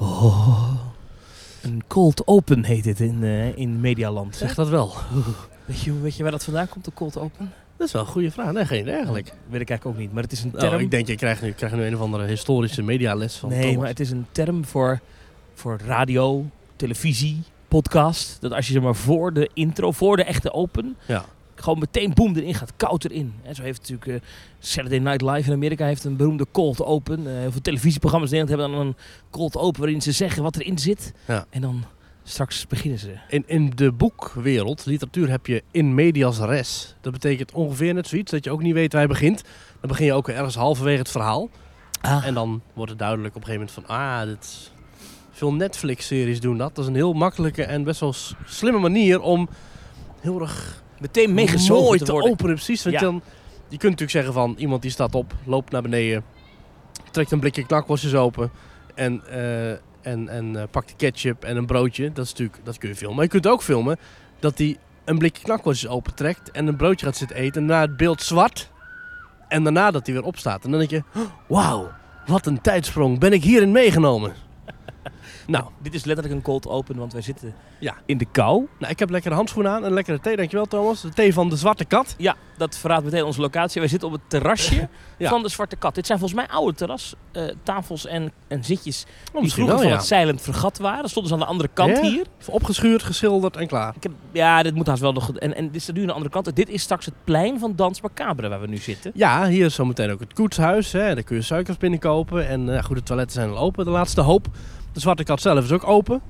Oh. Een cold open heet het in, eh, in Medialand. Zeg dat wel. Weet je, weet je waar dat vandaan komt, de cold open? Dat is wel een goede vraag. Nee, geen idee eigenlijk. Weet ik eigenlijk ook niet, maar het is een term... Oh, ik denk, je krijgt nu, ik krijg nu een of andere historische mediales van nee, Thomas. maar het is een term voor, voor radio, televisie, podcast. Dat als je zeg maar voor de intro, voor de echte open, Ja. gewoon meteen boem erin gaat, koud erin. En zo heeft natuurlijk eh, Saturday Night Live in Amerika heeft een beroemde cold open. Eh, heel veel televisieprogramma's in Nederland hebben dan een cold open waarin ze zeggen wat erin zit. Ja. En dan straks beginnen ze. In, in de boekwereld, literatuur, heb je in medias res. Dat betekent ongeveer net zoiets dat je ook niet weet waar je begint. Dan begin je ook ergens halverwege het verhaal. Ah, En dan wordt het duidelijk op een gegeven moment van... Ah, dit is- veel Netflix-series doen dat. Dat is een heel makkelijke en best wel s- slimme manier om heel erg meteen mooi meegezogen te te worden. openen. Precies, want Ja. dan, je kunt natuurlijk zeggen van iemand die staat op, loopt naar beneden, trekt een blikje knakworstjes open en, eh, en, en eh, pakt ketchup en een broodje. Dat, is natuurlijk, dat kun je filmen. Maar je kunt ook filmen dat hij een blikje knakworstjes opentrekt en een broodje gaat zitten eten. En daarna het beeld zwart en daarna dat hij weer opstaat. En dan denk je, wauw, wat een tijdsprong. Ben ik hierin meegenomen? nou, Dit is letterlijk een cold open, want wij zitten Ja. in de kou. nou, ik heb lekkere handschoenen aan en lekkere thee. Dankjewel Thomas. De thee van de zwarte kat. Ja, dat verraadt meteen onze locatie. Wij zitten op het terrasje Ja. van de Zwarte Kat. Dit zijn volgens mij oude terrastafels tafels en, en zitjes Oh, die vroeger wel, van ja. het Silent vergat waren. Dat stonden ze aan de andere kant Ja? hier. Opgeschuurd, geschilderd en klaar. Ik heb, ja, dit moet haast wel nog... En, en dit staat nu aan de andere kant. Dit is straks het plein van Dans Macabre waar we nu zitten. Ja, hier is zometeen ook het koetshuis. Hè. Daar kun je suikers binnenkopen. En eh, goed, de toiletten zijn al open. De laatste hoop. De Zwarte Kat zelf is ook open.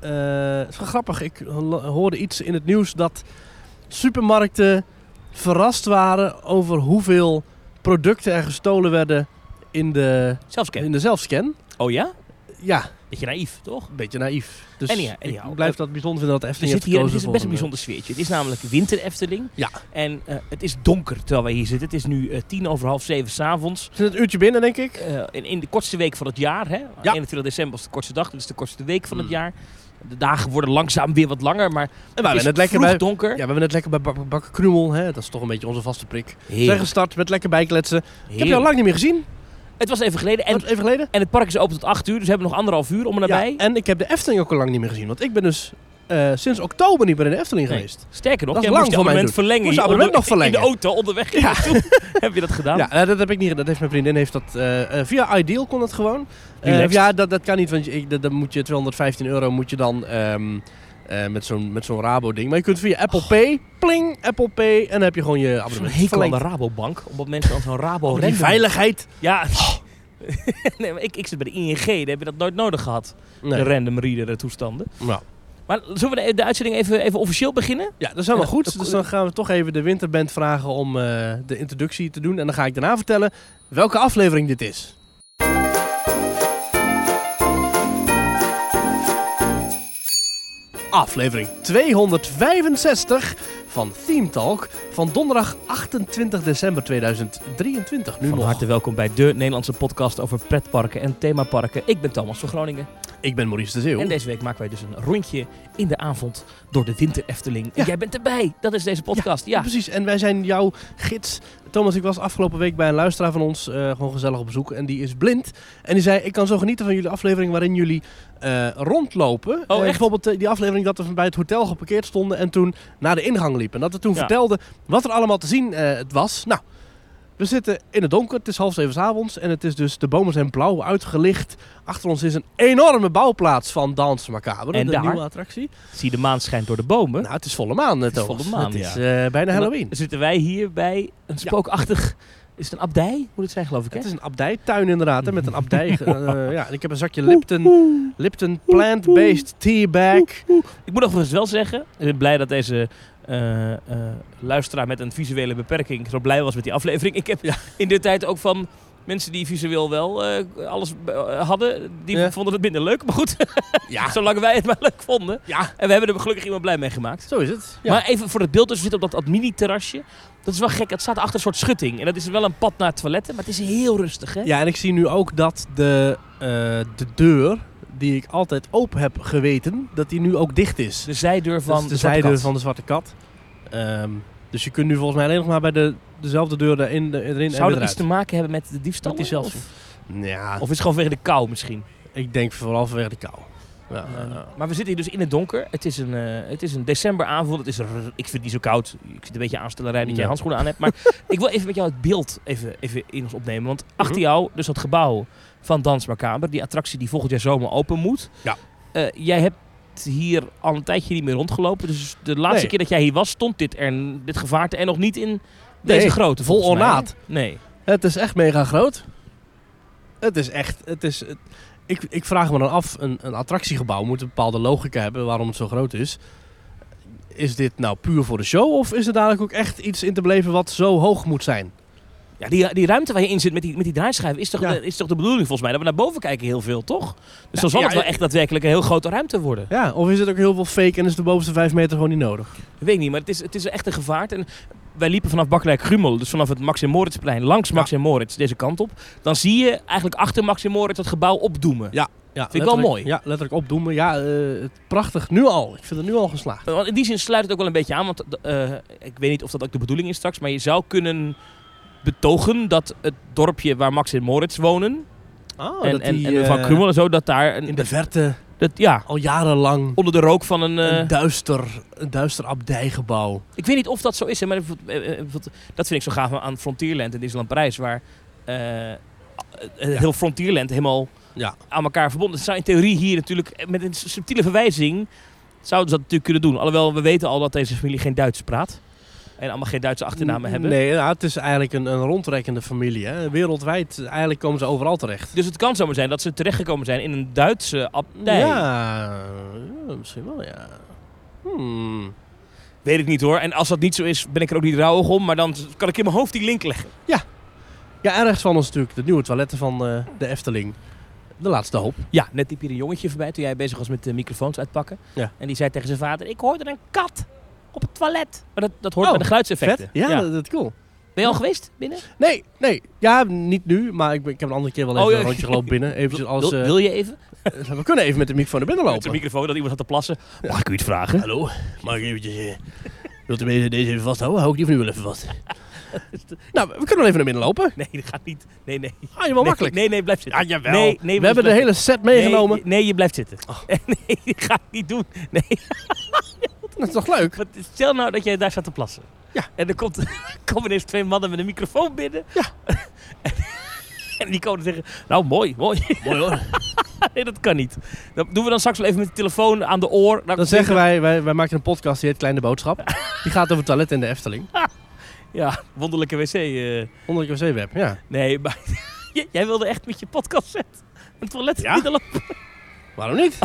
Eh, het is wel grappig. Ik lo- hoorde iets in het nieuws dat supermarkten verrast waren over hoeveel producten er gestolen werden in de, Zelfs Ken. in de zelfscan. Oh ja? Ja, Beetje naïef, toch? een beetje naïef. Dus Anyhow, anyhow. ik blijf dat bijzonder vinden dat We Efteling heeft zitten hier, het is gekozen een voor best een bijzonder sfeertje. Het is namelijk winter Efteling. Ja. En eh, het is donker terwijl wij hier zitten. Het is nu eh, tien over half zeven s'avonds. We zitten eh, een uurtje binnen, denk ik. eh, in, in de kortste week van het jaar. Hè? 21 december is de kortste dag, dit is de kortste week van het Hmm. jaar. De dagen worden langzaam weer wat langer, maar En het we is hebben het lekker vroeg bij... donker. Ja, we hebben het lekker bij Bak- Bakker Krummel, hè. Dat is toch een beetje onze vaste prik. Zijn Heerlijk, gestart met lekker bijkletsen. Ik heb je al heerlijk. lang niet meer gezien. Het was even geleden en, Even geleden. en het park is open tot 8 uur, dus we hebben nog anderhalf uur om en nabij. Ja, en ik heb de Efteling ook al lang niet meer gezien. Want ik ben dus eh, sinds oktober niet meer in de Efteling Nee. geweest. Sterker nog, dat is jij lang moest je voor mij abonnement verlengen. Moest je hier abonnement onder- nog In de auto onderweg hier Ja. naartoe. heb je dat gedaan? Ja, eh, dat heb ik niet gedaan. Dat heeft mijn vriendin heeft dat, eh, eh, via Ideal kon dat gewoon. Eh, Relaxed. ja, dat, dat kan niet. Want je- ik, dat- dan moet je 215 euro moet je dan ehm, eh, met zo'n met zo'n Rabo ding. Maar je kunt via Apple Pay, pling, Apple Pay. En dan heb je gewoon je Oh. Zo'n abonnement hekel aan de verlengd. Rabobank, omdat mensen dan zo'n Rabo Oh, die veiligheid. Ja, nee, maar ik, ik zit bij de ING, daar heb je dat nooit nodig gehad, Nee. de random reader eh, toestanden. Nou. Maar zullen we de, de uitzending even, even officieel beginnen? Ja, dat is helemaal Ja, goed. dat- Dus dan gaan we toch even de Winterband vragen om eh, de introductie te doen. En dan ga ik daarna vertellen welke aflevering dit is. Aflevering 265 van Theme Talk van donderdag 28 december 2023. Nu Van nog. harte welkom bij de Nederlandse podcast over pretparken en themaparken. Ik ben Thomas van Groningen Ik ben Maurice de Zeeuw. en deze week maken wij dus een rondje in de avond door de winter Efteling. En Ja. jij bent erbij, dat is deze podcast. Ja, Precies, en wij zijn jouw gids. Thomas, ik was afgelopen week bij een luisteraar van ons, eh, gewoon gezellig op bezoek. En die is blind. En die zei, ik kan zo genieten van jullie aflevering waarin jullie eh, rondlopen. Oh, Eh, echt? bijvoorbeeld eh, die aflevering dat we bij het hotel geparkeerd stonden en toen naar de ingang liepen. En dat we toen Ja. vertelden wat er allemaal te zien eh, het was. Nou, we zitten in het donker, het is half zeven 's avonds en het is dus, de bomen zijn blauw uitgelicht. Achter ons is een enorme bouwplaats van Dance Macabre, En de daar? nieuwe attractie. zie de maan schijnt door de bomen. Nou, het is volle maan, eh, Het is Thomas. volle maan, het is ja. eh, bijna En dan Halloween. Zitten wij hier bij een spookachtig, is het een abdij? Moet het zijn geloof ik hè? Het is een abdijtuin inderdaad, hè, met een abdij. eh, ja, en ik heb een zakje Lipton, Lipton Plant-Based Teabag. Ik moet nog eens wel zeggen, ik ben blij dat deze eh, eh, luisteraar met een visuele beperking zo blij was met die aflevering. Ik heb in de tijd ook van mensen die visueel wel eh, alles eh, hadden, die Ja. vonden het minder leuk. Maar goed, Ja, zolang wij het maar leuk vonden. ja, En we hebben er gelukkig iemand blij mee gemaakt. zo is het. Ja. Maar even voor het beeld, dus we zitten op dat, dat mini-terrasje. Dat is wel gek, het staat achter een soort schutting. En dat is wel een pad naar toiletten, maar het is heel rustig hè. ja, en ik zie nu ook dat de, eh, de deur die ik altijd open heb geweten, dat die nu ook dicht is. De zijdeur Dat van is de, de Zwarte zijdeur Kat. van de Zwarte Kat. Ehm, dus je kunt nu volgens mij alleen nog maar bij de, dezelfde deur erin, erin Zou en weer dat iets eruit. te maken hebben met de diefstal? Met die zelfs- Of, Ja, of is het gewoon vanwege de kou misschien? ik Ik denk vooral vanwege de kou. Ja, Eh, ja. maar we zitten hier dus in het donker. Het is een, eh, het is een decemberavond. Het is, r- ik vind het niet zo koud. Ik zit een beetje aanstellerij dat jij Ja. handschoenen aan hebt. Maar ik wil even met jou het beeld even, even in ons opnemen. Want achter Mhm. jou, dus dat gebouw van Dans Macabre. Die attractie die volgend jaar zomer open moet. Ja. Eh, jij hebt hier al een tijdje niet meer rondgelopen. Dus de laatste Nee. keer dat jij hier was, stond dit, er, dit gevaarte er nog niet in deze Nee, grootte. vol volgens mij. ornaat. Nee. Het is echt mega groot. Het is echt. Het is, het- ik, ik vraag me dan af: een, een attractiegebouw moet een bepaalde logica hebben waarom het zo groot is. Is dit nou puur voor de show of is er dadelijk ook echt iets in te beleven wat zo hoog moet zijn? Ja, die, die ruimte waar je in zit met die, met die draaischijf is toch, Ja. de, is toch de bedoeling volgens mij dat we naar boven kijken heel veel, toch? Dus Ja, dan zal ja, het wel eh, echt daadwerkelijk een heel grote ruimte worden. Ja, of is het ook heel veel fake en is de bovenste vijf meter gewoon niet nodig? Ik weet niet, maar het is, het is echt een gevaart. En wij liepen vanaf Bakrijk Grummel, dus vanaf het Max en Moritzplein, langs Max en Moritz, deze kant op. Dan zie je eigenlijk achter Max en Moritz dat gebouw opdoemen. Ja, ik wel letterlijk- mooi. Ja, letterlijk opdoemen. Ja, eh, het- prachtig. Nu al. Ik vind het nu al geslaagd. Want in die zin sluit het ook wel een beetje aan, want eh, ik weet niet of dat ook de bedoeling is straks, maar je zou kunnen betogen dat het dorpje waar Max en Moritz wonen Oh, en, en, en van Krummel en zo, dat daar een, in de verte dat, ja, al jarenlang onder de rook van een... eh, een, duister, een duister abdijgebouw. Ik weet niet of dat zo is, hè, maar bijvoorbeeld, eh, eh, bijvoorbeeld- dat vind ik zo gaaf aan Frontierland in Disneyland Parijs, waar eh, eh, heel Frontierland helemaal Ja. aan elkaar verbonden is. Het Zou in theorie hier natuurlijk eh, met een subtiele verwijzing zouden ze dat natuurlijk kunnen doen. Alhoewel we weten al dat deze familie geen Duits praat en allemaal geen Duitse achternamen hebben. Nee, nou, het is eigenlijk een, een rondtrekkende familie. Hè. Wereldwijd, eigenlijk komen ze overal terecht. Dus het kan zomaar zijn dat ze terechtgekomen zijn in een Duitse abdij. Ja, ja, misschien wel, ja. Hmm. Weet ik niet hoor. En als dat niet zo is, ben ik er ook niet rauwig om. Maar dan kan ik in mijn hoofd die link leggen. Ja, en rechts van ons natuurlijk de nieuwe toiletten van eh, de Efteling. De laatste hoop. Ja, net liep hier een jongetje voorbij toen jij bezig was met de microfoons uitpakken. Ja. En die zei tegen zijn vader, ik hoorde een kat op het toilet. Maar dat, dat hoort Oh, bij de geluidseffecten. Ja, Dat, dat cool. Ben je al geweest binnen? Nee, nee. Ja, niet nu, maar ik, ben- ik heb een andere keer wel even Oh, ja. een rondje gelopen binnen. Eventjes alles, wil, eh, wil je even? we kunnen even met de microfoon naar binnen Met de lopen. microfoon dat iemand had te plassen. Mag ik u iets vragen? Hallo, mag ik eventjes... eh, wilt u deze, deze even vasthouden? Hou ik die van u wel even vast. nou, we kunnen wel even naar binnen lopen. Nee, dat gaat niet. Nee, nee. Ah, jawel, Nee, makkelijk. Nee, nee, blijf zitten. Ja, jawel. Nee, nee, we hebben de hele set meegenomen. Oh. Nee, nee, je blijft zitten. Nee, je gaat het niet doen. Nee, Dat is toch leuk? want stel nou dat jij daar staat te plassen. Ja. En dan komt, komen ineens twee mannen met een microfoon binnen. Ja. En, en die komen zeggen, nou mooi, mooi. Mooi hoor. Nee, dat kan niet. Dat doen we dan straks wel even met de telefoon aan de oor. Dan zeggen wij, wij, wij maken een podcast die heet Kleine Boodschap. Die gaat over toilet in de Efteling. Ja, wonderlijke wc. eh. Onder de wc-web, ja. Nee, maar J- jij wilde echt met je podcast set een toilet Ja? niet al op. Waarom niet?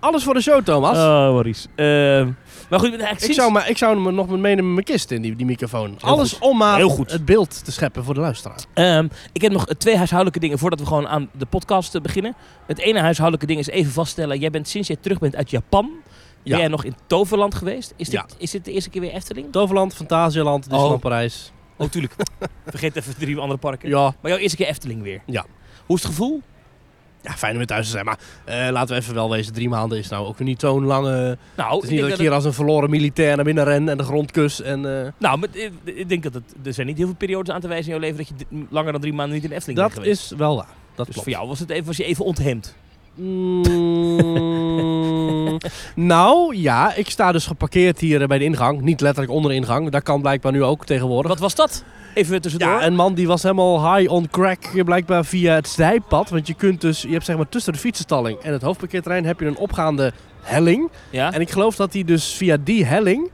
Alles voor de show, Thomas. Oh, Maurice. Ehm, maar goed, ik ben eigenlijk ik, sinds- zou maar, ik zou hem nog meenemen in mijn kist, in die, die microfoon. Heel Alles om maar Heel goed. het beeld te scheppen voor de luisteraar. Ehm, ik heb nog eh, twee huishoudelijke dingen voordat we gewoon aan de podcast eh, beginnen. Het ene huishoudelijke ding is even vaststellen. Jij bent sinds jij terug bent uit Japan, Ja. ben jij nog in Toverland geweest? Is dit, Ja. is dit de eerste keer weer Efteling? Toverland, Fantasialand, Disneyland Oh. Parijs. Oh, tuurlijk. Vergeet even drie andere parken. Ja. Maar jouw eerste keer Efteling weer. Ja. Hoe is het gevoel? ja, fijn om weer thuis te zijn. Maar eh, laten we even wel wezen, drie maanden is nou ook weer niet zo'n lange... Nou, Het ik is niet denk dat ik hier als een verloren militair naar binnen ren en de grond kus en... eh, Nou, maar, eh, ik denk dat het, er zijn niet heel veel periodes aan te wijzen in jouw leven dat je d- langer dan drie maanden niet in de Efteling dat bent geweest. is wel waar. Dat dus klopt. voor jou was het even, was je even onthemd. Mm, nou, ja, ik sta dus geparkeerd hier eh, bij de ingang. Niet letterlijk onder de ingang. Dat kan blijkbaar nu ook tegenwoordig. Wat was dat? Even tussendoor. Ja, een man die was helemaal high on crack, eh, blijkbaar via het zijpad. Want je kunt dus, je hebt zeg maar tussen de fietsenstalling en het hoofdparkeerterrein heb je een opgaande helling. Ja? En ik geloof dat hij dus via die helling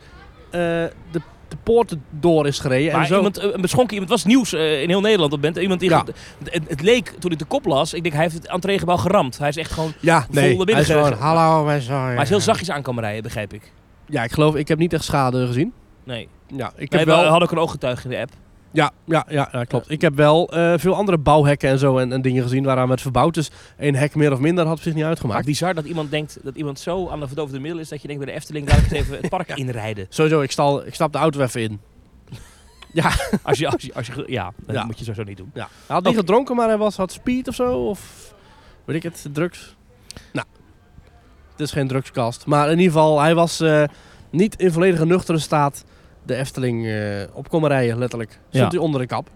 eh, de, de poort door is gereden. en maar zo, iemand, eh, een beschonken iemand, was nieuws eh, in heel Nederland op bent. Iemand die Ja. het, het leek, toen ik de kop las, ik denk hij heeft het entreegebouw geramd. Hij is echt gewoon, ja, naar nee, binnen hij is gewoon, gereden. hallo, wij zijn... maar hij is heel zachtjes aan kan rijden, begrijp ik. Ja, ik geloof, ik heb niet echt schade gezien. Nee, Ja, ik ik heb we wel... hadden ook een ooggetuige in de app. Ja, ja, ja, ja, klopt. Ik heb wel eh, veel andere bouwhekken en zo en, en dingen gezien waaraan werd verbouwd. Dus één hek meer of minder had op zich niet Maar uitgemaakt. bizar dat iemand denkt dat iemand zo aan de verdoofde middel is dat je denkt bij de Efteling laat ik eens even het park inrijden. Sowieso, ik, stal, ik stap de auto even in. Als je, als je, als je, ja, dat Ja. moet je sowieso niet doen. Ja. Hij had niet Oké. gedronken, maar hij was, had speed of zo. Of weet ik het, drugs. Nou, het is geen drugskast. Maar in ieder geval, hij was eh, niet in volledige nuchtere staat de Efteling eh op komen rijden, letterlijk. Stond Ja. hij onder de kap.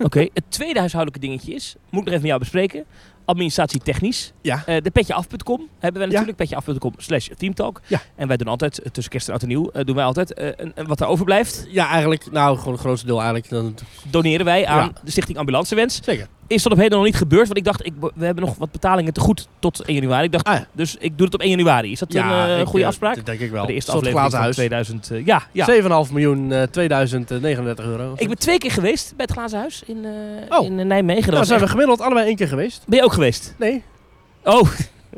Oké, het tweede huishoudelijke dingetje is, moet ik nog even met jou bespreken. administratietechnisch. Ja. Eh, de petjeaf.com hebben wij Ja. natuurlijk. Petjeaf.com slash teamtalk. Ja. En wij doen altijd, eh, tussen kerst en oud en nieuw, eh, doen wij altijd eh, een, een- wat er overblijft. Ja, eigenlijk, nou, gewoon het grootste deel eigenlijk. Dan, Doneren wij aan Ja. de Stichting Ambulancewens. zeker. Is dat op heden nog niet gebeurd? Want ik dacht, ik, we hebben nog wat betalingen te goed tot 1 januari. Ik dacht, Ah, ja. dus ik doe het op 1 januari. Is dat een eh, ik, goede eh, afspraak? Dat denk ik wel. Bij de eerste Een soort aflevering van glazen 2000. eh, ja, ja. huis. 7,5 miljoen, eh, 2039 euro. Nou, Ik ben twee keer geweest bij het Glazen Huis in, eh, Oh. in eh, Nijmegen. Dat nou, was zijn echt- we gemiddeld allebei één keer geweest. Ben je ook geweest? Nee. Oh,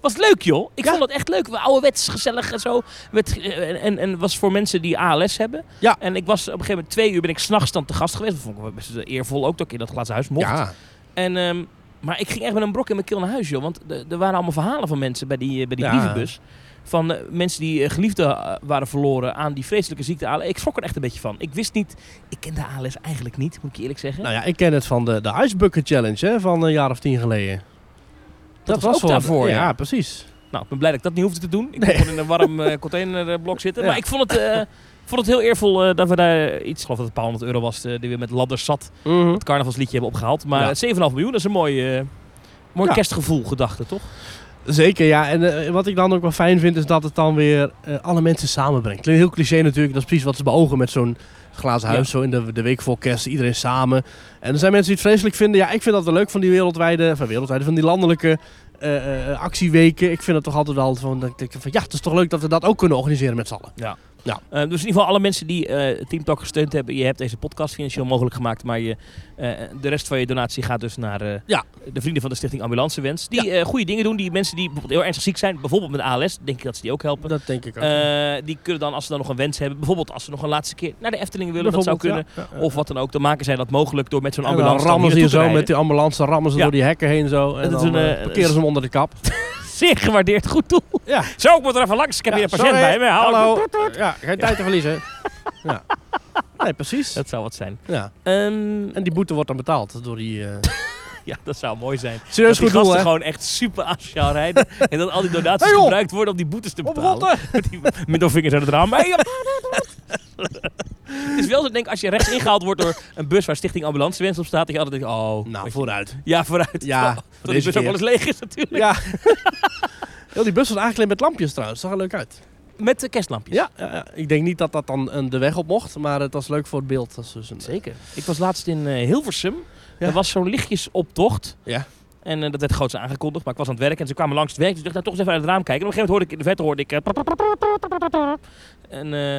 was leuk joh. Ik Ja. vond het echt leuk. We Ouderwets, gezellig en zo. Werd, eh, en, en was voor mensen die ALS hebben. Ja. En ik was op een gegeven moment twee uur ben ik s'nachts dan te gast geweest. Dat vond ik wel best eervol ook dat ik in dat Glazen Huis mocht. Ja. En, ehm, maar ik ging echt met een brok in mijn keel naar huis, joh. Want de- er waren allemaal verhalen van mensen bij die, eh, bij die Ja. brievenbus. Van eh, mensen die eh, geliefden eh, waren verloren aan die vreselijke ziekte ALS. Ik schrok er echt een beetje van. Ik wist niet... Ik kende ALS eigenlijk niet, moet ik je eerlijk zeggen. Nou ja, ik ken het van de, de Ice Bucket Challenge hè, van een jaar of tien geleden. Dat, was ook wel daarvoor, ja. ja. precies. Nou, ik ben blij dat ik dat niet hoefde te doen. Ik kon Nee. gewoon in een warm eh, containerblok zitten. Ja. Maar ik vond het, eh, vond het heel eervol eh, dat we daar iets... Ik geloof dat het een paar honderd euro was eh, die we met ladders zat. Het carnavalsliedje hebben opgehaald. Maar Ja. 7,5 miljoen, dat is een mooi, eh, mooi Ja. kerstgevoel gedachte, toch? Zeker, ja. En eh, wat ik dan ook wel fijn vind, is dat het dan weer eh, alle mensen samenbrengt. Klinkt Heel cliché natuurlijk, dat is precies wat ze beogen met zo'n glazen huis. Zo in de, de week voor kerst, iedereen samen. En er zijn mensen die het vreselijk vinden. Ja, ik vind dat wel leuk van die wereldwijde, van, wereldwijde, van die landelijke eh, eh, actieweken. Ik vind het toch altijd wel van, dat ik denk van, ja, het is toch leuk dat we dat ook kunnen organiseren met z'n allen. Eh, dus in ieder geval alle mensen die eh Team Talk gesteund hebben. Je hebt deze podcast financieel mogelijk gemaakt. Maar je, eh, de rest van je donatie gaat dus naar eh, Ja. de vrienden van de Stichting Ambulancewens. Die eh, goede dingen doen. Die mensen die bijvoorbeeld heel ernstig ziek zijn. Bijvoorbeeld met ALS. Denk ik dat ze die ook helpen. Dat denk ik ook. Eh, die kunnen dan, als ze dan nog een wens hebben. Bijvoorbeeld als ze nog een laatste keer naar de Efteling willen. Dat zou Bijvoorbeeld, kunnen. ja. Ja, ja. Of wat dan ook. Dan maken zij dat mogelijk door met zo'n En dan ambulance. rammen ze hier je zo naartoe met te die ambulance, dan rammen ze Ja. door die hekken heen zo. En Dat is dan een, eh, eh, parkeren ze hem onder de kap. rijden. Zeer gewaardeerd. Goed toe. Ja. Zo, ik moet er even langs. Ik heb Ja, hier een patiënt sorry, bij me. Hallo. Hallo. Ja, geen tijd te verliezen. ja. Nee, precies. Dat zou wat zijn. Ja. Ehm, En die boete wordt dan betaald door die... eh, ja, dat zou mooi zijn. Serieus dat goed die doel, gasten hè? gewoon echt super asociaal rijden. en dat al die donaties Hey, joh! gebruikt worden om die boetes te betalen. Met die middelvingers uit het raam. Hey, joh! het is wel zo, ik denk als je rechts ingehaald wordt door een bus waar Stichting Ambulancewens op staat, dat je altijd denkt, oh. Nou, weet je. vooruit. ja, vooruit. Ja, dat die deze bus ook wel eens keer. leeg is natuurlijk. Ja. Heel die bus was aangekleed met lampjes trouwens. Zag er leuk uit. Met de kerstlampjes. Ja, ja, ja. ik denk niet dat dat dan eh, de weg op mocht, maar het was leuk voor het beeld. Dat is dus een, Zeker. Ik was laatst in eh, Hilversum. Ja. Er was zo'n lichtjesoptocht. Ja. En eh, dat werd groots aangekondigd, maar ik was aan het werk en ze kwamen langs het werk. Dus ik dacht, nou, toch eens even uit het raam kijken. En op een gegeven moment hoorde ik in de verte hoorde ik, eh, een, eh,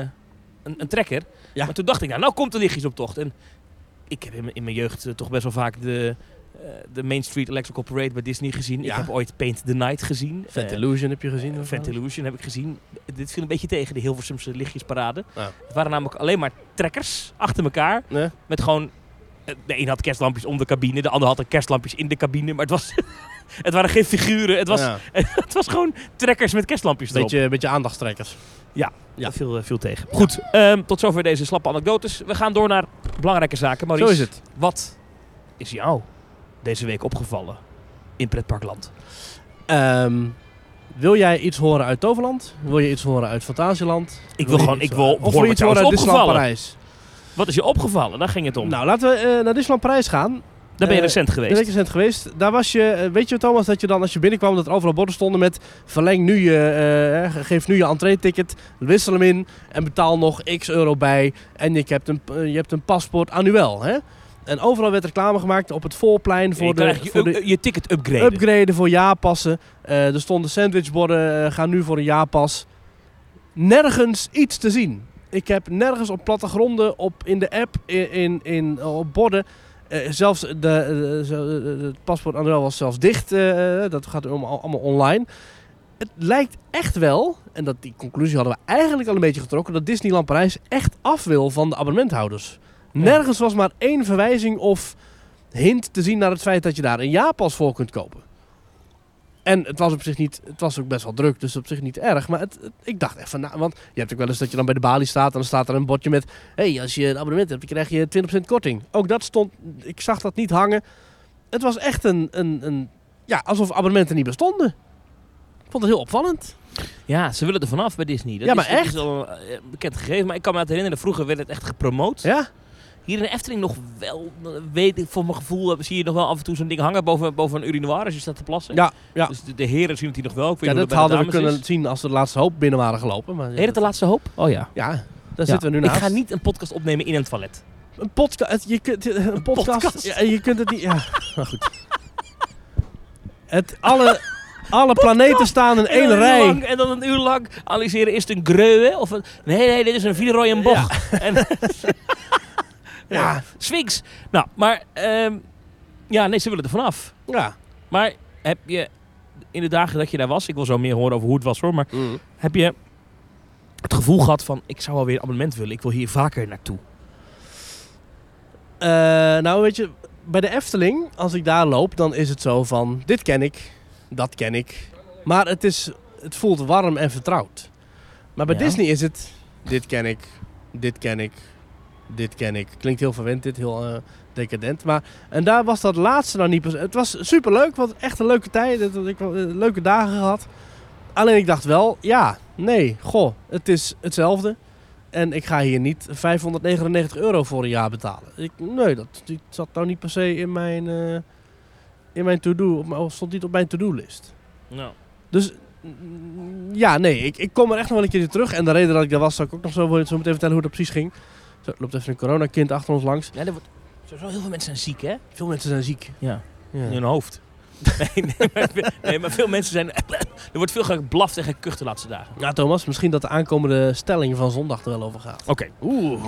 een, een trekker. Ja. Maar toen dacht ik, nou, nou komt de lichtjesoptocht. En ik heb in, mijn- in mijn jeugd eh, toch best wel vaak de, eh, de Main Street Electrical Parade bij Disney gezien. Ja. Ik heb ooit Paint the Night gezien. Fat Eh, Illusion heb je gezien? of eh, zo? Vent Illusion heb ik gezien. Dit viel een beetje tegen, de Hilversumse lichtjesparade. Ja. Het waren namelijk alleen maar trekkers achter elkaar. Nee? Met gewoon... eh, De een had kerstlampjes om de cabine, de ander had er kerstlampjes in de cabine. Maar het, was, het waren geen figuren, het was, Ja. het was gewoon trekkers met kerstlampjes erop. Beetje, beetje aandachtstrekkers. ja. Dat viel, eh, viel tegen. Goed, ehm, tot zover deze slappe anekdotes. We gaan door naar belangrijke zaken. Maurice, Zo is het. wat is jou deze week opgevallen in pretparkland? Ehm, wil jij iets horen uit Toverland? Wil je iets horen uit Fantasieland? Ik wil je gewoon- iets- eh, ik wil Of wil horen je iets wat jou horen is uit Disneyland opgevallen? Parijs? Wat is je opgevallen? Daar ging het om. Nou, laten we eh, naar Disneyland Parijs gaan. Daar ben je eh, recent Ben geweest. ik recent geweest. Daar was je, eh, weet je Thomas, dat je dan als je binnenkwam dat er overal borden stonden met verleng nu je, eh, eh, geef nu je entree-ticket, wissel hem in en betaal nog x euro bij en je hebt een, eh, je hebt een paspoort annuel. Hè? En overal werd reclame gemaakt op het voorplein je, voor kan de, eigenlijk voor je, de je ticket upgraden. upgraden voor jaarpassen. Eh, er stonden sandwichborden, eh, ga nu voor een jaarpas. Nergens iets te zien. Ik heb nergens op plattegronden, op, in de app, in, in, in- op borden. eh, zelfs de, eh, zo- eh, het paspoort Andrel was zelfs dicht. eh, dat gaat allemaal, allemaal online. Het lijkt echt wel, en dat, die conclusie hadden we eigenlijk al een beetje getrokken, dat Disneyland Parijs echt af wil van de abonnementhouders. Ja. Nergens was maar één verwijzing of hint te zien naar het feit dat je daar een jaarpas voor kunt kopen. En het was op zich niet, het was ook best wel druk, dus op zich niet erg. Maar het, het- ik dacht echt van, nou, want je hebt ook wel eens dat je dan bij de balie staat en dan staat er een bordje met, hé, hey, als je een abonnement hebt, dan krijg je 20% korting. Ook dat stond, ik zag dat niet hangen. Het was echt een, een, een ja, alsof abonnementen niet bestonden. Ik vond het heel opvallend. Ja, ze willen er vanaf bij Disney. Dat Ja, is- maar dat echt? is al een eh, bekend gegeven. Maar ik kan me het herinneren, vroeger werd het echt gepromoot. Ja? Hier in de Efteling nog wel, eh, weet ik voor mijn gevoel, eh, zie je nog wel af en toe zo'n ding hangen boven, boven een urinoir als je staat te plassen. Ja, ja. Dus de, de heren zien het hier nog wel. Ik weet ja niet hoe dat dat bij de hadden we dames kunnen is. zien als we de laatste hoop binnen waren gelopen. Maar ja, Heet het de laatste hoop? Oh ja. ja, daar Ja. zitten we nu naast. Ik ga niet een podcast opnemen in een toilet. Een podcast. Je kunt, een podcast. podcast. Ja, je kunt het niet. Ja, maar goed. Het, alle, alle planeten staan in En één dan rij. Een uur lang, en dan een uur lang analyseren. Is het een greuwe? Of een, nee, nee, dit is een Villeroy en Boch. En, Ja. Sphinx. Nou, maar... ehm, ja, nee, ze willen er vanaf. ja. Maar heb je in de dagen dat je daar was... Ik wil zo meer horen over hoe het was hoor. Maar heb je het gevoel gehad van... Ik zou alweer een abonnement willen. Ik wil hier vaker naartoe. Eh, nou, weet je, bij de Efteling, als ik daar loop, dan is het zo van: dit ken ik, dat ken ik. Maar het, is, het voelt warm en vertrouwd. Maar bij Ja. Disney is het: dit ken ik, dit ken ik, dit ken ik. Klinkt heel verwend, dit heel eh, decadent. Maar, en daar was dat laatste nou niet. pers- Het was superleuk, want echt een leuke tijd. dat- dat Ik wel, eh, leuke dagen gehad. Alleen ik dacht wel: ja, nee, goh, het is hetzelfde. En ik ga hier niet 599 euro voor een jaar betalen. Ik, nee, dat, die zat nou niet per se in mijn, eh, in mijn to-do. op mijn- Of stond niet op mijn to-do-list. Nou. Dus mm, ja, nee, ik, ik kom er echt nog wel een keer terug. En de reden dat ik daar was, zal ik ook nog zo, zo meteen vertellen hoe dat precies ging. Zo, er loopt even een coronakind achter ons langs. Ja, er wordt, sowieso heel veel mensen zijn ziek, hè? Veel mensen zijn ziek. Ja. Ja. In hun hoofd. Nee, nee, maar, nee, maar veel mensen zijn... er wordt veel geblaft en gekucht de laatste dagen. Ja, Thomas, misschien dat de aankomende stelling van zondag er wel over gaat. Oké. Oeh.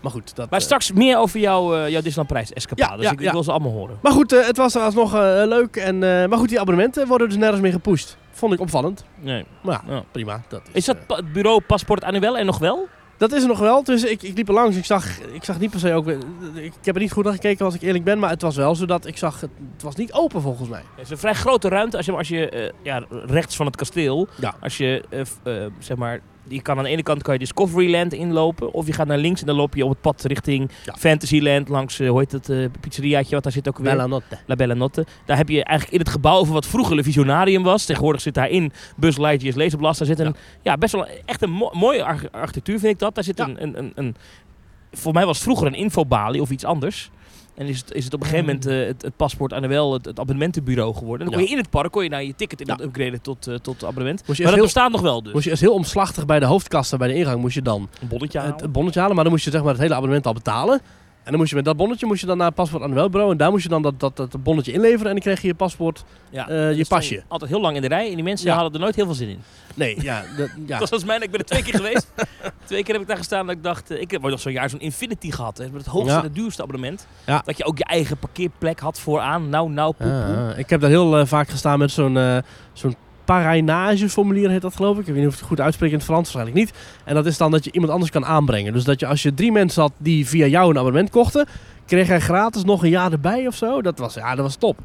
Maar goed, dat... Maar eh, straks meer over jouw, eh jouw Disneyland Prijs escapade. Ja, dus ja, ik, ik ja. wil ze allemaal horen. Maar goed, eh, het was alsnog eh, leuk. En, eh, maar goed, die abonnementen worden dus nergens meer gepusht. Vond ik opvallend. Nee. Maar ja, Ja. prima. Dat is, Is dat eh, pa- het bureau paspoort annuel en nog wel? dat is er nog wel. Dus ik, ik liep er langs. Ik zag, ik zag niet per se ook... Ik, ik heb er niet goed naar gekeken als ik eerlijk ben. Maar het was wel zodat ik zag... Het, het was niet open volgens mij. Het is een vrij grote ruimte als je, als je eh, ja, rechts van het kasteel. Ja. Als je eh, f- eh, zeg maar, je kan aan de ene kant kan je Discoveryland inlopen. Of je gaat naar links en dan loop je op het pad richting Ja. Fantasyland. Langs, eh, hoe heet dat, eh, pizzeriaatje wat daar zit ook weer? Bella Notte. La Bella Notte. Daar heb je eigenlijk in het gebouw over wat vroeger Le Visionarium was. Tegenwoordig zit daarin Buzz Lightyear's Laserblast. Daar zit een, ja. best wel een- echt een mo- mooie arch- architectuur vind ik dat. Daar zit Ja. een, een, een, een, voor mij was het vroeger een infobalie of iets anders. En is het, is het op een gegeven moment eh, het, het paspoort aan de wel het, het abonnementenbureau geworden. En dan kon Mm. Ja. je in het park kon je naar je ticket in Ja. upgraden tot, eh, tot abonnement. Moest je, Maar dat eerst heel, bestaat nog wel dus. moest je eerst heel omslachtig bij de hoofdkasten bij de ingang moest je dan Een bonnetje halen. het, het bonnetje halen. Maar dan moest je zeg maar, het hele abonnement al betalen. En dan moest je met dat bonnetje moest je dan naar het paspoort aan de welbureau. En daar moest je dan dat, dat, dat bonnetje inleveren. En dan kreeg je je paspoort, ja. eh, je Dus dan pasje. Altijd heel lang in de rij en die mensen Ja. hadden er nooit heel veel zin in. Nee, ja. dat- ja. Dat was mijn, ik ben er twee keer geweest. twee keer heb ik daar gestaan dat ik dacht, eh, ik heb ooit nog zo'n jaar zo'n Infinity gehad. Hè, met het hoogste Ja. en het duurste abonnement. Ja. Dat je ook je eigen parkeerplek had vooraan. Nou, nou, poep, poep. Ah, ik heb daar heel eh, vaak gestaan met zo'n eh zo'n parrainageformulier, heet dat geloof ik. Ik weet niet of ik het goed uitspreek in het Frans, waarschijnlijk niet. En dat is dan dat je iemand anders kan aanbrengen. Dus dat je als je drie mensen had die via jou een abonnement kochten, kreeg hij gratis nog een jaar erbij of zo. Dat was, ja, dat was top.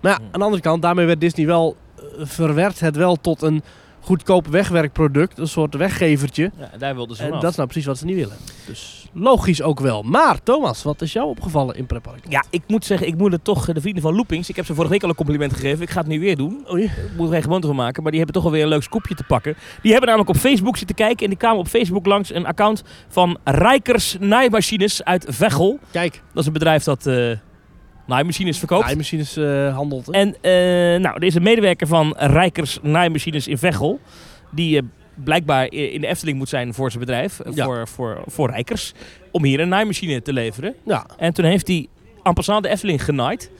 Maar ja, Hmm. aan de andere kant, daarmee werd Disney wel, eh, verwerd het wel tot een goedkoop wegwerkproduct. Een soort weggevertje. Ja, daar wilden ze En vanaf. dat is nou precies wat ze niet willen. Dus logisch ook wel. Maar Thomas, wat is jou opgevallen in Prepark? Ja, ik moet zeggen, ik moet het toch eh, de vrienden van Loopings. Ik heb ze vorige week al een compliment gegeven. Ik ga het nu weer doen. Oei. Ik moet er geen gewoonte van maken. Maar die hebben toch alweer een leuk scoopje te pakken. Die hebben namelijk op Facebook zitten kijken. En die kwamen op Facebook langs een account van Rijkers Naaimachines uit Veghel. Kijk, Dat is een bedrijf dat eh naaimachines verkoopt. naaimachines eh handelt. hè? En eh, nou, er is een medewerker van Rijkers Naaimachines in Veghel. Die eh, blijkbaar i- in de Efteling moet zijn voor zijn bedrijf. eh, Ja. Voor, voor, voor Rijkers. Om hier een naaimachine te leveren. Ja. En toen heeft hij en passant de Efteling genaaid.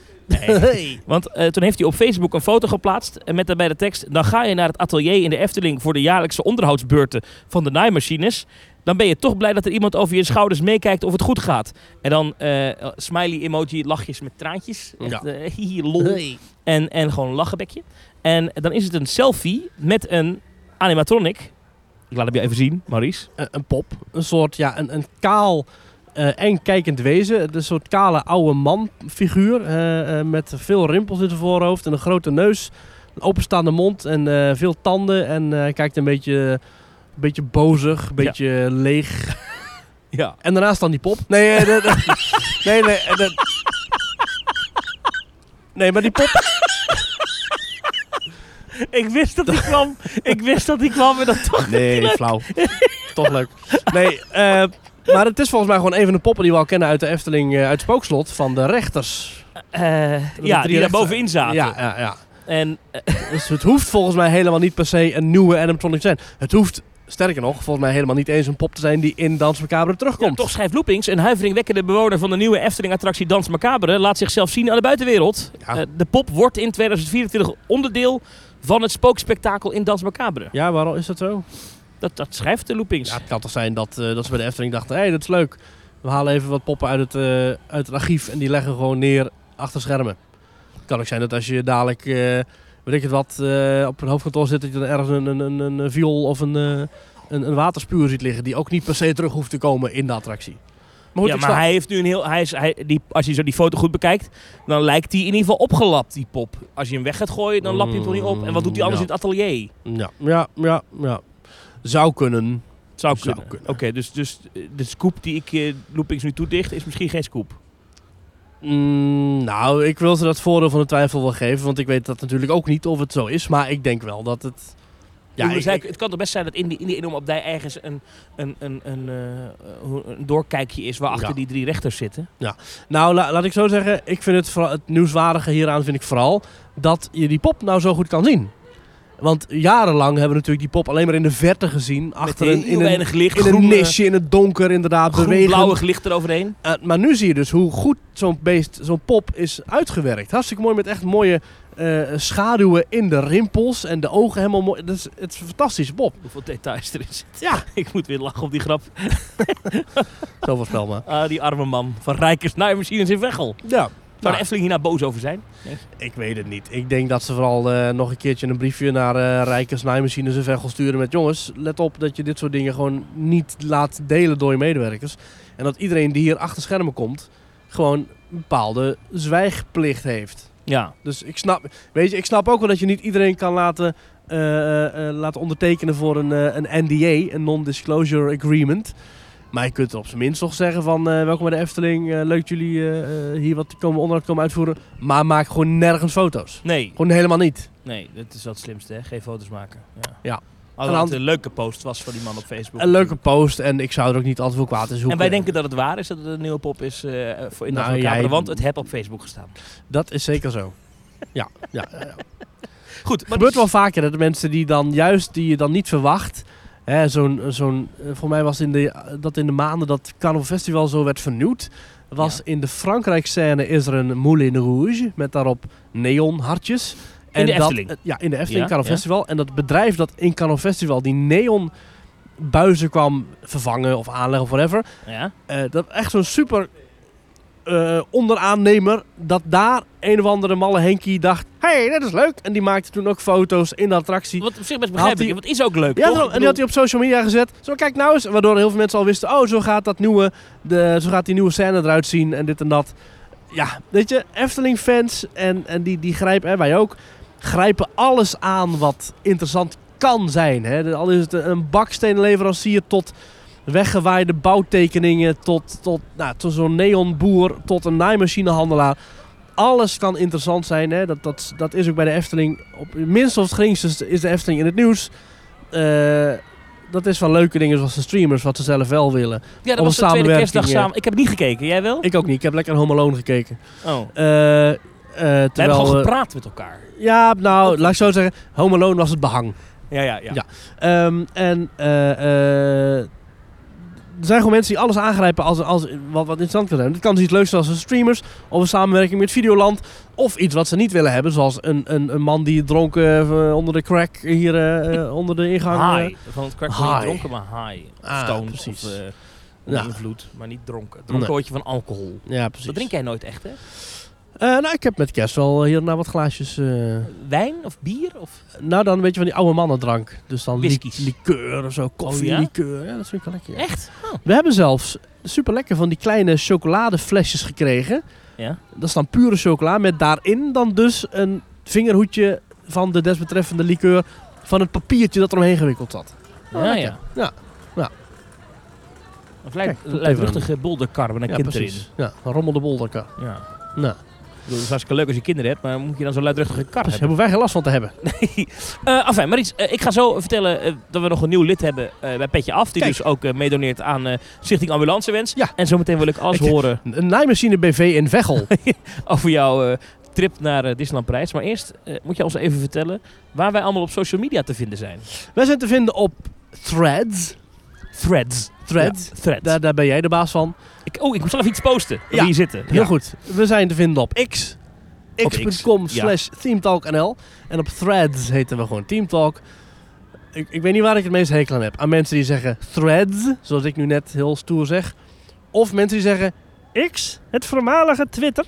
Want eh, toen heeft hij op Facebook een foto geplaatst. En met daarbij de tekst. Dan ga je naar het atelier in de Efteling voor de jaarlijkse onderhoudsbeurten van de naaimachines. Dan ben je toch blij dat er iemand over je schouders meekijkt of het goed gaat. En dan eh, smiley emoji, lachjes met traantjes. Echt, Ja. eh, hihi, lol. En, en gewoon een lachenbekje. En dan is het een selfie met een animatronic. Ik laat hem je even zien, Maurice. Een, eh, een pop. Een soort, ja, een, een kaal eh, en kijkend wezen. Het is Een soort kale oude man figuur. eh, eh, met veel rimpels in zijn voorhoofd en een grote neus. Een openstaande mond en eh, veel tanden. En eh, kijkt een beetje, een beetje bozig, een beetje leeg. Ja. En daarnaast dan die pop. Nee, eh, dat- nee, nee. eh, dat- Nee, maar die pop... Ik wist dat hij kwam. Ik wist dat hij kwam. En dat toch... Nee, flauw. Toch leuk. Nee, eh, Maar het is volgens mij gewoon een van de poppen die we al kennen uit de Efteling, eh, uit Spookslot, van de rechters. Eh, ja, die daar rechter- bovenin zaten. Ja, ja, ja. En Dus het hoeft volgens mij helemaal niet per se een nieuwe animatronic te zijn. Het hoeft, sterker nog, volgens mij helemaal niet eens een pop te zijn die in Dans Macabre Ja, terugkomt. toch schrijft Loopings, een huiveringwekkende bewoner van de nieuwe Efteling-attractie Dans Macabre, laat zichzelf zien aan de buitenwereld. Ja. Eh, de pop wordt in 2024 onderdeel van het spookspektakel in Dans Macabre. Ja, waarom is dat zo? Dat, dat schrijft de Loopings. Ja, het kan toch zijn dat, eh, dat ze bij de Efteling dachten, hé, hey, dat is leuk. We halen even wat poppen uit het, eh, uit het archief en die leggen we gewoon neer achter schermen. Het kan ook zijn dat als je dadelijk, eh, weet ik het wat, eh, op een hoofdkantoor zit, dat je dan ergens een, een, een, een, een viool of een, eh, een, een waterspuur ziet liggen, die ook niet per se terug hoeft te komen in de attractie. Maar goed, ja, ik maar snap- hij heeft nu een heel. Hij is, hij, die, als je zo die foto goed bekijkt, dan lijkt hij in ieder geval opgelapt, die pop. Als je hem weg gaat gooien, dan lap je hem toch niet op. En wat doet hij anders Ja. in het atelier? ja, ja, ja, ja. Zou kunnen. Zou Zou kunnen. kunnen. Oké, dus, dus eh, de scoop die ik eh, Loopings nu toedicht, is misschien geen scoop. Mm, nou, ik wil ze dat voordeel van de twijfel wel geven, want ik weet dat natuurlijk ook niet of het zo is, maar ik denk wel dat het... Ja, ik- ik- het kan toch best zijn dat in die, in die enorme abdij ergens een, een, een, een, eh, hoe- een doorkijkje is waarachter Ja. die drie rechters zitten. Nou, la- laat ik zo zeggen. Ik vind het, vooral- het nieuwswaardige hieraan vind ik vooral dat je die pop nou zo goed kan zien. Want jarenlang hebben we natuurlijk die pop alleen maar in de verte gezien. Achter Met een, heel in een, weinig licht, in een groen, eh, nisje, in het donker inderdaad, bewegen. blauwig licht eroverheen. Eh, maar nu zie je dus hoe goed zo'n beest, zo'n pop is uitgewerkt. Hartstikke mooi met echt mooie eh, schaduwen in de rimpels en de ogen helemaal mooi. Dat is, het is een fantastische pop. Hoeveel details erin zitten. Ja. Ik moet weer lachen op die grap. Zo voorspel maar. Ah, die arme man van Rijkers naaimachines in Veghel. Ja. Zou Nou, de Efteling hierna boos over zijn? Ik weet het niet. Ik denk dat ze vooral eh, nog een keertje een briefje naar eh Rijkers Naaimachines en Vegel sturen met... ...jongens, let op dat je dit soort dingen gewoon niet laat delen door je medewerkers. En dat iedereen die hier achter schermen komt, gewoon een bepaalde zwijgplicht heeft. Ja. Dus ik snap, weet je, ik snap ook wel dat je niet iedereen kan laten, eh, eh, laten ondertekenen voor een, eh, een NDA, een Non-Disclosure Agreement... Maar je kunt er op zijn minst toch zeggen van eh, welkom bij de Efteling. eh, leuk dat jullie eh, eh, hier wat komen onderhoud komen uitvoeren. Maar maak gewoon nergens foto's. Nee, Gewoon helemaal niet. nee, dat is wel het slimste. Hè? Geen foto's maken. Ja. Ja. Alhoewel Aan het de- een leuke post was van die man op Facebook. Een leuke post en ik zou er ook niet altijd veel kwaad in zoeken. En wij denken dat het waar is dat het een nieuwe pop is eh, voor in de Nou, nou, jij- want het heb op Facebook gestaan. Dat is zeker zo. Ja, ja, ja, ja. Goed, Het gebeurt wel vaker dat de mensen die dan juist, die je dan niet verwacht... Hè, zo'n, zo'n, eh, voor mij was in de, eh, dat in de maanden dat Carnival Festival zo werd vernieuwd... was Ja. in de Frankrijk-scène is er een Moulin Rouge met daarop neonhartjes... In de Efteling? Dat, eh, ja, in de Efteling, Ja, Carnival ja. Festival. En dat bedrijf dat in Carnival Festival die neonbuizen kwam vervangen of aanleggen of whatever... Ja? Eh, dat echt zo'n super eh, onderaannemer. Dat daar een of andere malle Henkie dacht. hey, dat is leuk. En die maakte toen ook foto's in de attractie. Wat op zich best Had begrijpelijk, hij- want het is ook leuk, Ja, toch? daarom. Ik en die had hij op social media gezet. Zo, kijk nou eens. Waardoor heel veel mensen al wisten. Oh, zo gaat, dat nieuwe, de, zo gaat die nieuwe scène eruit zien. En dit en dat. Ja, weet je. Efteling-fans. En, en die, die grijpen, hè, wij ook. Grijpen alles aan wat interessant kan zijn. Hè. De- Al is het een- een baksteenleverancier tot weggewaaide bouwtekeningen. Tot, tot, nou, tot zo'n neonboer. Tot een naaimachinehandelaar. Alles kan interessant zijn. Hè. Dat, dat, dat is ook bij de Efteling. Op, minst of het geringste is de Efteling in het nieuws. Eh, dat is van leuke dingen zoals de streamers, wat ze zelf wel willen. bedoel- Ja, om dat was de tweede samenwerking, kerstdag eh. Oh. samen. Ik heb het niet gekeken, jij wel? Ik ook niet. Ik heb lekker een homoloon gekeken. Oh. Eh eh, We hebben terwijl, gewoon eh, gepraat met elkaar. ja, nou, laat ik zo zeggen. Homoloon was het behang. Ja, ja, ja. Ja. Ehm, en eh, eh, er zijn gewoon mensen die alles aangrijpen als, als, wat, wat interessant kan zijn. Het kan dus iets leuks zijn als de streamers, of een samenwerking met Videoland, of iets wat ze niet willen hebben, zoals een, een, een man die dronken eh, onder de crack hier eh, eh, onder de ingang. eh, High. Van het crack High. niet dronken, maar high. Of Ah, stoned, precies. of eh, Ja. onder invloed, maar niet dronken. Dronken Nee. word je van alcohol. ja, precies. Dat drink jij nooit echt, hè? Eh, nou, ik heb met kerst wel hier en daar wat glaasjes. eh, Wijn of bier? Of... nou, dan een beetje van die oude mannendrank. Dus dan li- Whiskies. Oh, likeur of zo, koffie, ja? likeur. Ja, dat vind ik wel lekker. ja. Echt? Oh. We hebben zelfs super lekker van die kleine chocoladeflesjes gekregen. Ja. Dat is dan pure chocola met daarin dan dus een vingerhoedje van de desbetreffende likeur van het papiertje dat er omheen gewikkeld zat. Ja, lekker. ja. Ja, ja. Of luid- Kijk, dat luidruchtige bolderkar met een ja, kind precies. Ja, een rommelde bolderka. erin. Ja. Nou, bedoel, het is hartstikke leuk als je kinderen hebt, maar moet je dan zo'n luidruchtige kar Dus hebben? hebben wij geen last van te hebben. Eh enfin, maar iets, eh, ik ga zo vertellen eh, dat we nog een nieuw lid hebben eh, bij Petje Af. Die Kijk. dus ook eh, meedoneert aan eh, Stichting Ambulancewens. Ja. En zometeen wil ik alles Ik- horen Een naaimachine BV in Veghel. over jouw eh, trip naar eh, Disneyland Parijs. Maar eerst eh, moet je ons even vertellen waar wij allemaal op social media te vinden zijn. wij zijn te vinden op Threads. Threads. Threads. Ja, threads. Daar, daar ben jij de baas van. Ik, oh, ik moet zelf iets posten. Ja. Wie hier zitten. eh, Heel goed. We zijn te vinden op X. Op X.com X, ja. slash teamtalknl. En op threads heten we gewoon teamtalk. Ik, ik weet niet waar ik het meest hekel aan heb. Aan mensen die zeggen threads, zoals ik nu net heel stoer zeg. Of mensen die zeggen X, het voormalige Twitter.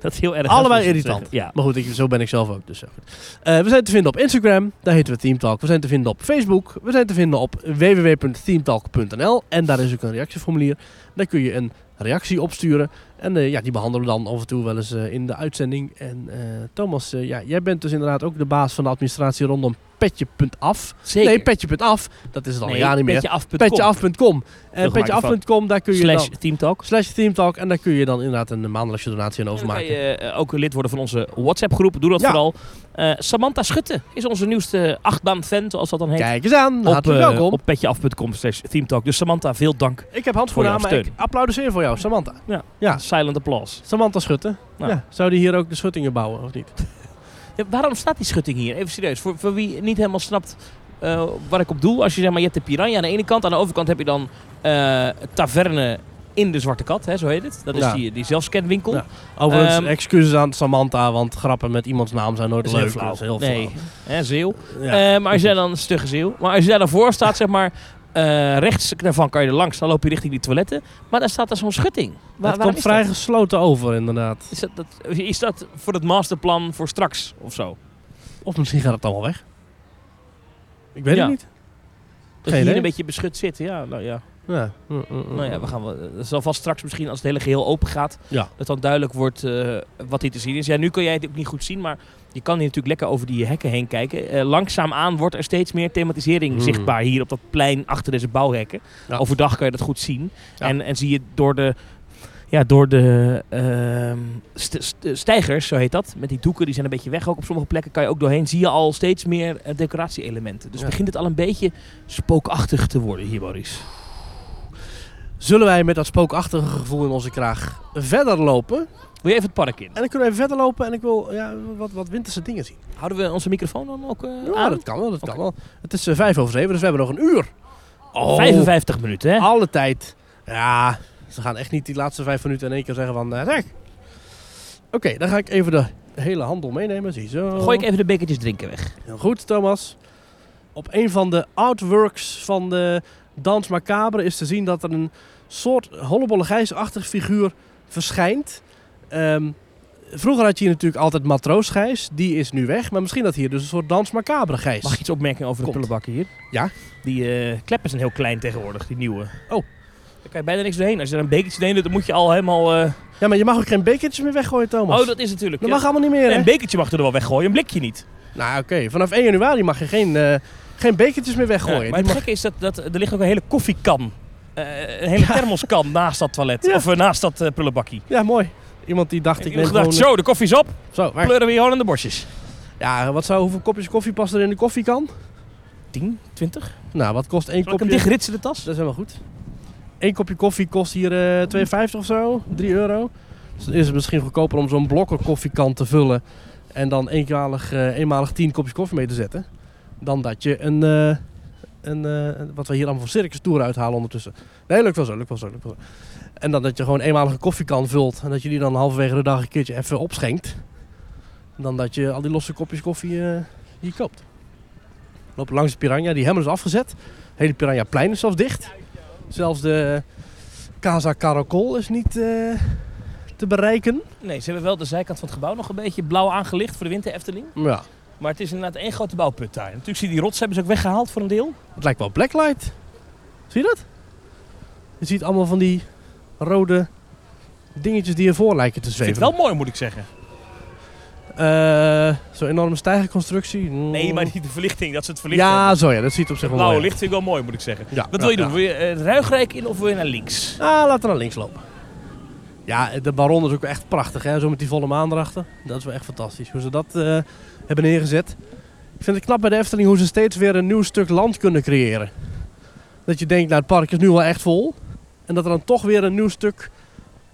Dat is heel erg. Allebei als we dat irritant. zeggen. Ja. Maar goed, ik, zo ben ik zelf ook. Dus ja, goed. Eh, we zijn te vinden op Instagram, daar heten we Teamtalk. We zijn te vinden op Facebook. We zijn te vinden op www.teamtalk.nl. En daar is ook een reactieformulier. Daar kun je een reactie opsturen. En eh, ja, die behandelen we dan af en toe wel eens eh, in de uitzending. En eh, Thomas, eh, ja, jij bent dus inderdaad ook de baas van de administratie rondom petje.af. Zeker. Nee, petje.af. Dat is het al Nee, ja niet meer. Petjeaf.com. Petjeaf.com. En Heel gemakkelijk petjeaf.com, daar kun je Slash dan... teamtalk. Slash Teamtalk. En daar kun je dan inderdaad een maandelijkse donatie aan En dan kan overmaken. je eh, ook lid worden van onze WhatsApp-groep. Doe dat Ja. vooral. Eh, Samantha Schutte is onze nieuwste achtbaan-fan, zoals dat dan heet. Kijk eens aan. op, Hartelijk eh, welkom. op petjeaf.com slash teamtalk. Dus Samantha, veel dank. ik heb handschoenen voor aan, jouw maar ik steun. applaudisseer voor jou, Samantha. Ja. Silent applause. Samantha Schutte. Nou. Ja. Zou die hier ook de schuttingen bouwen, of niet? Ja, waarom staat die schutting hier? Even serieus. Voor, voor wie niet helemaal snapt eh, waar ik op doel. Als je zeg maar, je hebt de piranha aan de ene kant. Aan de overkant heb je dan eh, Taverne in de Zwarte Kat, hè, zo heet het. Dat is Ja. die, die zelfscanwinkel. Ja, Overigens, Ehm, excuses aan Samantha, want grappen met iemands naam zijn nooit Dat is leuk. heel flauw. Dat is heel Ehm, Nee. Hè, zeeuw. flauw. Ja. Eh, maar als jij dan een stugge ziel. Maar als je daar dan voor staat, zeg maar. eh, rechts daarvan kan je er langs, dan loop je richting die toiletten. Maar daar staat er zo'n schutting. Waar, dat waarom komt is vrij gesloten over, inderdaad. dat? Is dat, dat- is dat voor het masterplan voor straks of zo? Of misschien gaat het allemaal weg. Ik weet Ja. het niet. Dat je Geen hier idee. een beetje beschut zit. Ja, nou ja. Ja. Mm, mm, mm. Nou ja, we gaan wel. Dat zal vast straks misschien als het hele geheel open gaat. Ja. Dat dan duidelijk wordt eh, wat hier te zien is. Ja, nu kan jij het ook niet goed zien, maar je kan hier natuurlijk lekker over die hekken heen kijken. Eh, langzaamaan wordt er steeds meer thematisering Hmm. zichtbaar hier op dat plein achter deze bouwhekken. Ja. Overdag kan je dat goed zien. Ja. En, en zie je door de. Ja, door de ehm, st- st- stijgers, zo heet dat. Met die doeken, die zijn een beetje weg. Ook op sommige plekken kan je ook doorheen. Zie je al steeds meer eh, decoratie-elementen. Dus Ja. begint het al een beetje spookachtig te worden hier, Boris. Zullen wij met dat spookachtige gevoel in onze kraag verder lopen? Wil je even het park in? En dan kunnen we even verder lopen en ik wil ja, wat, wat winterse dingen zien. Houden we onze microfoon dan ook eh, Ja, aan? dat kan wel, dat Oké. kan wel. Het is eh, vijf over zeven, dus we hebben nog een uur. Oh, 55 minuten, hè? alle tijd. Ja, ze gaan echt niet die laatste vijf minuten in één keer zeggen van... eh, zeg. Oké, dan ga ik even de hele handel meenemen, ziezo. Gooi ik even de bekertjes drinken weg. Heel goed, Thomas. Op een van de artworks van de Dans Macabre is te zien dat er een soort hollebolle Gijs-achtig figuur verschijnt. Ehm, vroeger had je hier natuurlijk altijd Matroos Gijs, die is nu weg. Maar misschien dat hier dus een soort Dans Macabre Gijs. Mag ik iets opmerken over de Komt. prullenbakken hier? Ja. Die eh, kleppen zijn heel klein tegenwoordig, die nieuwe. Oh. Daar kan je bijna niks doorheen. Als je er een bekertje doorheen doet, dan moet je al helemaal... eh, Ja, maar je mag ook geen bekertjes meer weggooien, Thomas. Oh, dat is natuurlijk... Dat ja. mag allemaal niet meer, Nee, hè? een bekertje mag je er wel weggooien, een blikje niet. Nou, oké. Vanaf 1 januari mag je geen, eh, geen bekertjes meer Ja, weggooien. maar Die het mag- gekke is dat, dat er ligt ook een hele koffiekan. eh, een hele thermoskan naast dat toilet. Ja. Of eh, naast dat eh, prullenbakje. Ja, mooi. Iemand die dacht, Ik ik heb neem gedacht, gewoon... zo, de koffie is op. Zo, waar- Pleuren we hier gewoon in de borstjes. Ja, wat zou, hoeveel kopjes koffie past er in de koffiekan? 10, 20? Nou, wat kost één Zal ik hem kopje... dichtritsen, de tas? Dat is helemaal goed. Eén kopje koffie kost hier eh 2,50 of zo, 3 euro. Dus dan is het misschien goedkoper om zo'n blokken koffiekan te vullen... en dan eenmalig, eh eenmalig 10 kopjes koffie mee te zetten... dan dat je een... eh, een eh, wat we hier allemaal voor circus toeren uithalen ondertussen. Nee, lukt wel zo, lukt wel zo, lukt wel zo. En dan dat je gewoon eenmalige koffiekan vult... en dat je die dan halverwege de dag een keertje even opschenkt... dan dat je al die losse kopjes koffie eh, hier koopt. We lopen langs de Piranha, die hebben is afgezet... Hele Piranhaplein is zelfs dicht. Zelfs de Casa Caracol is niet eh, te bereiken. Nee, ze hebben wel de zijkant van het gebouw nog een beetje blauw aangelicht voor de winter Efteling. Ja. Maar het is inderdaad één grote bouwput daar. Natuurlijk zie je die rots hebben ze ook weggehaald voor een deel. Het lijkt wel Blacklight. Zie je dat? Je ziet allemaal van die rode dingetjes die ervoor lijken te Ik vind zweven. het wel mooi, moet ik zeggen. Eh, Zo'n enorme stijgerconstructie. Mm. Nee, maar niet de verlichting, dat ze het verlichten. Ja, zo ja, dat ziet op het zich wel blauwe mooi uit. licht vind ik wel mooi, moet ik zeggen. Ja, Wat wil je ja, doen? Wil je eh, het ruigrijk in of wil je naar links? ja. Ah, laten we naar links lopen. Ja, de Baron is ook echt prachtig, hè? zo met die volle maan erachter. Dat is wel echt fantastisch hoe ze dat eh, hebben neergezet. Ik vind het knap bij de Efteling hoe ze steeds weer een nieuw stuk land kunnen creëren. Dat je denkt, nou het park is nu wel echt vol. En dat er dan toch weer een nieuw stuk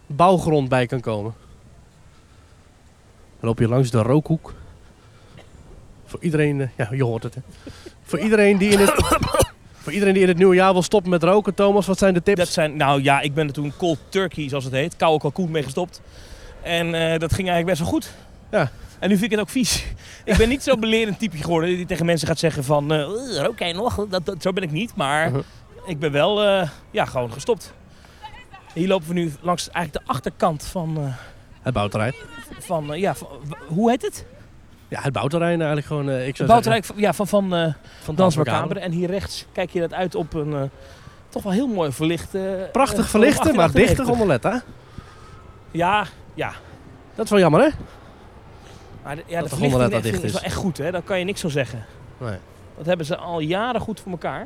bouwgrond bij kan komen. Dan loop je langs de rookhoek. Voor iedereen, eh, ja je hoort het hè. Voor iedereen die in het, voor iedereen die in het nieuwe jaar wil stoppen met roken, Thomas, wat zijn de tips? Dat zijn, nou ja, ik ben er toen cold turkey, zoals het heet, koude kalkoen mee gestopt. En eh, dat ging eigenlijk best wel goed. Ja. En nu vind ik het ook vies. Ik ben niet zo'n belerend type geworden die tegen mensen gaat zeggen van... eh, "Oeh, rook jij nog? Dat, dat, zo ben ik niet, maar Uh-huh. ik ben wel eh, ja, gewoon gestopt. Hier lopen we nu langs eigenlijk de achterkant van... eh, Het bouwterrein. van eh, ja, van- w- hoe heet het? Ja, het bouwterrein eigenlijk gewoon. eh, ik Het zou bouwterrein van, ja, van, van eh, zeggen, van Dans Macabre. Macabre. En hier rechts kijk je dat uit op een eh, toch wel heel mooi verlicht... eh, eh, Prachtig verlichten, maar 1898. dichter onderlet, hè? Ja, Dat is wel jammer, hè? Maar de- ja, Dat de de verlichting gondel net in al Efteling dicht is wel is. echt goed, hè? Daar kan je niks van zeggen. Nee. Dat hebben ze al jaren goed voor elkaar.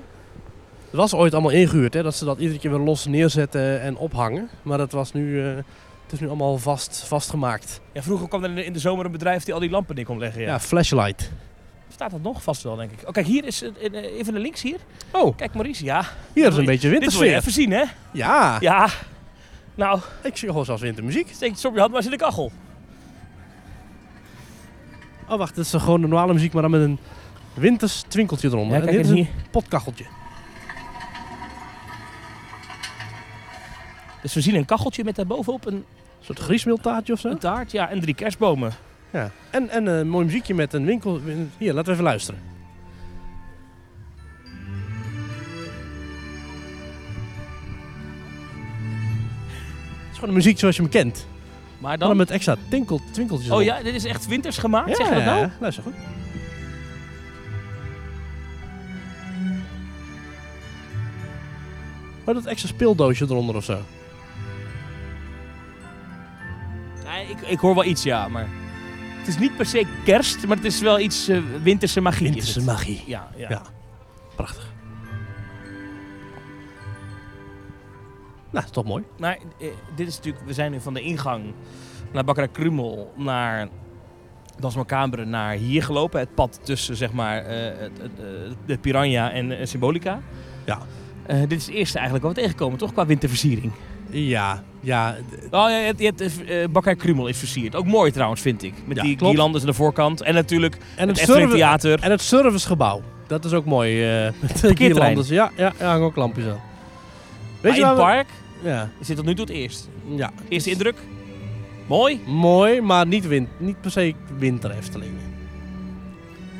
Het was ooit allemaal ingehuurd, hè? Dat ze dat iedere keer weer los neerzetten en ophangen. Maar dat was nu. eh, het is nu allemaal vast, vastgemaakt. Ja, vroeger kwam er in de, in de zomer een bedrijf die al die lampen neer kon leggen. Ja. Ja. flashlight. Staat dat nog vast wel, denk ik. Oh, kijk, hier is het- in, eh, even naar links hier. Oh, Kijk, Maurice, ja. hier is wil een je- beetje Dit wil je wintersfeer. even zien, hè? Ja, Ja. Nou, ik zie gewoon zelfs wintermuziek. steek het zo op je hand, maar zit de kachel. Oh, wacht, dit is gewoon de normale muziek, maar dan met een winters twinkeltje eronder. Ja, En kijk, dit en is een potkacheltje. Dus we zien een kacheltje met daarbovenop een, Een soort griesmeeltaartje of zo. een taart ja, en drie kerstbomen. Ja. En, en een mooi muziekje met een winkel. Hier, laten we even luisteren. Het is gewoon de muziek zoals je hem kent. Maar Maar Dan, dan... met extra tinkel, twinkeltjes. Oh erop. ja, dit is echt winters gemaakt, Ja, zeg je dat nou? luister goed. Oh, dat extra speeldoosje eronder of zo. Nee, ik, ik hoor wel iets, ja, maar... Het is niet per se kerst, maar het is wel iets eh, winterse magie. is Winterse het. magie. Ja, ja. Ja. Prachtig. Nou, is toch mooi. Maar eh, dit is natuurlijk, we zijn nu van de ingang naar Bakkerij Krummel, naar Dans Macabre, naar hier gelopen. Het pad tussen zeg maar eh, het- het, eh, de Piranha en eh, Symbolica. Ja. Eh, dit is het eerste eigenlijk wat we tegenkomen, toch? Qua winterversiering. Ja, ja, Oh, ja, je hebt, je hebt, eh, Bakkerij Krummel is versierd. Ook mooi trouwens, vind ik. Met Ja, die klopt. guirlandes aan de voorkant. En natuurlijk En het het, Efteling service, Theater. en het servicegebouw. Dat is ook mooi. eh met de Parkeerterrein. guirlandes. Ja, ja, ja, hangen ook lampjes aan. Maar Weet je in waar het we- park Ja, zit tot nu toe het eerst. ja. Eerste indruk? Mooi. Mooi, maar niet, wind, niet per se winter Efteling.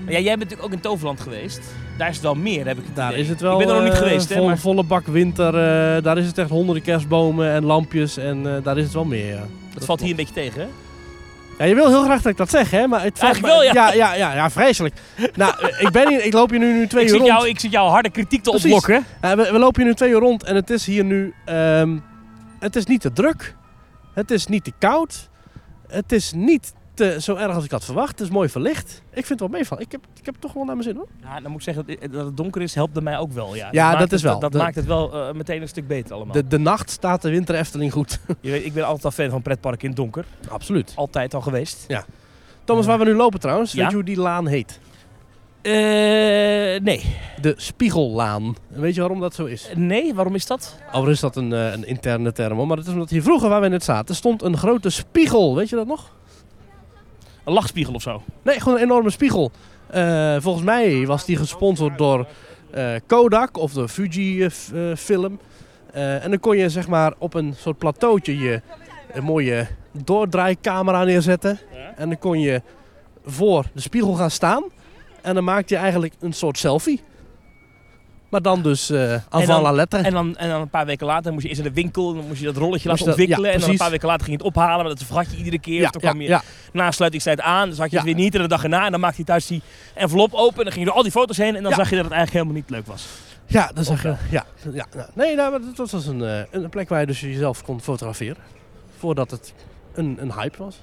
Ja, jij bent natuurlijk ook in Toverland geweest. Daar is het wel meer, heb ik het Daar idee. is het wel. Ik ben er nog niet eh, geweest, hè. vol- maar- Volle bak winter. eh, daar is het echt honderden kerstbomen en lampjes. En eh, daar is het wel meer. Ja. Dat valt hier een beetje tegen, hè? Ja, je wil heel graag dat ik dat zeg, hè? Maar het valt Eigenlijk wel, me- ja. Ja, ja, ja, vreselijk. nou, eh, ik, ben hier, ik loop hier nu, nu twee Ik uur zit, rond. jou, ik zit jou harde kritiek te Precies. opblokken. Ja, Eh, we, we lopen hier nu twee uur rond en het is hier nu. ehm, het is niet te druk. Het is niet te koud. Het is niet te, zo erg als ik had verwacht. Het is mooi verlicht. Ik vind het wel meevallen. Ik heb, ik heb het toch wel naar mijn zin hoor. Ja, dan moet ik zeggen, dat het- dat het donker is, helpt mij ook wel. Ja, Ja, maakt dat het- is wel. Dat, Dat- maakt het wel eh, meteen een stuk beter allemaal. De, de nacht staat de winter Efteling goed. Je weet, ik ben altijd al fan van pretparken in het donker. Absoluut. Altijd al geweest. Thomas, waar we nu lopen trouwens, Ja? weet je hoe die laan heet? Eh, nee. De Spiegellaan. En Weet je waarom dat zo is? Nee, waarom is dat? Al is dat een, eh, een interne term hoor. Maar dat is omdat hier vroeger waar we net zaten stond een grote spiegel. Weet je dat nog? Een lachspiegel of zo. Nee, gewoon een enorme spiegel. Eh, volgens mij was die gesponsord door eh, Kodak of de eh, Fuji-film. Eh, en dan kon je zeg maar op een soort plateautje je een mooie doordraaicamera neerzetten. En dan kon je voor de spiegel gaan staan. En dan maakte je eigenlijk een soort selfie. Maar dan dus eh avant dan- la lettre. En dan, en dan een paar weken later moest je eerst in de winkel, en dan moest je dat rolletje Moest laten dat- ja, ontwikkelen. en dan een precies. paar weken later ging je het ophalen, maar dat vergat je iedere keer. ja, of dan ja, kwam je ja. na sluitingstijd aan, dus had je het Ja. weer niet. En de dag erna, en dan maakte hij thuis die envelop open en dan ging je door al die foto's heen. En dan Ja. zag je dat het eigenlijk helemaal niet leuk was. Ja, dat zag je. Ja, ja, nou, nee, nou, maar dat- dat was een, eh, een plek waar je dus jezelf kon fotograferen. Voordat het een, een hype was.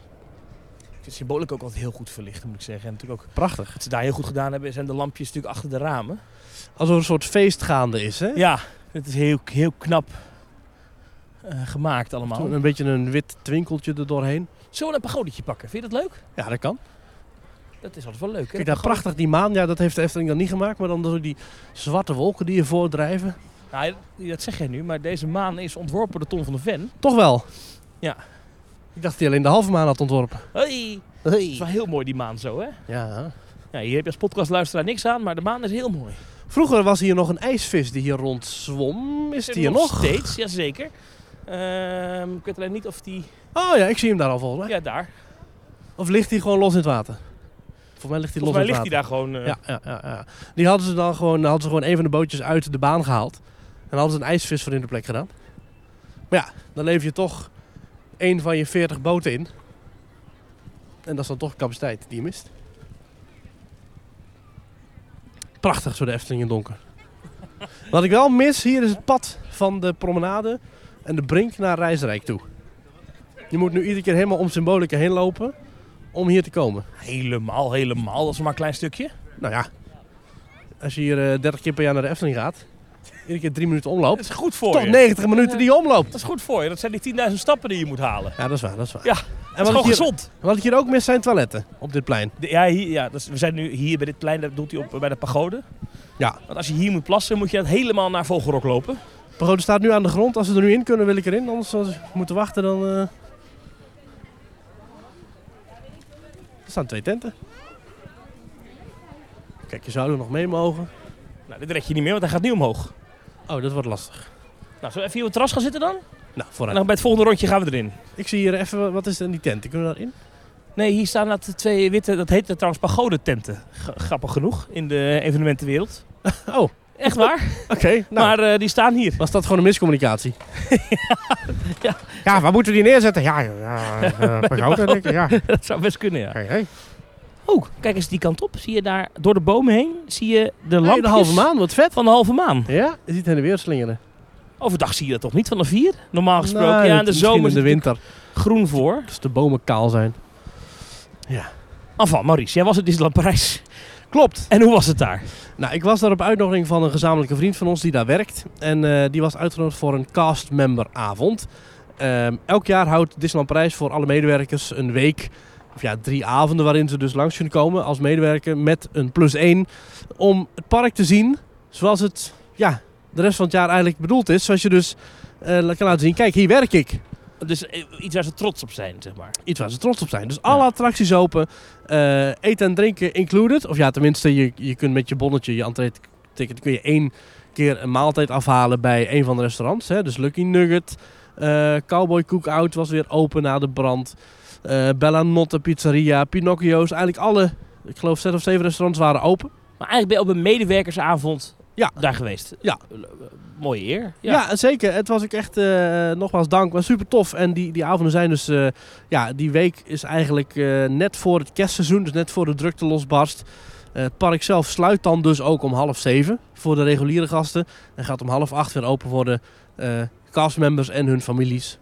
Ik vind symboliek ook altijd heel goed verlicht, moet ik zeggen. En natuurlijk ook Prachtig. wat ze daar heel goed gedaan hebben, zijn de lampjes natuurlijk achter de ramen. Alsof er een soort feest gaande is, hè? Ja, het is heel, heel knap. eh, gemaakt allemaal. Toen een beetje een wit twinkeltje er doorheen. Zullen we een pagodetje pakken? Vind je dat leuk? Ja, dat kan. Dat is altijd wel leuk. Hè? Kijk, daar prachtig die maan. Ja, dat heeft de Efteling dan niet gemaakt. Maar dan zo die zwarte wolken die je voordrijven. Nou, dat zeg jij nu, maar deze maan is ontworpen door Tom van de Ven. Toch wel? Ja. Ik dacht dat hij alleen de halve maan had ontworpen. Hey. Dat is wel heel mooi die maan zo, hè? Ja. Ja, hier heb je als podcastluisteraar niks aan, maar de maan is heel mooi. Vroeger was hier nog een ijsvis die hier rondzwom. Is Is er die hier nog? steeds, jazeker. Ehm ik weet alleen niet of die... Oh ja, ik zie hem daar al volgens mij. Ja, daar. Of ligt hij gewoon los in het water? Volgens mij ligt hij los Volgens mij in ligt het die water. daar gewoon... eh, Ja, ja, ja, ja. Die hadden ze dan gewoon, hadden ze gewoon een van de bootjes uit de baan gehaald. En hadden ze een ijsvis voor in de plek gedaan. Maar ja, dan lever je toch één van je 40 boten in. En dat is dan toch capaciteit die je mist. Prachtig zo de Efteling in het donker. Wat ik wel mis, hier is het pad van de promenade en de brink naar Rijsrijk toe. Je moet nu iedere keer helemaal om symbolica heen lopen om hier te komen. Helemaal, helemaal. Dat is maar een klein stukje. Nou ja, als je hier eh, 30 keer per jaar naar de Efteling gaat, iedere keer drie minuten Dat omloopt, is goed voor toch je. 90 minuten die je omloopt. Dat is goed voor je. Dat zijn die 10.000 stappen die je moet halen. Ja, dat is waar, dat is waar. Ja, en Dat is wat ik, gewoon hier, gezond. wat ik hier ook mis zijn toiletten op dit plein. De- ja, hier, ja dat is- we zijn nu hier bij dit plein. Dat doet hij op eh, bij de pagode. Ja. Want als je hier moet plassen, moet je dat helemaal naar Vogelrok lopen. Pagode staat nu aan de grond, als we er nu in kunnen wil ik erin, anders als we moeten wachten dan... eh. Er staan twee tenten. Kijk, je zou er nog mee mogen. Nou, dit red je niet meer, want hij gaat nu omhoog. Oh, dat wordt lastig. Nou, zullen we even hier op het terras gaan zitten dan? Nou, En vooruit. dan bij het volgende rondje gaan we erin. Ik zie hier even, wat is er in die tent? Kunnen we daarin? Nee, hier staan dat twee witte, dat heet eh, trouwens pagodententen. G- grappig genoeg, in de evenementenwereld. Oh, Echt waar, oké. nou. maar eh, die staan hier. Was dat gewoon een miscommunicatie? Ja. waar moeten we die neerzetten? Ja, ja, ja, eh, pagode, denk ik. Ja. Dat zou best kunnen, ja. Hey, hey. Oh, kijk eens die kant op. Zie je daar door de bomen heen, zie je de Hey, lampjes de halve maan, wat vet. van de halve maan. Ja, je ziet hen weer slingeren. Overdag zie je dat toch niet van de vier? Normaal gesproken, Nou, ja, in de misschien zomer in de zit winter. het groen voor. Als de bomen kaal zijn. Enfin, Maurice, jij was in Disneyland Parijs. Klopt. En hoe was het daar? Nou, ik was daar op uitnodiging van een gezamenlijke vriend van ons die daar werkt. En eh, die was uitgenodigd voor een castmemberavond. Ehm elk jaar houdt Disneyland Parijs voor alle medewerkers een week... of ja, drie avonden waarin ze dus langs kunnen komen als medewerker met een plus één... om het park te zien zoals het ja, de rest van het jaar eigenlijk bedoeld is. Zoals je dus eh, kan laten zien, kijk, hier werk ik. Dus eh, iets waar ze trots op zijn, zeg maar. Iets waar ze trots op zijn. Dus alle attracties open. eh, eten en drinken included. Of ja, tenminste, je, je kunt met je bonnetje, je entree-ticket, kun je één keer een maaltijd afhalen bij een van de restaurants. Hè. Dus Lucky Nugget, eh, Cowboy Cookout was weer open na de brand. eh Bella Notte Pizzeria, Pinocchio's. Eigenlijk alle, ik geloof zes of zeven restaurants waren open. Maar eigenlijk ben je op een medewerkersavond Ja. daar geweest. Ja. Eh, eh, Mooie eer. Ja, zeker. Het was ook echt, eh, nogmaals dank, maar super tof. En die, die avonden zijn dus, eh, ja, die week is eigenlijk eh, net voor het kerstseizoen, dus net voor de drukte losbarst. Eh, het park zelf sluit dan dus ook om half zeven voor de reguliere gasten. En gaat om half acht weer open voor de eh, castmembers en hun families.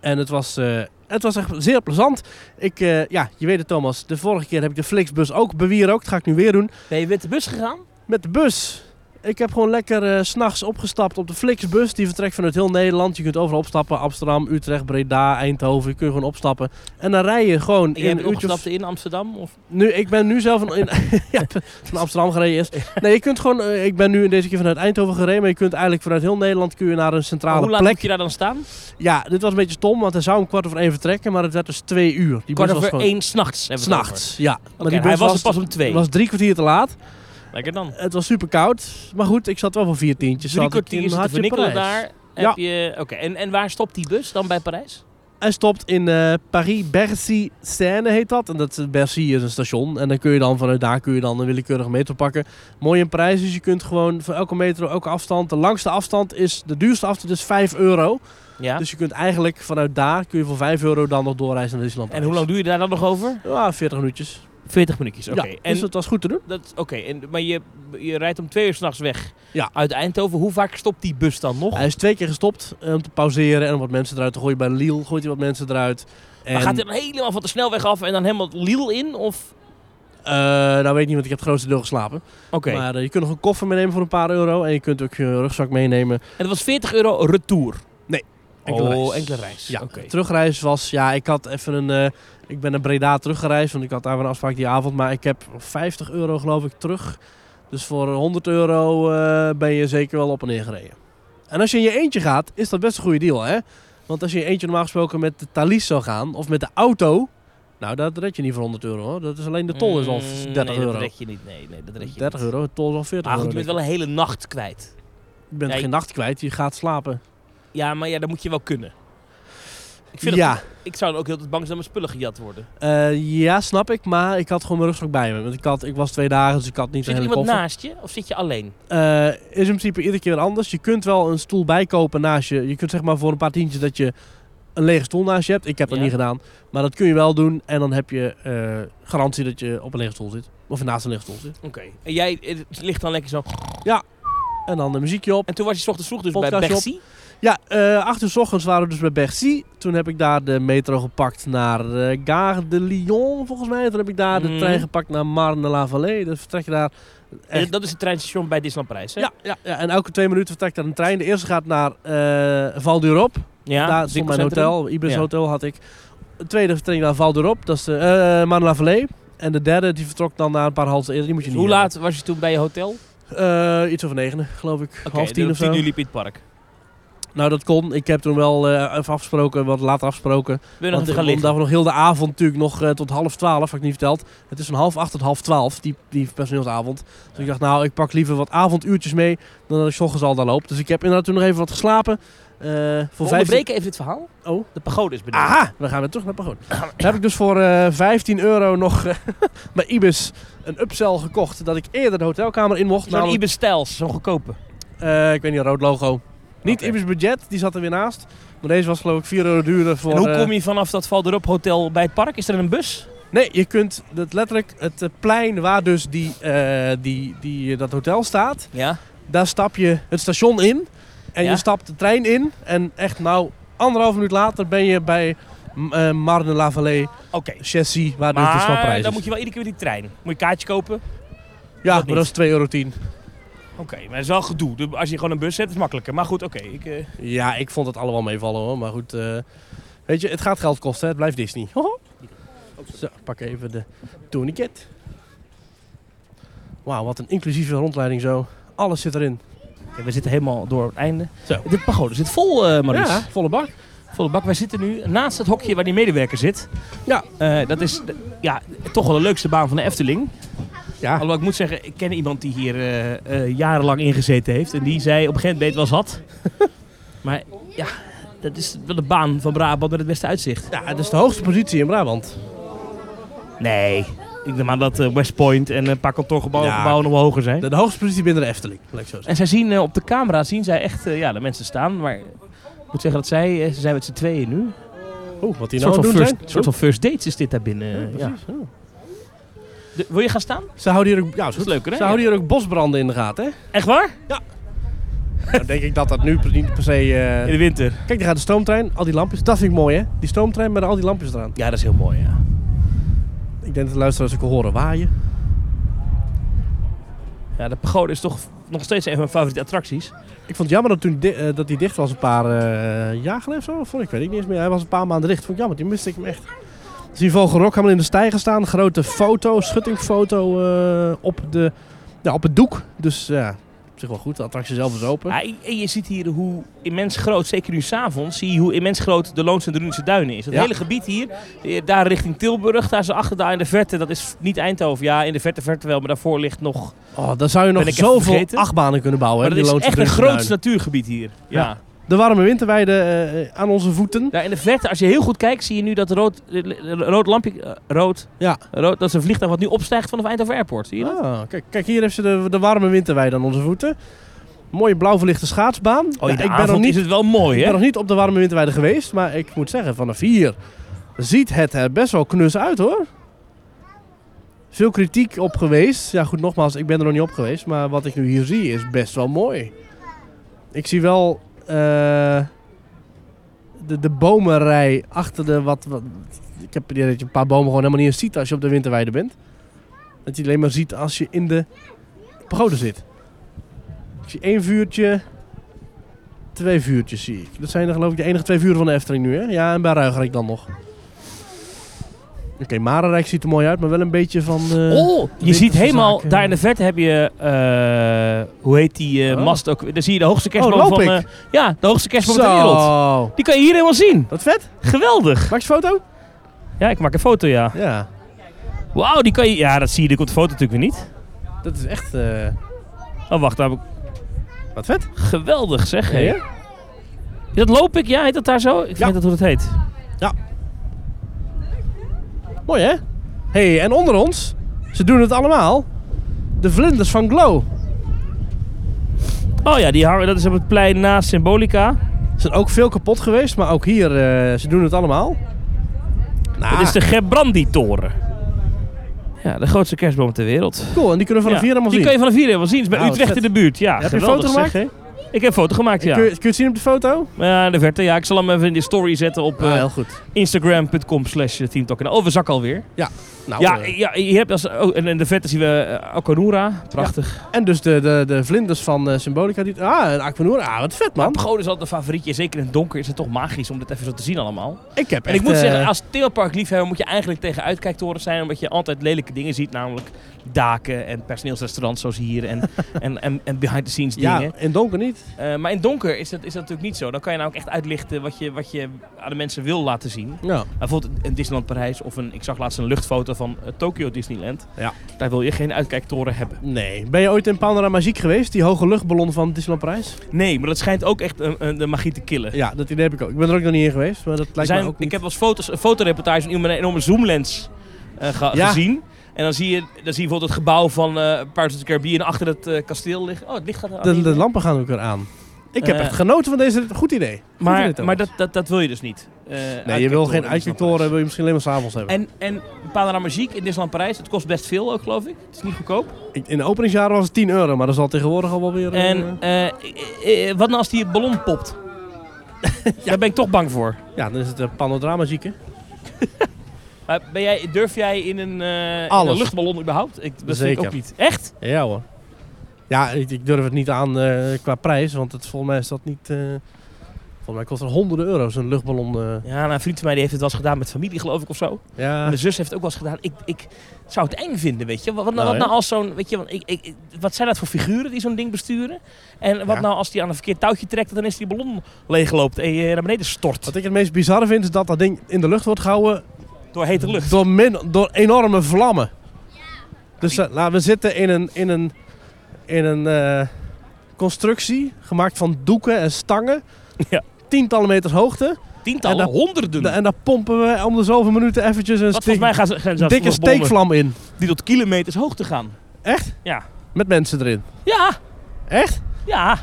En het was, eh, het was echt zeer plezant. Ik, eh, ja, je weet het Thomas, de vorige keer heb ik de Flixbus ook bewierookt. Dat ga ik nu weer doen. Ben je met de bus gegaan? Met de bus. Ik heb gewoon lekker eh, 's s'nachts opgestapt op de Flixbus. Die vertrekt vanuit heel Nederland. Je kunt overal opstappen. Amsterdam, Utrecht, Breda, Eindhoven. Je kunt gewoon opstappen. En dan rij je gewoon Je in hebt een uurtje of- opgestapt in Amsterdam? Of? Nu, ik ben nu zelf in, in, ja, van Amsterdam gereden eerst. Nee, je kunt gewoon... eh, ik ben nu in deze keer vanuit Eindhoven gereden. Maar je kunt eigenlijk vanuit heel Nederland kun je naar een centrale hoe laat plek. moet je daar dan staan? Ja, dit was een beetje stom. Want hij zou om kwart over één vertrekken. Maar het werd dus twee uur. Die Kwart bus was over gewoon... één s'nachts. hebben we het over. S'nachts, ja. Oké, hij was er pas om twee. was drie kwartier te laat. Lekker dan. Het was super koud, maar goed, ik zat wel voor vier tientjes. Drie zat ik kwartier in zitten Hartje vernikkelen Parijs. daar. Ja. Heb je, oké, en, en waar stopt die bus dan bij Parijs? Hij stopt in eh, Paris-Bercy Seine heet dat. En dat eh, Bercy is een station. En dan kun je dan vanuit daar kun je dan een willekeurige metro pakken. Mooi in Parijs is, je kunt gewoon van elke metro, elke afstand. De langste afstand is, de duurste afstand is 5 euro. Ja. Dus je kunt eigenlijk vanuit daar kun je voor 5 euro dan nog doorreizen naar Disneyland en hoe lang doe je daar dan nog over? Parijs. Ja, 40 minuutjes. 40 minuutjes, oké. Ja, en Dus dat was goed te doen. dat, oké, en, maar je, je rijdt om twee uur s'nachts weg Ja. uit Eindhoven. Hoe vaak stopt die bus dan nog? Hij is twee keer gestopt eh, om te pauzeren en om wat mensen eruit te gooien. Bij Lille gooit hij wat mensen eruit. Maar En- gaat hij dan helemaal van de snelweg af en dan helemaal Lille in? Of? Eh, nou weet ik niet, want ik heb het grootste deel geslapen. Oké, Maar eh, je kunt nog een koffer meenemen voor een paar euro. En je kunt ook je rugzak meenemen. en dat was 40 euro retour. Nee. Enkele oh, reis. enkele reis. Ja, Oké. terugreis was, ja, ik had even een, eh, ik ben naar Breda teruggereisd, want ik had daar een afspraak die avond, maar ik heb 50 euro geloof ik terug. Dus voor 100 euro eh, ben je zeker wel op en neer gereden. En als je in je eentje gaat, is dat best een goede deal, hè? Want als je in je eentje normaal gesproken met de Thalys zou gaan, of met de auto, nou, dat red je niet voor 100 euro, hoor. Dat is alleen de tol is al Mm, 30 nee, euro. dat red je niet. Nee, nee dat red je 30 niet. euro, de tol is al 40 Maar goed, euro. je bent wel een hele nacht kwijt. Je bent Ja, geen nacht kwijt, je gaat slapen. Ja, maar ja, dat moet je wel kunnen. Ik, vind ja. dat, ik zou dan ook heel tijd bang zijn dat mijn spullen gejat worden. Eh, ja, snap ik, maar ik had gewoon mijn rugzak bij me. Want ik, had, ik was twee dagen, dus ik had niet Zit een er hele iemand koffer. naast je of zit je alleen? Eh, is in principe iedere keer weer anders. Je kunt wel een stoel bijkopen naast je. Je kunt zeg maar voor een paar tientjes dat je een lege stoel naast je hebt. Ik heb dat Ja. niet gedaan. Maar dat kun je wel doen. En dan heb je eh, garantie dat je op een lege stoel zit. Of naast een lege stoel zit. Oké. En jij eh, het ligt dan lekker zo. En dan een muziekje op. En toen was je 's ochtends vroeg dus bij Podcastje op. Bexy. Ja, eh acht uur 's ochtends waren we dus bij Bercy. Toen heb ik daar de metro gepakt naar eh, Gare de Lyon, volgens mij. Toen heb ik daar de Mm. trein gepakt naar Marne-la-Vallée. Dan vertrek je daar Echt. Dat is het treinstation bij Disneyland Parijs, hè? Ja, ja, ja, en elke twee minuten vertrekt daar een trein. De eerste gaat naar eh Val d'Europe. ja daar stond mijn winkelcentrum. hotel, Ibis Ja. Hotel had ik. De tweede vertrek naar Val d'Europe, dat is de eh Marne Vallée. En de derde die vertrok dan naar een paar haltes eerder. Die moet je Dus niet hoe laat was je toen bij je hotel? hebben. Eh, iets over negenen, geloof ik. Oké, Half tien om of zo. uur liep je in het park. Nou, dat kon. Ik heb toen wel eh, even afgesproken, wat later afgesproken. Ben je nog Want even ik gaan kon liggen? daar nog heel de avond natuurlijk nog eh, tot half twaalf, had ik niet verteld. Het is van half acht tot half twaalf, die, die personeelsavond. Dus ik dacht, nou, ik pak liever wat avonduurtjes mee dan dat ik 's ochtends al daar loop. Dus ik heb inderdaad toen nog even wat geslapen. eh, voor We vijf... onderbreken even dit verhaal. Oh. De pagode is beneden. Aha, we gaan weer terug naar Pagoon. Daar heb ik dus voor eh 15 euro nog eh, bij Ibis een upsell gekocht. Dat ik eerder de hotelkamer in mocht. Zo'n namelijk- Ibis Styles, zo'n goedkope. eh, ik weet niet, een rood logo. Niet Oké. Ibis budget, die zat er weer naast. Maar deze was geloof ik 4 euro duurder voor... En hoe eh, kom je vanaf dat Val d'Europe hotel bij het park? Is er een bus? Nee, je kunt dat letterlijk het eh, plein waar dus die, eh, die, die, eh, dat hotel staat. Ja. Daar stap je het station in. En Ja. je stapt de trein in. En echt nou anderhalf minuut later ben je bij m, eh, Marne-la-Vallée, Oké. Chessy, waar dus de Maar slapprijs dan is. moet je wel iedere keer weer die trein. Moet je een kaartje kopen? ja, dat maar dat is 2,10 euro. Oké, maar dat is wel gedoe. Dus Als je gewoon een bus zet, is het makkelijker. Maar goed, oké. ik, eh, Ja, ik vond het allemaal meevallen hoor. Maar goed, eh, weet je, het gaat geld kosten. Hè? Het blijft Disney. Hoho. Zo, pak even de tourniquet. Wauw, wat een inclusieve rondleiding zo. Alles zit erin. we zitten helemaal door het einde. Zo. De pagode zit vol, eh Maurice. Ja, volle bak. Volle bak. Wij zitten nu naast het hokje waar die medewerker zit. Ja. Eh, dat is de- ja, toch wel de leukste baan van de Efteling. Ja. Alhoewel ik moet zeggen, ik ken iemand die hier eh, eh, jarenlang ingezeten heeft. En die zei op een gegeven moment wel zat. maar ja, dat is wel de baan van Brabant met het beste uitzicht. Ja, dat is de hoogste positie in Brabant. Nee, ik denk maar dat eh, West Point en een paar kantoorgebouwen Ja. gebouwen nog wel hoger zijn. De, de hoogste positie binnen de Efteling, laat ik zo zeggen. En zij zien eh, op de camera, zien zij echt eh, ja, de mensen staan. Maar ik moet zeggen dat zij, eh, ze zijn met z'n tweeën nu. Oeh, wat Een die nou soort, aan van het doen first, zijn. soort van first dates is dit daar binnen. eh, Oh, ja. precies. Oh. De- wil je gaan staan? Ze houden hier ook, ja, is Dat is goed. leuker, hè? Ze houden hier ook bosbranden in de gaten, hè? Echt waar? Dan denk ik dat dat nu niet per se... eh, In de winter. Kijk, daar gaat de stoomtrein, al die lampjes. Dat vind ik mooi, hè? Die stoomtrein met al die lampjes eraan. Ja, dat is heel mooi, ja. Ik denk dat de luisteraars ook horen waaien. Ja, de pagode is toch nog steeds een van mijn favoriete attracties. Ik vond het jammer dat, toen di- eh, dat die dicht was een paar eh, jaar geleden of zo. Of vorig, ik weet het niet eens meer. Hij was een paar maanden dicht. Vond ik jammer, die miste ik hem echt. Dus die Vogelrok helemaal in de stijger staan. Grote foto, schuttingfoto eh, op, de, ja, op het doek. Dus ja, op zich wel goed. De attractie zelf is open. Ja, en- en je ziet hier hoe immens groot, zeker nu s'avonds, zie je hoe immens groot de Loons en de Runense Duinen is. Dat Ja. hele gebied hier, eh, daar richting Tilburg, daar is achter daar in de verte, dat is niet Eindhoven. Ja, in de verte verte wel, maar daarvoor ligt nog... Oh, daar zou je nog Ben ik even zoveel vergeten? achtbanen kunnen bouwen. Maar hè, dat is die echt Loonse een Drunense groot natuurgebied hier. Ja. Ja. Duinen. De warme winterweide eh, aan onze voeten. Daar in de verte, als je heel goed kijkt, zie je nu dat rood, eh, rood lampje... eh, rood, Ja. rood, dat is een vliegtuig wat nu opstijgt vanaf Eindhoven Airport. Zie je dat? Ah, kijk, kijk, hier heeft ze de, de warme winterweide aan onze voeten. Mooie blauw verlichte schaatsbaan. Oh, Ja, ja, ik ben nog nog niet... is het wel mooi, Ik hè? ben nog niet op de warme winterweide geweest, maar ik moet zeggen, vanaf hier ziet het er best wel knus uit hoor. Veel kritiek op geweest. Ja goed, nogmaals, ik ben er nog niet op geweest, maar wat ik nu hier zie is best wel mooi. Ik zie wel eh, de, de bomenrij achter de wat, wat... Ik heb het idee dat je een paar bomen gewoon helemaal niet eens ziet als je op de winterweide bent. Dat je het alleen maar ziet als je in de pagode zit. Ik zie één vuurtje. Twee vuurtjes zie ik. Dat zijn er geloof ik de enige twee vuren van de Efteling nu, hè? Ja, en bij Ruigrijk dan nog. Oké, Marenrijk ziet er mooi uit, maar wel een beetje van... eh, oh, je winterse ziet helemaal, zaken. daar in de verte heb je, eh, hoe heet die eh, Oh. mast ook? Daar zie je de hoogste kerstboom loop van, ik? eh, ja, de hoogste kerstboom van de wereld. Zo. Die kan je hier helemaal zien. Wat vet. Geweldig. Maak je een foto? Ja, ik maak een foto, ja. Ja. Wauw, die kan je, ja, dat zie je natuurlijk op de foto natuurlijk weer niet. Dat is echt... eh, Oh, wacht, daar heb ik- wat vet. geweldig zeg. hé. Ja? Is dat loop ik? Ja, heet dat daar zo? Ik Ja. weet dat hoe dat heet. Mooi hè? hey, en onder ons, ze doen het allemaal. De vlinders van Glow. Oh ja, die hangen, dat is op het plein naast Symbolica. Ze zijn ook veel kapot geweest, maar ook hier, eh, ze doen het allemaal. Nou, Dat is de Gebrandi-toren. Ja, de grootste kerstboom ter wereld. cool. En die kunnen we Ja, vanaf hier allemaal die zien. kan je van de vier helemaal zien. Is bij Nou, wat Utrecht in vet. de buurt. Ja, Heb je een geweldig, foto zeg, hè? Ik heb een foto gemaakt, ja. kun, je, kun je het zien op de foto? Ja, in de verte. Ja, ik zal hem even in de story zetten op Ah, eh, heel goed. instagram.com slash teamtalk. Oh, we zakken alweer. Nou, Ja, eh, ja, je hebt als, oh, en in de verte zien we eh, Akonura. Prachtig. en dus de, de, de vlinders van eh, Symbolica. Die, ah, een Aquanura. Ah, wat vet man. Pagoda is altijd een favorietje. Zeker in het donker is het toch magisch om dit even zo te zien allemaal. Ik heb En echt, ik moet eh, zeggen, als theeparkliefhebber moet je eigenlijk tegen uitkijktoren zijn. Omdat je altijd lelijke dingen ziet. Namelijk daken en personeelsrestaurants zoals hier. En, en, en, en behind the scenes ja, dingen. in het donker niet. Eh, maar in het donker is dat, is dat natuurlijk niet zo. Dan kan je nou ook echt uitlichten wat je, wat je aan de mensen wil laten zien. Maar Ja. bijvoorbeeld een Disneyland Parijs of een... Ik zag laatst een luchtfoto van eh, Tokyo Disneyland. Ja. Daar wil je geen uitkijktoren hebben. Nee. Ben je ooit in Panorama Magiek geweest? Die hoge luchtballon van Disneyland Parijs? Nee, maar dat schijnt ook echt eh, eh, de magie te killen. Ja, dat idee heb ik ook. Ik ben er ook nog niet in geweest, maar dat Er lijkt zijn- me ook ik niet. heb wel eens foto's, een fotoreportage van iemand met een enorme zoomlens eh, ge- Ja. gezien. En dan zie, je, dan zie je bijvoorbeeld het gebouw van eh Pirates of the Caribbean achter het eh, kasteel liggen. Oh, het licht gaat aan. De, de lampen gaan ook weer aan. Ik heb Eh, echt genoten van deze. Goed idee. Goed idee, maar maar Thomas. dat, dat, dat wil je dus niet. Eh, Nee, je wil uitkijktoren geen in uitkijktoren, wil je misschien alleen maar s'avonds hebben. En, en Panorama Ziek in Disneyland Parijs, het kost best veel ook, geloof ik. Het is niet goedkoop. Ik- In de openingsjaren was het 10 euro, maar dat is al tegenwoordig al wel weer... eh, En eh, eh, eh, wat nou als die ballon popt? Daar ben ik toch bang voor. ja, dan is het een panorama zieke. Maar ben jij, durf jij in een, eh, in Alles. een luchtballon überhaupt? Ik, dat vind ik Zeker. ook niet. Echt? Ja hoor. Ja, ik, ik durf het niet aan eh, qua prijs, want het, volgens mij is dat niet... eh, volgens mij kost het honderden euro's een luchtballon. eh. Ja, nou, een vriend van mij die heeft het wel eens gedaan met familie, geloof ik, of zo. ja, Mijn zus heeft het ook wel eens gedaan. Ik, ik zou het eng vinden, weet je. Wat, wat, nou, Nou, wat hè? nou als zo'n... Weet je, want ik, ik, ik- wat zijn dat voor figuren die zo'n ding besturen? En wat Ja. nou als die aan een verkeerd touwtje trekt... dan is die ballon leegloopt en je naar beneden stort wat ik het meest bizarre vind, is dat dat ding in de lucht wordt gehouden door hete lucht. Door, min- door enorme vlammen. Dus eh, laten we zitten in een, in een, in een eh, constructie gemaakt van doeken en stangen. Ja. Tientallen meters hoogte. Tientallen, En dat- honderden. Da- en daar pompen we om de zoveel minuten eventjes een wat volgens mij gaan ze, zijn zelfs dikke nog bommen steekvlam in. die tot kilometers hoog te gaan. Echt? Ja. Met mensen erin. Ja, Echt? ja.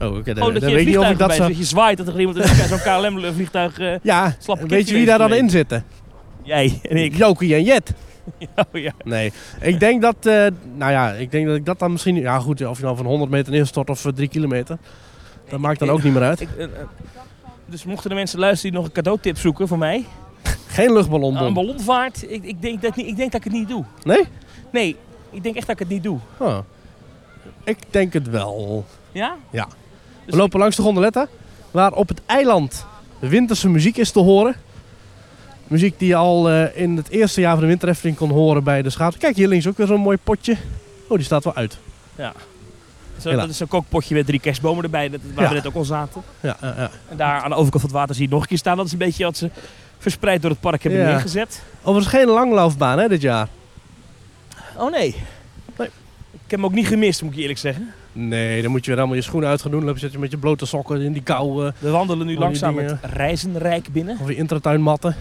Oh, oké. dan- Gewoon dat dan je een weet ik niet of vliegtuig ik dat erbij zou... zit, Dat je zwaait dat er iemand in zo'n KLM vliegtuig... eh, Ja, Slappe weet kindje je wie daar dan mee. in zitten? jij en ik. Jokie en Jet. Oh, ja. Nee, ik denk dat, eh, nou ja, ik denk dat ik dat dan misschien, ja goed, of je nou van 100 meter instort of eh, 3 kilometer, dat maakt dan ook niet meer uit. Ik, eh, eh, dus mochten de mensen luisteren die nog een cadeautip zoeken voor mij... Geen luchtballon. Een ballonvaart, ik, ik, denk dat, niet- ik denk dat ik het niet doe. Nee? Nee, ik denk echt dat ik het niet doe. Huh. Ik denk het wel. Ja? Ja. Dus We lopen langs de gondoletta, waar op het eiland winterse muziek is te horen. Muziek die je al eh, in het eerste jaar van de winterheffing kon horen bij de schaap. Kijk, hier links ook weer zo'n mooi potje. Oh, die staat wel uit. ik- zo- helaas. dat is een kookpotje met drie kerstbomen erbij, dat, waar Ja. we net ook al zaten. Ja, ja, ja. En daar aan de overkant van het water zie je het nog een keer staan. Dat is een beetje wat ze verspreid door het park hebben Ja. neergezet. Overigens geen langlaufbaan hè, dit jaar. Oh nee. Nee. Ik heb hem ook niet gemist, moet ik je eerlijk zeggen. Nee, dan moet je weer allemaal je schoenen uit gaan doen. Dan zit je met je blote sokken in die kou. eh, We wandelen nu die langzaam dingen. het Reizenrijk binnen, Of je intratuinmatten.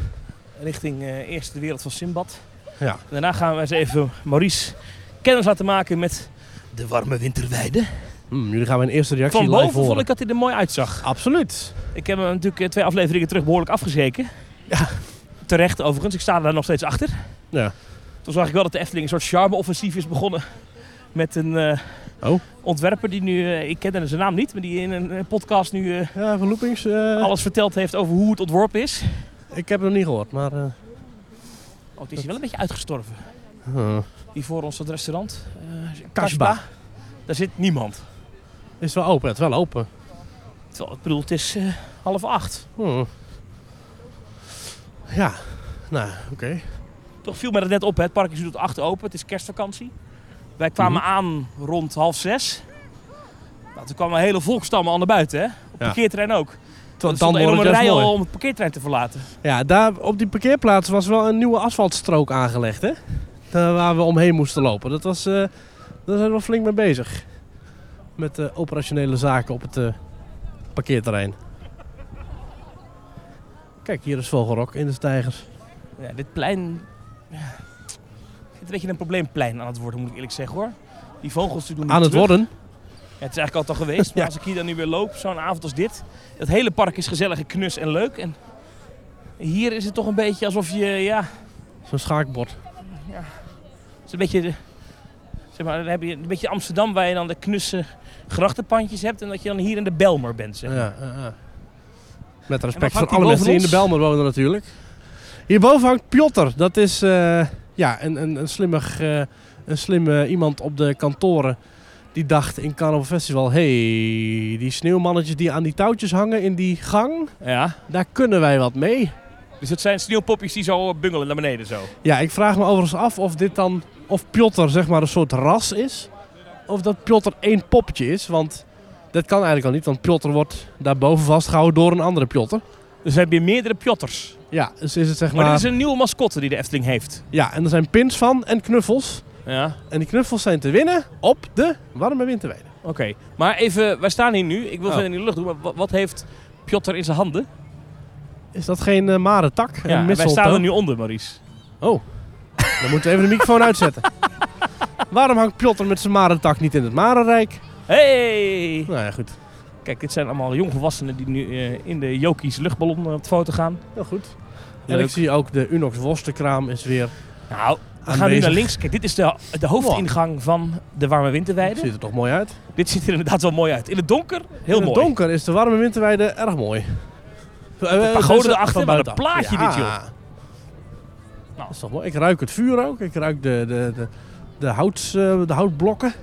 richting eh, eerst de wereld van Simbad. Ja. En daarna gaan we eens even Maurice kennis laten maken met de warme winterweide. Hmm, jullie gaan mijn eerste reactie Van live boven horen. vond ik dat hij er mooi uitzag. Absoluut. Ik heb hem natuurlijk eh, twee afleveringen terug behoorlijk afgezeken. Ja. Terecht overigens, ik sta daar nog steeds achter. Ja. Toen zag ik wel dat de Efteling een soort charme-offensief is begonnen. Met een eh, Oh. ontwerper die nu, eh, ik kende zijn naam niet, maar die in een eh, podcast nu eh, Ja, van loopings. eh, alles verteld heeft over hoe het ontworpen is. Ik heb hem niet gehoord, maar... eh, Oh, het is hier wel een beetje uitgestorven. huh. Hier voor ons dat restaurant. eh, Kasba. Daar zit niemand. Is wel open, het is wel open. Terwijl, ik bedoel, het is eh, half acht. Hmm. Ja, nou, oké. Toch viel me dat net op, hè. Het park is nu tot acht open. Het is kerstvakantie. Wij kwamen Mhm. aan rond half zes. Nou, toen kwamen hele volkstammen al naar buiten, hè. Op parkeerterrein ook. Dan stond een wordt enorme het juist rij mooi. al om het parkeerterrein te verlaten. Ja, daar op die parkeerplaats was wel een nieuwe asfaltstrook aangelegd, hè? Daar waar we omheen moesten lopen. Dat was, eh, daar zijn we wel flink mee bezig. Met eh, operationele zaken op het eh, parkeerterrein. Kijk, hier is Vogelrok in de stijgers. Ja, dit plein... Ja. Ik vind het een beetje een probleemplein aan het worden, moet ik eerlijk zeggen, hoor. Die vogels die doen Aan het terug. worden. Ja, het is eigenlijk altijd al geweest, maar Ja. als ik hier dan nu weer loop, zo'n avond als dit. Het hele park is gezellig en knus en leuk. En hier is het toch een beetje alsof je, ja, het Zo'n schaakbord. is een beetje, de- zeg maar, dan heb je een beetje Amsterdam waar je dan de knusse grachtenpandjes hebt. En dat je dan hier in de Belmer bent, zeg Ja, maar. ja, ja. Met En wat respect voor hangt alle hier mensen die in boven de Belmer wonen natuurlijk. Hierboven hangt Piotr. Dat is eh, ja, een, een, een, slimmig, eh, een slimme iemand op de kantoren. Die dacht in Carnival Festival... hey, die sneeuwmannetjes die aan die touwtjes hangen in die gang... Ja, daar kunnen wij wat mee. dus het zijn sneeuwpopjes die zo bungelen naar beneden zo. Ja, ik vraag me overigens af of dit dan... of Piotr zeg maar een soort ras is... of dat Piotr één popje is, want... Dat kan eigenlijk al niet, want Piotr wordt daarboven vastgehouden door een andere Piotr. Dus heb je meerdere pjotters. Ja, dus is het zeg Maar, maar... dit is een nieuwe mascotte die de Efteling heeft. Ja, en er zijn pins van en knuffels. Ja, En die knuffels zijn te winnen op de warme winterweide. oké. Maar even, wij staan hier nu. Ik wil Oh. verder in de lucht doen, maar wat, wat heeft Piotr in zijn handen? Is dat geen eh mare tak? Ja, en wij staan er nu onder, Maurice. Oh, dan moeten we even de microfoon uitzetten. Waarom hangt Piotr met zijn mare tak niet in het marenrijk? Hey! Nou ja, goed. Kijk, dit zijn allemaal jongvolwassenen die nu eh, in de Jokies luchtballon eh, op de foto gaan. Heel goed. En Leuk. ik zie ook de Unox worstenkraam is weer... Nou, we gaan nu Aanwezig. naar links. Kijk, dit is de, de hoofdingang van de Warme Winterweide. Ziet er toch mooi uit. Dit ziet er inderdaad wel mooi uit. In het donker, heel in het mooi. donker is de warme winterweide erg mooi. Eh, De pagode erachter, maar een plaatje dit, joh. Nou. Dat is toch mooi. Ik ruik het vuur ook. Ik ruik de, de, de, de, houts, eh, de houtblokken.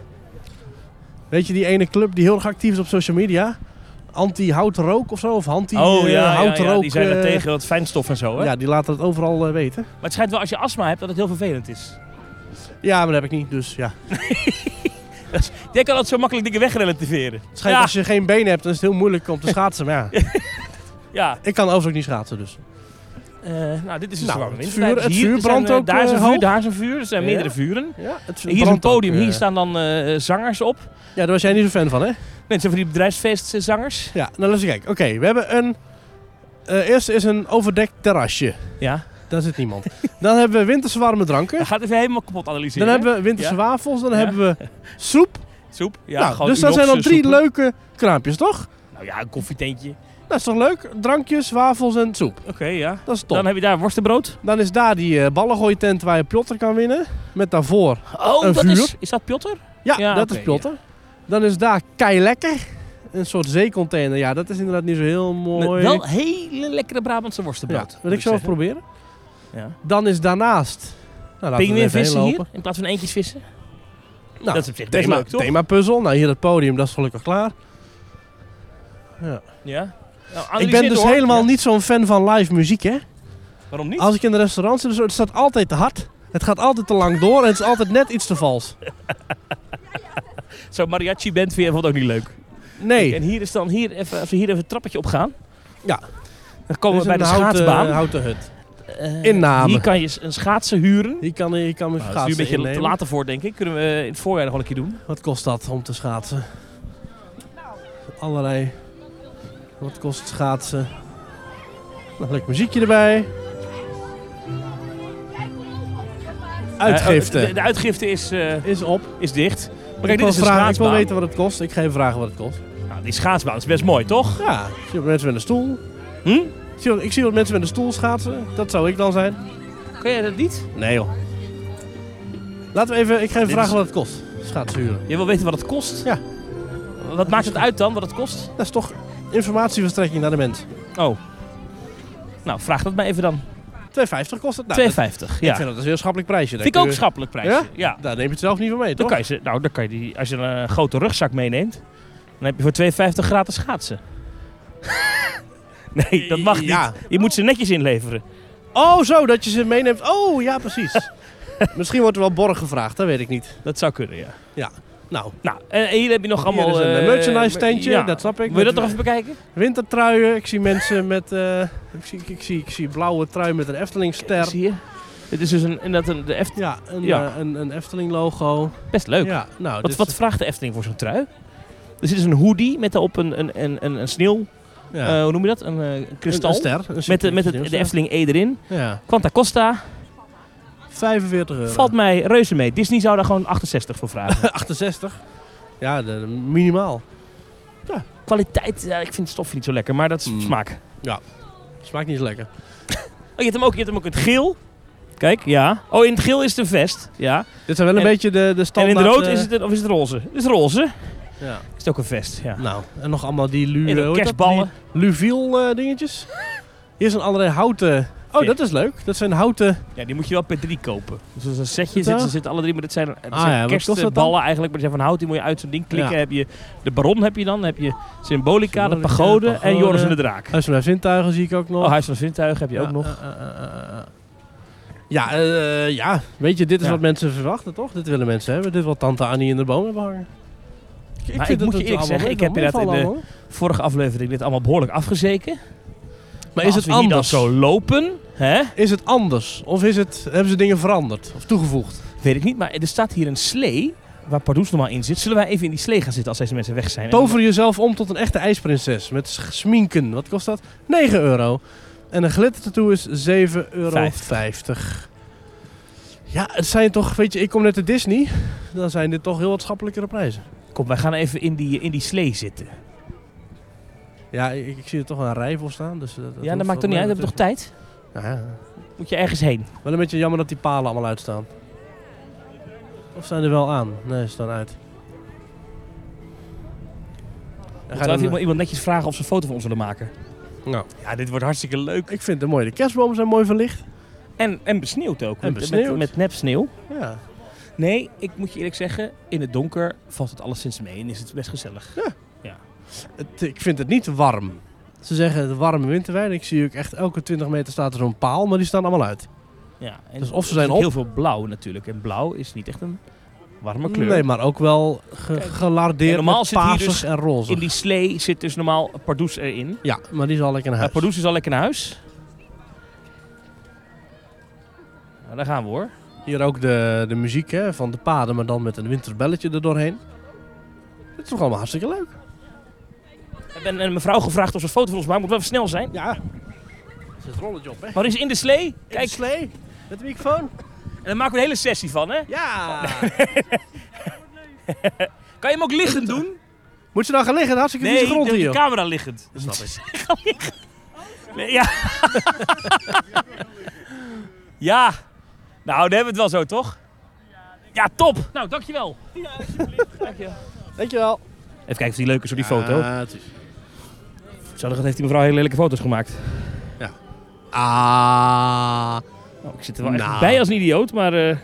Weet je die ene club die heel erg actief is op social media? Anti-houtrook of zo? Of oh ja, ja, anti-houtrook? ja, die zijn er tegen wat fijnstof en zo. Hè? eh, Ja, die laten het overal eh, weten. eh. Maar het schijnt wel als je astma hebt dat het heel vervelend is. Ja, maar dat heb ik niet. Dus ja. Jij kan dat zo makkelijk dingen wegrelativeren. Het schijnt ja, als je geen benen hebt, dan is het heel moeilijk om te schaatsen. Maar ja, ja. ik kan overigens ook niet schaatsen. Dus. Eh, nou, dit is dus Nou, de warme het winterweide. vuur- het Dus hier vuur zijn, brandt eh, ook, Daar is een eh, vuur, hoog. daar is een vuur. Er zijn Ja. meerdere vuren. Ja, het Hier is een brandt ook, podium. eh. Hier staan dan eh, zangers op. Ja, daar was jij niet zo fan van, hè? Mensen van die eh, bedrijfsfeestzangers. Ja, nou laten we kijken. Oké, we hebben een... eh, eerst is een overdekt terrasje. Ja. Daar zit niemand. Dan hebben we winterse warme dranken. Dat gaat even helemaal kapot analyseren. Dan hebben we winterse Ja. wafels, dan Ja. hebben we soep. Soep. Ja, nou, gewoon dus dat zijn al Unox drie soepen. leuke kraampjes, toch? Nou ja, een koffietentje. Dat is toch leuk? Drankjes, wafels en soep. Oké, ja. Dat is top. Dan Dan, heb je daar worstenbrood. is daar die eh, ballengooitent waar je plotter kan winnen. Met daarvoor. Oh, Een dat vuur. is... Is dat Piotr? Ja, Ja, dat oké, is plotter. Dan is daar kei lekker. Een soort zeecontainer. Ja, dat is inderdaad niet zo heel Met mooi. Wel hele lekkere Brabantse ja, worstenbrood. wil moet ik zo even zeggen. proberen. Ja. Dan is daarnaast... Nou, laten we er even heen Pinguïnvissen hier, lopen. in plaats van eentjes vissen. Nou, dat is op zich best thema, leuk, toch? thema puzzel. Nou, hier het podium, dat is gelukkig klaar. Ja. Ja. Nou, Ik analyseer ben dus door. helemaal Ja. niet zo'n fan van live muziek, hè? Waarom niet? Als ik in een restaurant zit, het staat altijd te hard. Het gaat altijd te lang door en het is altijd net iets te vals. Zo'n mariachi band vind je bijvoorbeeld ook niet leuk. Nee. En hier is dan, hier even, als we hier even een trappetje op gaan. Ja. Dan komen we Dit bij is de een houten- schaatsbaan. houten hut. Eh, Inname. Hier kan je s- een schaatsen huren. Hier kan, hier Nou, dat is kan mijn nu een schaatsen beetje innemen. te later voor, denk ik. Kunnen we eh, in het voorjaar nog wel een keer doen. Wat kost dat om te schaatsen? Allerlei. Wat kost schaatsen? Nou, leuk muziekje erbij. Eh, eh, de, Uitgifte de uitgifte is, eh, is op. is dicht. Maar ik, kijk, dit wil is een vragen, ik wil schaatsbaan. weten wat het kost. Ik ga even vragen wat het kost. Nou, die schaatsbaan is best mooi, toch? Ja, ik zie wat mensen met een stoel. Hm? Ik zie, wat- ik zie wat mensen met een stoel schaatsen. Dat zou ik dan zijn. Kun jij dat niet? Nee joh. Laten we even, ik ga even Dit vragen is- wat het kost. Schaatsen huren. Je wil weten wat het kost? Ja. Wat maakt het uit dan, wat het kost? Dat is toch informatieverstrekking naar de mens. Oh. Nou, vraag dat maar even dan. 2,50 kost het. Nou, dat- 2,50. Ja. Ik vind dat een heel schappelijk prijsje. Daar Vind ik kun ook een je- schappelijk prijsje. Ja? Ja? Daar neem je het zelf niet van mee, Dan toch? kan je ze, nou, dan kan je die, als je een eh, grote rugzak meeneemt, dan heb je voor 2,50 gratis schaatsen. Nee, dat mag niet. Ja. Je moet ze netjes inleveren. Oh, zo, dat je ze meeneemt. Oh, ja, precies. Misschien wordt er wel borg gevraagd, dat weet ik niet. Dat zou kunnen, ja. Nou, Nou, en hier heb je nog allemaal... hier is een eh, merchandise tentje, ja. dat snap ik. Wil je dat Met nog even bekijken? Wintertruien, ik zie mensen met... eh, ik, zie, ik, zie, ik zie blauwe trui met een Eftelingster. Zie je? Het is dus een, inderdaad een, de Eft- Ja, een, Ja. eh, een, een Efteling-logo. best leuk. Ja, nou, wat, dit wat is- vraagt de Efteling voor zo'n trui? Dus dit is een hoodie met daarop een, een, een, een, een sneeuw... ja. eh, hoe noem je dat? Een, eh, een Een- kristal. Een ster. Een met de, met het, de sneeuwster. Efteling E erin. Ja, Quanta Costa. 45 euro. Valt mij reuze mee. Disney zou daar gewoon 68 voor vragen. 68. Ja, de- de- minimaal. Kwaliteit, ja, ik vind het stof niet zo lekker, maar dat is Mm. smaak. Smaakt niet zo lekker. Oh, je hebt hem ook, je hebt hem ook in het geel. Kijk, ja. Oh, in het geel is het een vest. Ja. Dit zijn wel een En- beetje de, de En standaard... in het rood eh, is het, een- of is het roze? Het is roze. Ja. Is het ook een vest, ja. Nou, en nog allemaal die lu, En eh, de hoe heet dat? kerstballen. Die Luviel eh, dingetjes. Hier zijn allerlei houten... Oh, Ja. dat is leuk. Dat zijn houten... Ja, die moet je wel per drie kopen. Dus dat is een setje, Zit zitten, daar? zitten alle drie, maar dat zijn, dat Ah ja, zijn wat kost dat dan? kerstballen eigenlijk. Maar die zijn van hout, die moet je uit zo'n ding klikken. Ja. Heb je de baron heb je dan, heb je Symbolica, de Symbolica, pagode, en pagode. Joris en de draak. Huis van Vijf zintuigen zie ik ook nog. Oh, Huis van Zintuigen heb je ook Ja, nog. eh, eh, eh, eh. Ja, eh, ja, weet je, dit is Ja. wat mensen verwachten, toch? Dit willen mensen hebben. Dit wil tante Annie in de boom hebben hangen. Ik, ik moet je eerlijk zeggen, ik heb inderdaad in de- Vorige aflevering dit allemaal behoorlijk afgezeken. Maar is het als we hier dan anders? zo lopen, hè? Is het anders? Of is het, hebben ze dingen veranderd? Of toegevoegd? Weet ik niet, maar er staat hier een slee waar Pardoes normaal in zit. Zullen wij even in die slee gaan zitten als deze mensen weg zijn? Tover jezelf om tot een echte ijsprinses. Met sch- sminken. Wat kost dat? 9 euro. En een glittertattoo is 7,50 euro. Ja, het zijn toch... Weet je, ik kom net uit Disney. Dan zijn dit toch heel wat schappelijkere prijzen. Kom, wij gaan even in die, in die slee zitten. Ja, ik, ik zie er toch wel een rij voor staan. Dus, eh, dat ja, hoeft dat maakt voor toch niet mij uit, we hebben toch natuurlijk- tijd? Ja, ja. Moet je ergens heen? Wel een beetje jammer dat die palen allemaal uitstaan. Of zijn er wel aan? Nee, ze staan uit. Moeten Dan we ga je even dan- iemand, iemand netjes vragen of ze een foto van ons willen maken? Nou. Ja, dit wordt hartstikke leuk. Ik vind het mooi. De kerstbomen zijn mooi verlicht. En, en besneeuwd ook. En met, Met, besneeuwd. met nep sneeuw. Ja. Nee, ik moet je eerlijk zeggen, in het donker valt het alleszins mee en is het best gezellig. Het, ik vind het niet warm. Ze zeggen de warme winterwijn. Ik zie ook echt elke 20 meter staat er zo'n paal, maar die staan allemaal uit. Ja, en Dus of ze er zijn zit heel veel blauw natuurlijk. En blauw is niet echt een warme kleur. Nee, maar ook wel ge- Kijk, en gelardeerd normaal met zit hier paarsig dus en roze. In die slee zit dus normaal Pardoes erin. Ja, maar die zal ik in Ja, huis. Pardoes is al lekker naar huis. Nou, daar gaan we hoor. Hier ook de, de muziek hè, van de paden, maar dan met een winterbelletje erdoorheen. Dat is toch allemaal hartstikke leuk. Ik ben een mevrouw gevraagd of ze een foto van ons maakt. Moet wel even snel zijn. Ja. Het is een rolletje op, hè? Maar is in de slee. Kijk, Kijk, slee. Met de microfoon. en daar maken we een hele sessie van hè. Ja. Kan je hem ook liggend doen? Moet ze nou gaan liggen? Hartstikke vieze Nee, grond de, de hier. joh. camera liggend. Dat snap Ga liggen. Nee, ja. ja. Nou, dan hebben we het wel zo toch? Ja, top. Nou, dankjewel. Ja, alsjeblieft. Dankjewel. Dankjewel. Even kijken of die leuk is op die foto. Ah, het is- Zo, dan heeft die mevrouw hele lelijke foto's gemaakt. Ah. Nou, ik zit er wel echt Nou. bij als een idioot, maar eh,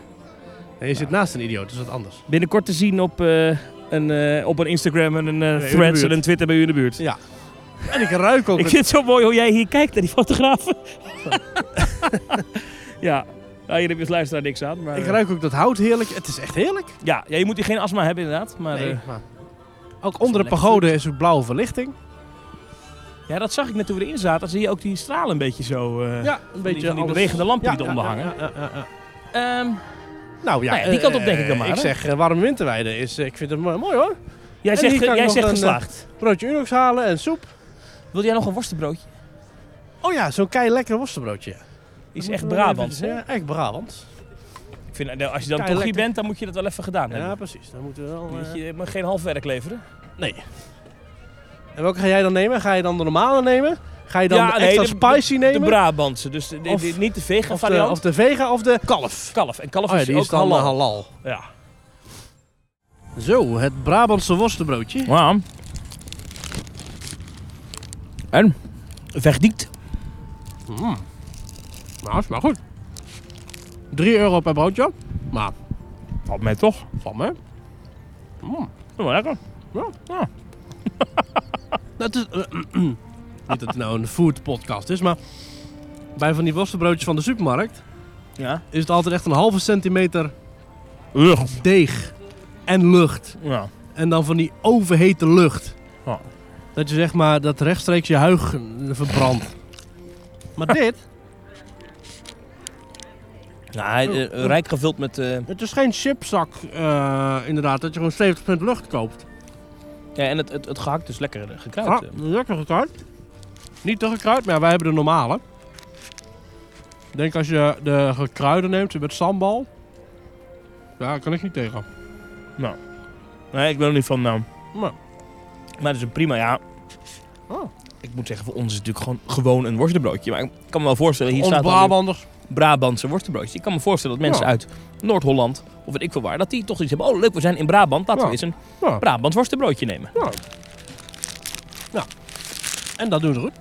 Nee, je zit naast een idioot, dus wat anders. binnenkort te zien op, eh, een, eh, op een Instagram en een eh, de Threads en buurt. een Twitter bij u in de buurt. En ik ruik ook. Ik het- vind het zo mooi hoe jij hier kijkt naar die fotografen. ja, nou, hier heb je als luisteraar niks aan. Maar, ik eh, ruik ook dat hout heerlijk. Het is echt heerlijk. ja, ja, je moet hier geen astma hebben inderdaad. Maar, eh, maar- Ook onder de lekker pagode is ook blauwe verlichting. ja, dat zag ik net toen we erin zaten. Dan zie je ook die stralen een beetje zo. eh, Ja, een van die, beetje van die alles. bewegende lampen Ja, die ja, eronder ja, hangen. ja, ja, ja. Ehm, Nou ja, Nou ja, die kant op denk ik dan eh, maar, Ik hè? zeg eh, warme winterweide is, eh, ik vind het mooi, mooi hoor. jij En zegt, hier kan ik jij nog zegt een, eh, geslaagd. Broodje Unox halen en soep. Wil jij nog een worstenbroodje? Oh ja, zo'n kei lekker worstenbroodje. ja. Die is Dat echt moeten we wel Brabants. even- Ja, echt Brabant. Ik vind, nou, als je dan Kei toch hier lekker. bent, dan moet je dat wel even gedaan hebben. Ja, precies. Dan moeten we wel. eh, Je mag geen half werk leveren. Nee. eh, En welke ga jij dan nemen? Ga je dan de normale nemen? Ga je dan Ja, de nee, extra de- spicy De nemen? Brabantse, dus de- de- Of- de- niet de vegan of, de, variant. of de vega of de kalf? kalf. En kalf Oh ja, is die ook is dan halal. halal. halal. Ja. Zo, het Brabantse worstenbroodje. Wow. En? Verdikt. Mm. Nou, is maar goed. 3 euro per broodje. Maar Valt mij toch? van me. Mm. Wel lekker. Dat is, eh, Niet dat het nou een food podcast is, maar bij van die worstenbroodjes van de supermarkt Ja. is het altijd echt een halve centimeter deeg en lucht. Ja. En dan van die overhete lucht. Ja. Dat je zeg maar dat rechtstreeks je huig eh, verbrandt. Maar dit, Ja, hij, eh, rijk gevuld met... eh, het is geen chipzak eh, inderdaad, dat je gewoon 70% lucht koopt. ja, en het, het, het gehakt is lekker eh, gekruid. Ah, eh. lekker gekruid. Niet te gekruid, maar ja, wij hebben de normale. Ik denk als je de gekruiden neemt met sambal. Ja, kan ik niet tegen. Nee, ik ben er niet van naam. Maar- Maar het is een prima, ja. Oh. Ik moet zeggen, voor ons is het natuurlijk gewoon, gewoon een worstenbroodje. Maar ik kan me wel voorstellen, hier Ons staat dan weer Brabanders. Brabantse worstenbroodjes. Ik kan me voorstellen dat mensen Ja. uit Noord-Holland, of weet ik veel waar, dat die toch iets hebben. Oh leuk, we zijn in Brabant, laten Ja. we eens een Ja. Brabants worstenbroodje nemen. Ja. ja. En dat doen ze goed.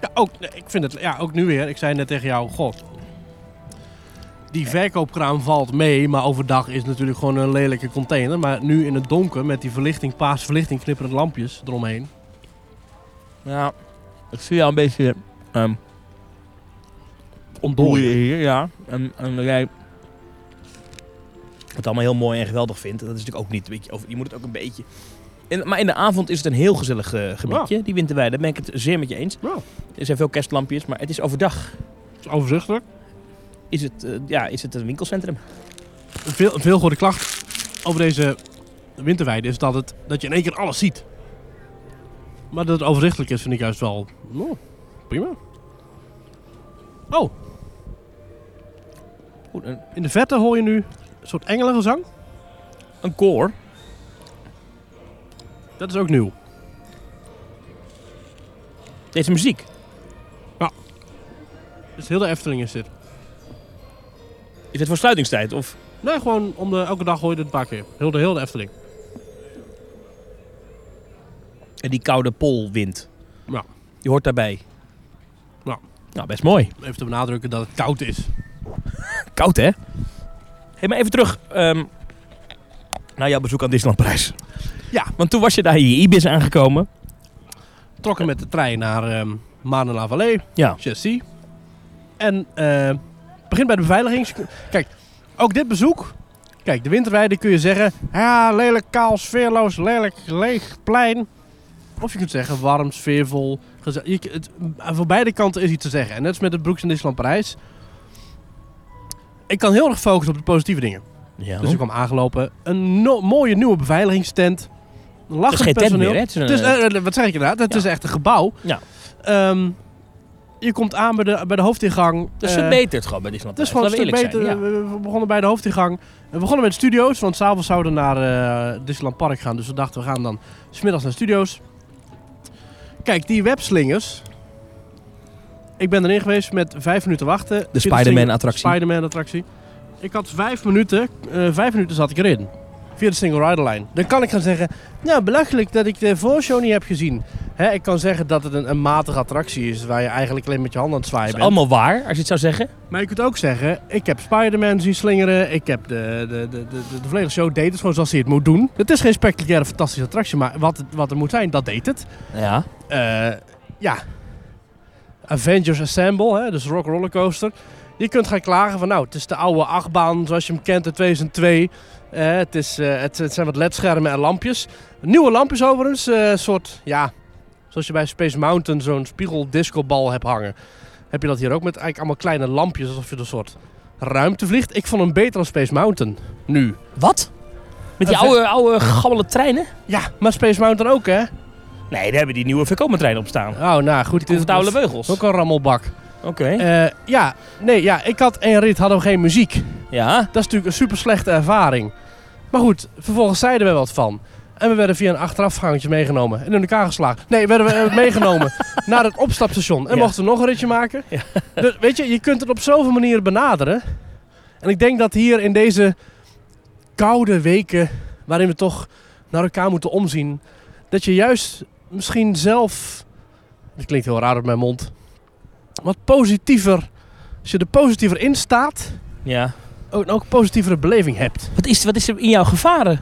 Ja, ook, ik vind het, ja, ook nu weer. Ik zei net tegen jou, god. Die verkoopkraam valt mee, maar overdag is het natuurlijk gewoon een lelijke container. Maar nu in het donker met die verlichting, paarse verlichting, knipperend lampjes eromheen. Ja, ik zie jou een beetje ehm Ontdooien. boeien hier, ja. En, en dat jij het allemaal heel mooi en geweldig vindt. Dat is natuurlijk ook niet, weet je, over- je moet het ook een beetje... In, maar in de avond is het een heel gezellig eh, gebiedje, die Winterweide. Daar ben ik het zeer met je eens. Ja. Er zijn veel kerstlampjes, maar het is overdag Het is overzichtelijk. is het, eh, ja, is het een winkelcentrum. Veel, een veel goede klacht over deze winterweide is dat, het, dat je in één keer alles ziet. Maar dat het overzichtelijk is, vind ik juist wel nou, prima. Oh, Goed, een, in de verte hoor je nu een soort engelengezang. een koor. Dat is ook nieuw. Deze muziek. Dus heel de Efteling is dit. Is het voor sluitingstijd? Of... Nee, gewoon om de, elke dag hoor je dit een paar keer. Heel de, heel de Efteling. En die koude polwind. Ja. Die hoort daarbij. Ja. Nou, best mooi. Even te benadrukken dat het koud is. Koud, hè? hey, maar even terug ehm, naar jouw bezoek aan Disneyland Parijs. Ja. Want toen was je daar in je Ibis aangekomen. Trokken met de trein naar ehm Marne Vallée. Ja. Chassis. En eh, begin bij de beveiliging. Kijk, ook dit bezoek. Kijk, de winterweide kun je zeggen. Ja, lelijk, kaal, sfeerloos, lelijk, leeg, plein. Of je kunt zeggen warm, sfeervol. geze- Je, k- het, eh, voor beide kanten is iets te zeggen. En net als met het Broeks in Disneyland Parijs. Ik kan heel erg focussen op de positieve dingen. ja. Dus ik kwam aangelopen. Een no- mooie nieuwe beveiligingstent. het is Lachend geen tent personeel. meer, hè? Het is een- Het is, eh, eh, wat zeg ik inderdaad? Het Ja. is echt een gebouw. Ja. Ehm, je komt aan bij de, bij de hoofdingang. het is Eh, verbeterd gewoon bij Disneyland het is Parijs. gewoon een stuk laten we beter. eh, eerlijk zijn, We we begonnen bij de hoofdingang. We begonnen met studio's, want s'avonds zouden we naar eh Disneyland Park gaan. Dus we dachten, we gaan dan smiddags naar studio's. Kijk, die webslingers. Ik ben erin geweest met vijf minuten wachten. Peter Singer- Spider-Man-attractie. Spider-Man-attractie. Ik had vijf minuten. eh, vijf minuten zat ik erin. Via de single rider line. Dan kan ik gaan zeggen, nou belachelijk dat ik de voorshow niet heb gezien. Hè, ik kan zeggen dat het een, een matige attractie is waar je eigenlijk alleen met je handen aan het zwaaien Het is bent. allemaal waar, als je het zou zeggen. Maar je kunt ook zeggen, ik heb Spider-Man zien slingeren, ik heb de, de, de, de, de, de volledige show deed het gewoon zoals hij het moet doen. Het is geen spectaculaire fantastische attractie, maar wat, het- wat er moet zijn, dat deed het. Ja. Eh, ja, Avengers Assemble, hè, dus Rock Rollercoaster. Je kunt gaan klagen van, nou, het is de oude achtbaan zoals je hem kent uit 2002. Eh, het, is, eh, het, het zijn wat ledschermen en lampjes. Nieuwe lampjes overigens, eh, soort, ja, zoals je bij Space Mountain zo'n spiegeldiscobal hebt hangen. Heb je dat hier ook met eigenlijk allemaal kleine lampjes, alsof je een soort ruimte vliegt. Ik vond hem beter dan Space Mountain, nu. Wat? Eh, Met die Een oude, oude gabbele treinen? Ja, maar Space Mountain ook, hè? Nee, daar hebben die nieuwe verkomentreinen op staan. Oh, nou goed, dit Comfortabele is beugels. ook een rammelbak. Oké. Eh, ja, nee, ja, ik had één rit, hadden we geen muziek. ja. Dat is natuurlijk een super slechte ervaring. Maar goed, vervolgens zeiden we wat van. En we werden via een achterafgangetje meegenomen en in elkaar geslagen. Nee, werden we eh, meegenomen naar het opstapstation. En Ja. mochten we nog een ritje maken. Ja. Dus weet je, je kunt het op zoveel manieren benaderen. En ik denk dat hier in deze koude weken, waarin we toch naar elkaar moeten omzien, dat je juist misschien zelf, dat klinkt heel raar uit mijn mond, wat positiever, als je er positiever in staat, Ja. ook, ook een positievere beleving hebt. Wat is, wat is er in jou gevaren?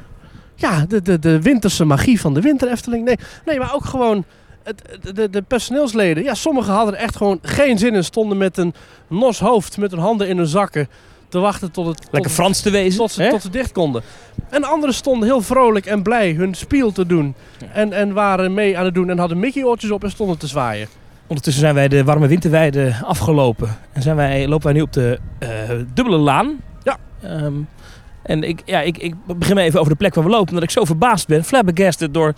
Ja, de, de, de winterse magie van de winter Efteling. Nee, nee maar ook gewoon het, de, de personeelsleden, ja, sommigen hadden er echt gewoon geen zin in. Stonden met een nos hoofd, met hun handen in hun zakken, te wachten tot het... Lekker tot, Frans te wezen. tot ze, hè? tot ze dicht konden. En anderen stonden heel vrolijk en blij hun spiel te doen. Ja. En, en waren mee aan het doen en hadden mickey-oortjes op en stonden te zwaaien. Ondertussen zijn wij de warme winterweide afgelopen. En zijn wij, lopen wij nu op de eh, dubbele laan. Ja. Ehm, en ik, ja, ik, ik begin even over de plek waar we lopen. Omdat ik zo verbaasd ben. Flabbergasted door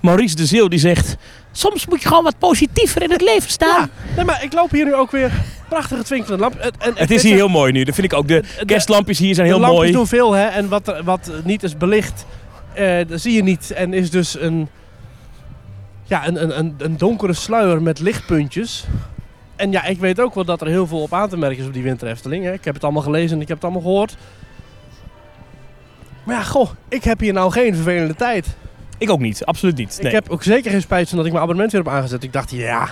Maurice de Zeeuw. Die zegt, soms moet je gewoon wat positiever in het leven staan. Nee, maar ik loop hier nu ook weer prachtige twinkelende lamp. En, en, Het is hier heel mooi nu. Dat vind ik ook. De kerstlampjes hier zijn heel de lampjes mooi. doen veel, hè. En wat, er- wat niet is belicht, eh, dat zie je niet. En is dus een, ja, een, een, een, een donkere sluier met lichtpuntjes. En ja, ik weet ook wel dat er heel veel op aan te merken is op die winterhefteling. Hè. Ik heb het allemaal gelezen en ik heb het allemaal gehoord. Maar ja, goh, ik heb hier nou geen vervelende tijd. Ik ook niet. Absoluut niet. Ik Nee. heb ook zeker geen spijt van dat ik mijn abonnement weer heb aangezet. Ik dacht, ja,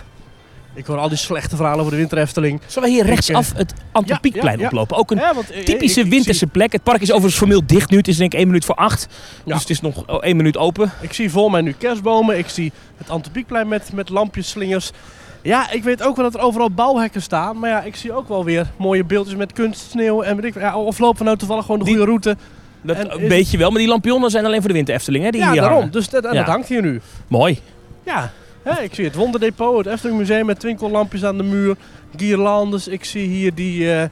ik hoor al die slechte verhalen over de winterhefteling. Zullen we hier Ik, eh, rechtsaf het Antropiekplein ja, ja. oplopen? Ook een Ja, want, eh, typische ik- ik winterse plek. Het park is overigens formeel dicht nu. Het is denk ik één minuut voor acht. Ja. Dus het is nog oh, één minuut open. Ik zie voor mij nu kerstbomen. Ik zie het Antropiekplein met, met lampjes, slingers. Ja, ik weet ook wel dat er overal bouwhekken staan. Maar ja, ik zie ook wel weer mooie beeldjes met kunstsneeuw. En weet ik, ja, of lopen we nou toevallig gewoon de Die- goede route. Dat En een is- beetje wel, maar die lampionnen zijn alleen voor de winterefteling. Hè, die Ja, hier daarom. hangen. Dus dat, dat Ja. hangt hier nu. Mooi. Ja, hè, ik zie het Wonderdepot, het Efteling Museum met twinkellampjes aan de muur. Guirlandes. Ik zie hier die... eh,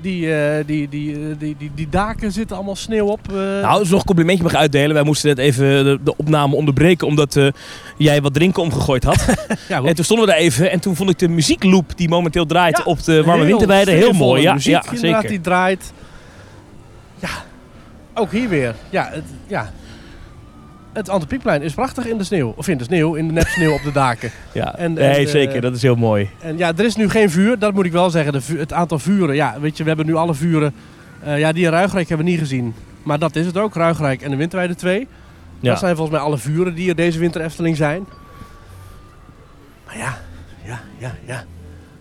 die, eh, die, die, eh, die, die, die daken zitten allemaal sneeuw op. eh. Nou, dus nog een complimentje mag ik uitdelen. Wij moesten net even de, de opname onderbreken omdat eh, jij wat drinken omgegooid had. ja, goed. en toen stonden we daar even en toen vond ik de muziekloop die momenteel draait Ja, op de eh, warme winterweide heel sfeervolle mooi. Ja, muziek ja inderdaad, zeker. die draait. Ja, ook hier weer. Ja, het, ja. Het Antropiekplein is prachtig in de sneeuw. Of in de sneeuw, in de nep sneeuw op de daken. Ja. en- nee, en, eh, zeker. Dat is heel mooi. En ja, er is nu geen vuur. Dat moet ik wel zeggen. De vu- het aantal vuren. Ja, weet je, we hebben nu alle vuren. Eh, ja, die in Ruigrijk hebben we niet gezien. Maar dat is het ook. Ruigrijk en de Winterweide 2. Ja. Dat zijn volgens mij alle vuren die er deze winter Efteling zijn. Maar ja, ja, ja, ja.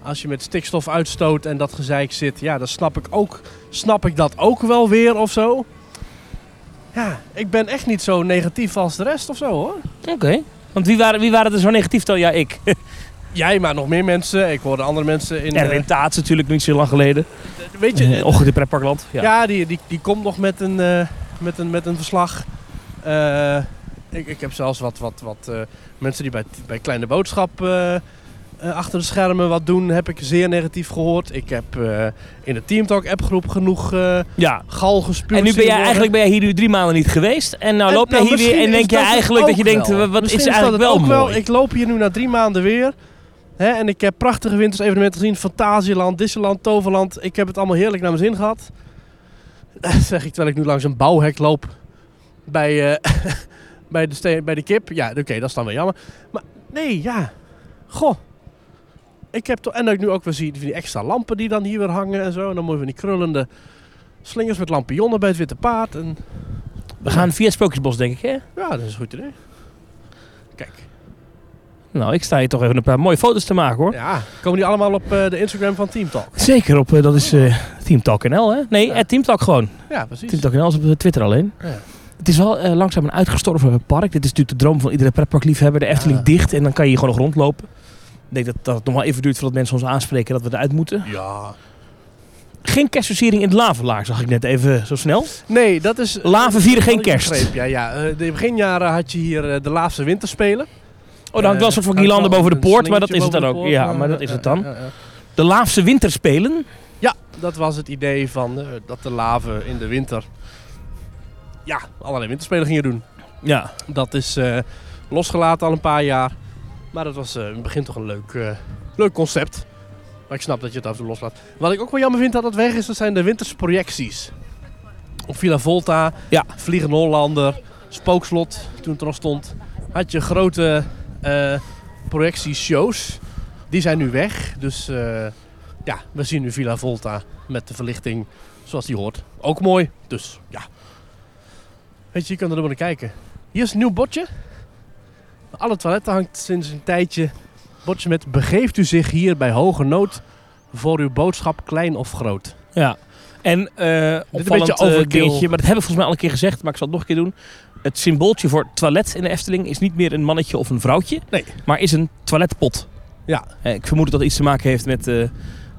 Als je met stikstofuitstoot en dat gezeik zit, ja, dan snap ik, ook, snap ik dat ook wel weer of zo. Ja, ik ben echt niet zo negatief als de rest of zo hoor. Oké. Want wie waren, wie waren er zo negatief dan? Ja, ik. Jij, maar nog meer mensen. Ik hoorde andere mensen in. Erwin Taats natuurlijk, niet zo lang geleden. eh, weet je, Uh, Ochtend in Pretparkland. Ja. Ja, die, die, die komt nog met een, eh, met een, met een verslag. Eh, ik, ik heb zelfs wat, wat, wat eh, mensen die bij, bij Kleine Boodschap eh, eh, achter de schermen wat doen, heb ik zeer negatief gehoord. Ik heb eh, in de Teamtalk appgroep genoeg eh, Ja. gal gespuurd. En nu ben zien jij worden. eigenlijk ben jij hier nu drie maanden niet geweest. En nou En loop jij nou, hier weer misschien en is denk je dat het eigenlijk dat je ook denkt, wel. wa- wat Misschien is eigenlijk dat wel het ook mooi? Ik loop hier nu na drie maanden weer. Hè, en ik heb prachtige wintersevenementen gezien. Fantasieland, Disneyland, Toverland. Ik heb het allemaal heerlijk naar mijn zin gehad. Dat zeg ik terwijl ik nu langs een bouwhek loop. Bij, eh, bij, de, ste- bij de kip. Ja, oké, dat is dan wel jammer. Maar nee, ja. Goh. Ik heb toch, en dat ik nu ook weer zie van die extra lampen die dan hier weer hangen en zo. En dan mooi van die krullende slingers met lampionnen bij het Witte Paard. En We gaan via het Sprookjesbos, denk ik, hè? ja, dat is een goed idee. Kijk. Nou, ik sta hier toch even een paar mooie foto's te maken, hoor. Ja, komen die allemaal op eh, de Instagram van Team Talk? Zeker op, eh, dat is eh TeamTalk.nl, hè? Nee, Ja. at TeamTalk gewoon. Ja, precies. TeamTalk.nl is op eh, Twitter alleen. Ja. Het is wel eh, langzaam een uitgestorven park. Dit is natuurlijk de droom van iedere pretparkliefhebber. De Efteling Ja. dicht en dan kan je hier gewoon nog rondlopen. Ik denk dat, dat het nog wel even duurt voordat mensen ons aanspreken dat we eruit moeten. Ja. Geen kerstversiering in het lavelaar, zag ik net even zo snel. Nee, dat is... Laven vieren geen Al je kerst. begreep, Ja, ja. Eh, de beginjaren had je hier eh, de laatste winterspelen. Eh, Oh, dan hangt wel een soort van guirlande boven de poort, maar dat is het dan ook. Ja, maar dat is het dan. De Laafse Winterspelen. Ja, Eh, dat was het idee van eh, dat de laven in de winter... Ja, allerlei winterspelen gingen doen. Ja. Dat is eh, losgelaten al een paar jaar. Maar dat was eh, in het begin toch een leuk, eh, leuk concept. Maar ik snap dat je het af en toe loslaat. Wat ik ook wel jammer vind dat dat weg is, dat zijn de winterse projecties. Op Villa Volta, Ja. Vliegende Hollander, Spookslot, toen het er nog stond. Had je grote eh projectieshows. Die zijn nu weg. Dus eh, ja, we zien nu Villa Volta met de verlichting zoals die hoort. Ook mooi. Dus ja. Weet je, je kan er nog naar kijken. Hier is een nieuw bordje. Aan Alle toiletten hangt sinds een tijdje bordje met begeeft u zich hier bij hoge nood voor uw boodschap klein of groot. ja. En eh opvallend beetje eh, overkill. dingetje, maar dat hebben we volgens mij al een keer gezegd, maar ik zal het nog een keer doen. Het symbooltje voor toilet in de Efteling is niet meer een mannetje of een vrouwtje, Nee. maar is een toiletpot. Ja. Eh, ik vermoed dat dat iets te maken heeft met eh,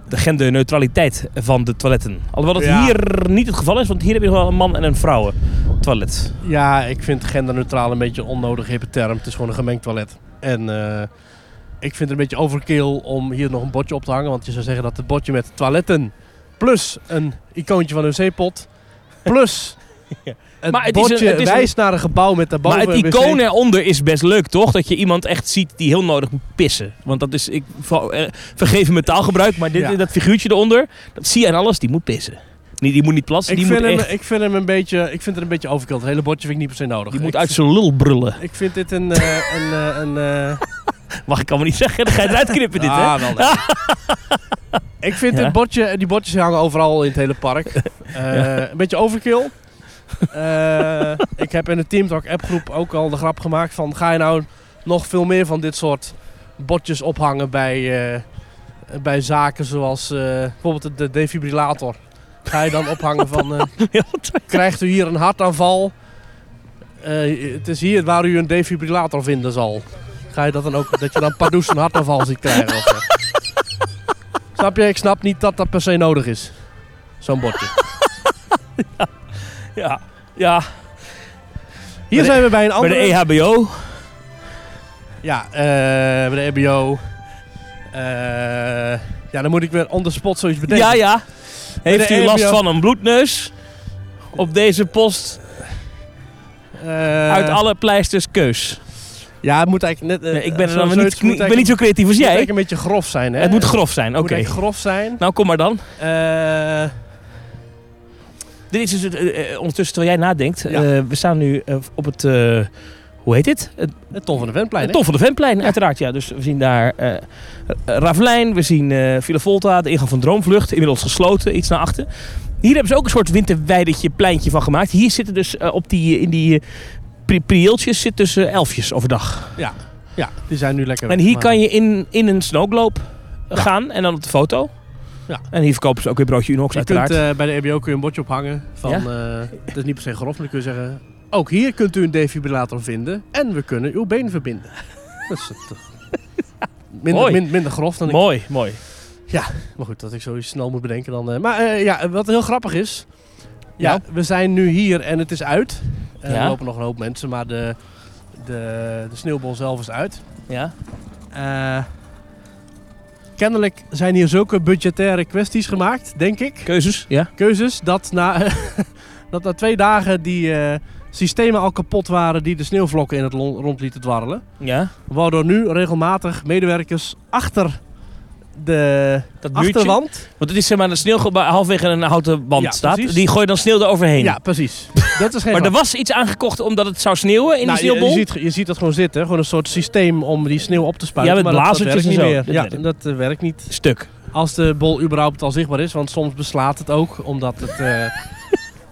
de genderneutraliteit van de toiletten. Alhoewel dat Ja. hier niet het geval is, want hier heb je nog wel een man en een vrouwen toilet. Ja, ik vind genderneutraal een beetje een onnodig hippe term. Het is gewoon een gemengd toilet. En eh, ik vind het een beetje overkill om hier nog een bordje op te hangen. Want je zou zeggen dat het bordje met toiletten plus een icoontje van een wc-pot plus Ja. het Maar het is een- bordje het is een- wijst naar een gebouw met daarboven maar een het wc. icoon eronder is best leuk, toch? Dat je iemand echt ziet die heel nodig moet pissen. Want dat is, ik val- eh, vergeef me mijn taalgebruik, maar dit, Ja. dat figuurtje eronder, dat zie je aan alles, die moet pissen. Nee, die moet niet plassen, Ik die vind, moet hem, echt, ik vind hem een beetje, ik vind het een beetje overkill. Het hele bordje vind ik niet per se nodig. die ik, moet uit zijn lul brullen. ik vind dit een, eh, een, eh, een eh, Mag ik allemaal niet zeggen, dan ga je het uitknippen dit, hè? Ah, wel nee. Ik vind Ja. dit bordje, die bordjes hangen overal in het hele park. Eh, Een beetje overkill. Eh, ik heb in de Teamtalk appgroep ook al de grap gemaakt van... ga je nou nog veel meer van dit soort bordjes ophangen bij, eh, bij zaken zoals eh, bijvoorbeeld de- de defibrillator. Ga je dan ophangen van... eh, Ja, wat- krijgt u hier een hartaanval? Eh, het is hier waar u een defibrillator vinden zal. Ga je dat dan ook, dat je dan Pardoes een hartaanval ziet krijgen? Of, zo? snap je? Ik snap niet dat dat per se nodig is. Zo'n bordje. ja, ja. Hier zijn we bij een Bij andere... de E EHBO. Ja, eh, bij de EBO. Eh, ja, dan moet ik weer on the spot zoiets bedenken. Ja, ja. Heeft de E u last EHBO. van een bloedneus? Op deze post Eh, uit alle pleisters keus. Ja, het moet eigenlijk net... eh, Nee, ik ben, er zo'n dan weer zoiets niet, moet ik ben niet zo eigenlijk- creatief als moet jij. eigenlijk een beetje grof zijn, hè? Het moet grof zijn, oké. Moet eigenlijk grof zijn. Nou, kom maar dan. Eh, Dit is dus, het, eh, eh, ondertussen, terwijl jij nadenkt, Ja. eh, we staan nu eh, op het, eh, hoe heet dit? Het, het Ton van de Wendplein, het Ton van de Ventplein, uiteraard. Ja. Dus we zien daar eh, eh, Ravelijn, we zien eh Villa Volta, de ingang van Droomvlucht, inmiddels gesloten, iets naar achter. Hier hebben ze ook een soort winterweidetje pleintje van gemaakt. Hier zitten dus eh, op die, eh, in die eh, pri- prieeltjes zitten dus eh, elfjes overdag. Ja, die zijn nu lekker En weg, hier maar- kan je in, in een snowglobe eh, Ja. gaan en dan op de foto. Ja. En hier verkopen ze ook weer broodje Unox Je kunt, uiteraard. eh, bij de EBO kun je een bordje ophangen van... Ja? eh, het is niet per se grof, maar dan kun je zeggen... Ook hier kunt u een defibrillator vinden en we kunnen uw been verbinden. Dat is het, eh, minder, Mooi. min- minder grof dan ik... mooi, mooi. Maar goed, dat ik zoiets snel moet bedenken dan... eh, maar eh, ja, wat heel grappig is... Ja, Ja. we zijn nu hier en het is uit. Eh, Ja. Er lopen nog een hoop mensen, maar de, de, de sneeuwbol zelf is uit. Ja. Eh, kennelijk zijn hier zulke budgettaire kwesties gemaakt, denk ik. Keuzes? Ja. keuzes dat na, dat na twee dagen die eh, systemen al kapot waren die de sneeuwvlokken in het lon- rond lieten dwarrelen. Ja. Waardoor nu regelmatig medewerkers achter de Dat muurtje. achterwand. Want het is zeg maar een sneeuwgel waar halfwege een houten band Ja, staat. precies. Die gooi je dan sneeuw eroverheen. Ja, precies. Dat is geen maar er grap. was iets aangekocht omdat het zou sneeuwen in Nou, die sneeuwbol. Je, je, ziet, je ziet dat gewoon zitten. Gewoon een soort systeem om die sneeuw op te spuiten. Ja, met maar dat- blazertjes dat, werkt en niet zo. meer. Dat ja, dat eh, werkt niet. Stuk. Als de bol überhaupt al zichtbaar is. Want soms beslaat het ook. Omdat het... eh,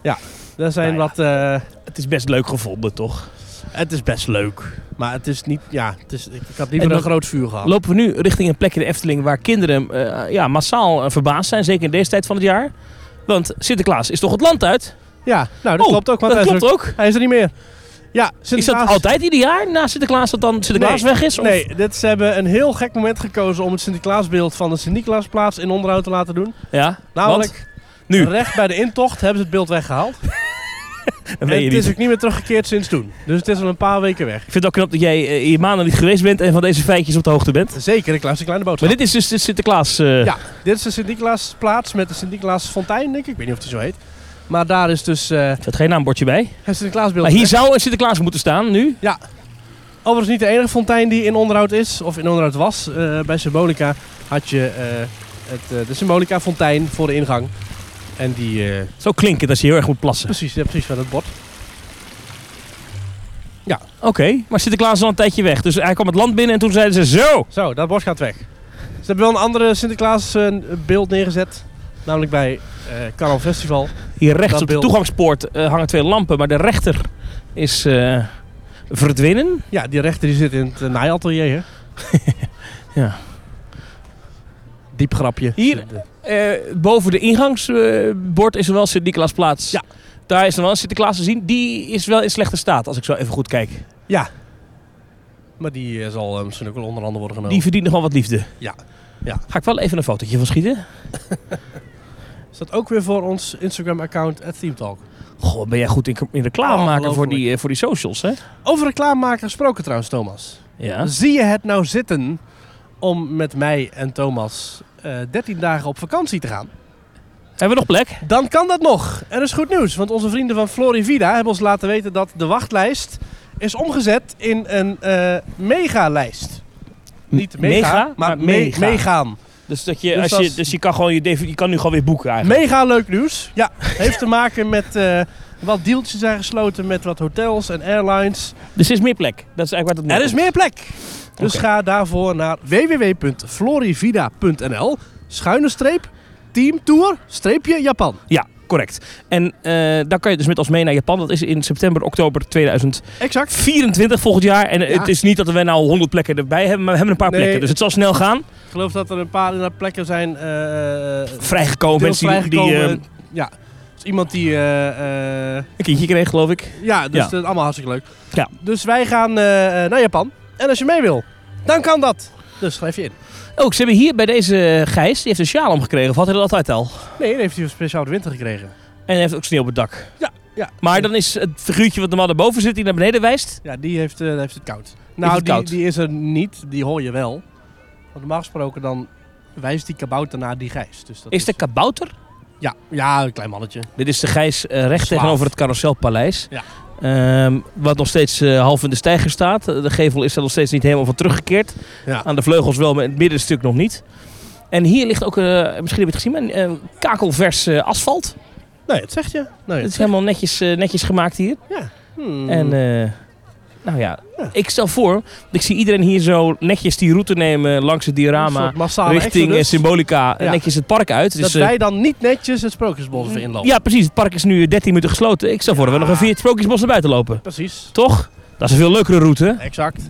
ja, er zijn Nou ja. wat... eh, Het is best leuk gevonden, toch? Het is best leuk. Maar het is niet, ja, het is, ik, ik had liever En een dan- groot vuur gehad. Lopen we nu richting een plek in de Efteling waar kinderen eh, ja, massaal eh, verbaasd zijn. Zeker in deze tijd van het jaar. Want Sinterklaas is toch het land uit? Ja, nou dat Oh, klopt ook, want dat hij, klopt is er, ook. hij is er niet meer. Ja, Is dat Sinterklaas... altijd ieder jaar na Sinterklaas dat dan Sinterklaas Nee, weg is? Of? Nee, dit, ze hebben een heel gek moment gekozen om het Sinterklaasbeeld van de Sint-Nicolaasplaats in onderhoud te laten doen. Ja, Namelijk, nu. recht bij de intocht hebben ze het beeld weggehaald. dat En weet je het niet. is ook niet meer teruggekeerd sinds toen. Dus het is al een paar weken weg. Ik vind het ook knap dat jij eh, in je maanden niet geweest bent en van deze feitjes op de hoogte bent. Zeker, ik luister kleine boodschap. Maar dit is dus de Sinterklaas. eh, Ja. Dit is de Sint-Nicolaasplaats met de Sint-Nicolaasfontein, denk ik. Ik weet niet of die zo heet. Maar daar is dus eh Er staat geen naambordje bij. het Sinterklaasbeeld. Maar hier zou een Sinterklaas moeten staan nu. Overigens niet de enige fontein die in onderhoud is, of in onderhoud was. Eh, bij Symbolica had je eh, het, eh, de Symbolica fontein voor de ingang. En die, eh, Zo klinken als je heel erg moet plassen. precies, ja, precies van het bord. Oké, maar Sinterklaas is al een tijdje weg. Dus hij kwam het land binnen en toen zeiden ze zo. Zo, dat bord gaat weg. Ze hebben wel een andere Sinterklaas eh, beeld neergezet. Namelijk bij eh Carnaval Festival. Hier rechts Dat op de beeld. toegangspoort eh, hangen twee lampen, maar de rechter is eh, verdwenen. Ja, die rechter die zit in het uh, naaiatelier. hè? Ja. Diep grapje. Hier. De- Eh, eh, boven de ingangsbord is er wel Sint-Nicolaasplaats. Ja. Daar is er wel een Sinterklaas te zien. Die is wel in slechte staat, als ik zo even goed kijk. Maar die eh, zal eh, misschien ook wel onder andere worden genomen. Die verdienen gewoon wat liefde. Ja. Ja. Ga ik wel even een fotootje van schieten? Is dat ook weer voor ons Instagram-account, at ThemeTalk? Goh, ben jij goed in, in reclame Oh, maken voor geloof die, eh, voor die socials, hè? Dus- Over reclame maken gesproken trouwens, Thomas. Ja. Zie je het nou zitten om met mij en Thomas eh 13 dagen op vakantie te gaan? Hebben we nog plek? Dan kan dat nog. En dat is goed nieuws, want onze vrienden van Florivida hebben ons laten weten dat de wachtlijst is omgezet in een eh megalijst. Niet mega, maar, me- megaan. Dus, dat je, Dus als je, als- dus je, kan gewoon je, dev- je kan nu gewoon weer boeken eigenlijk. Mega leuk nieuws. Ja, heeft te maken met eh, wat deeltjes zijn gesloten met wat hotels en airlines. Dus er is meer plek. Dat is eigenlijk wat het Er is meer plek. Dus Oké. ga daarvoor naar www.florivida.nl schuine streep teamtour streepje Japan. Ja, correct. En eh daar kan je dus met ons mee naar Japan. Dat is in september, oktober 2024 Exact. volgend jaar. En eh, Ja. het is niet dat we nou 100 plekken erbij hebben, maar we hebben een paar Nee. plekken. Dus het zal snel gaan. Ik geloof dat er een paar inderdaad plekken zijn eh, eh, Vrijgekomen deels mensen die, die eh, vrijgekomen. ja. Dus iemand die... eh, eh, een kindje kreeg, geloof ik. ja, dus Ja. dat is allemaal hartstikke leuk. Ja. Dus wij gaan eh, eh, naar Japan. En als je mee wil, dan kan dat. Dus schrijf je in. Ook, ze hebben hier bij deze eh, Gijs, die heeft een sjaal omgekregen. Of had hij dat altijd al? Nee, dan heeft hij speciaal de winter gekregen. En hij heeft ook sneeuw op het dak. Ja. Maar dan is het figuurtje wat normaal daarboven zit, die naar beneden wijst. Ja, die heeft, eh, heeft het koud. het Nou, die, koud? die is er niet. Die hoor je wel. Want normaal gesproken dan wijst die kabouter naar die gijs. Dus dat Is de kabouter? Ja, ja, een klein mannetje. Dit is de Gijs eh, recht Slaaf. tegenover het Carouselpaleis. Ja. Ehm, wat nog steeds eh, half in de stijger staat. De gevel is er nog steeds niet helemaal van teruggekeerd. Ja. Aan de vleugels wel, maar in het middenstuk nog niet. En hier ligt ook, eh, misschien heb je het gezien, maar een eh, kakelvers eh, asfalt. Nee, het zegt je. Nee, Het is helemaal netjes, eh, netjes gemaakt hier. Hmm. En eh, nou ja, Ja. ik stel voor, want ik zie iedereen hier zo netjes die route nemen langs het Een diorama. soort massale Richting eh, exodus, Symbolica, en Ja. netjes het park uit. Dat Dus, eh, wij dan niet netjes het sprookjesbos weer inlopen. ja, precies. Het park is nu 13 minuten gesloten. Ik stel voor dat we Ja. nog een vier het sprookjesbos naar buiten lopen. Precies. Toch? Dat is een veel leukere route. Exact.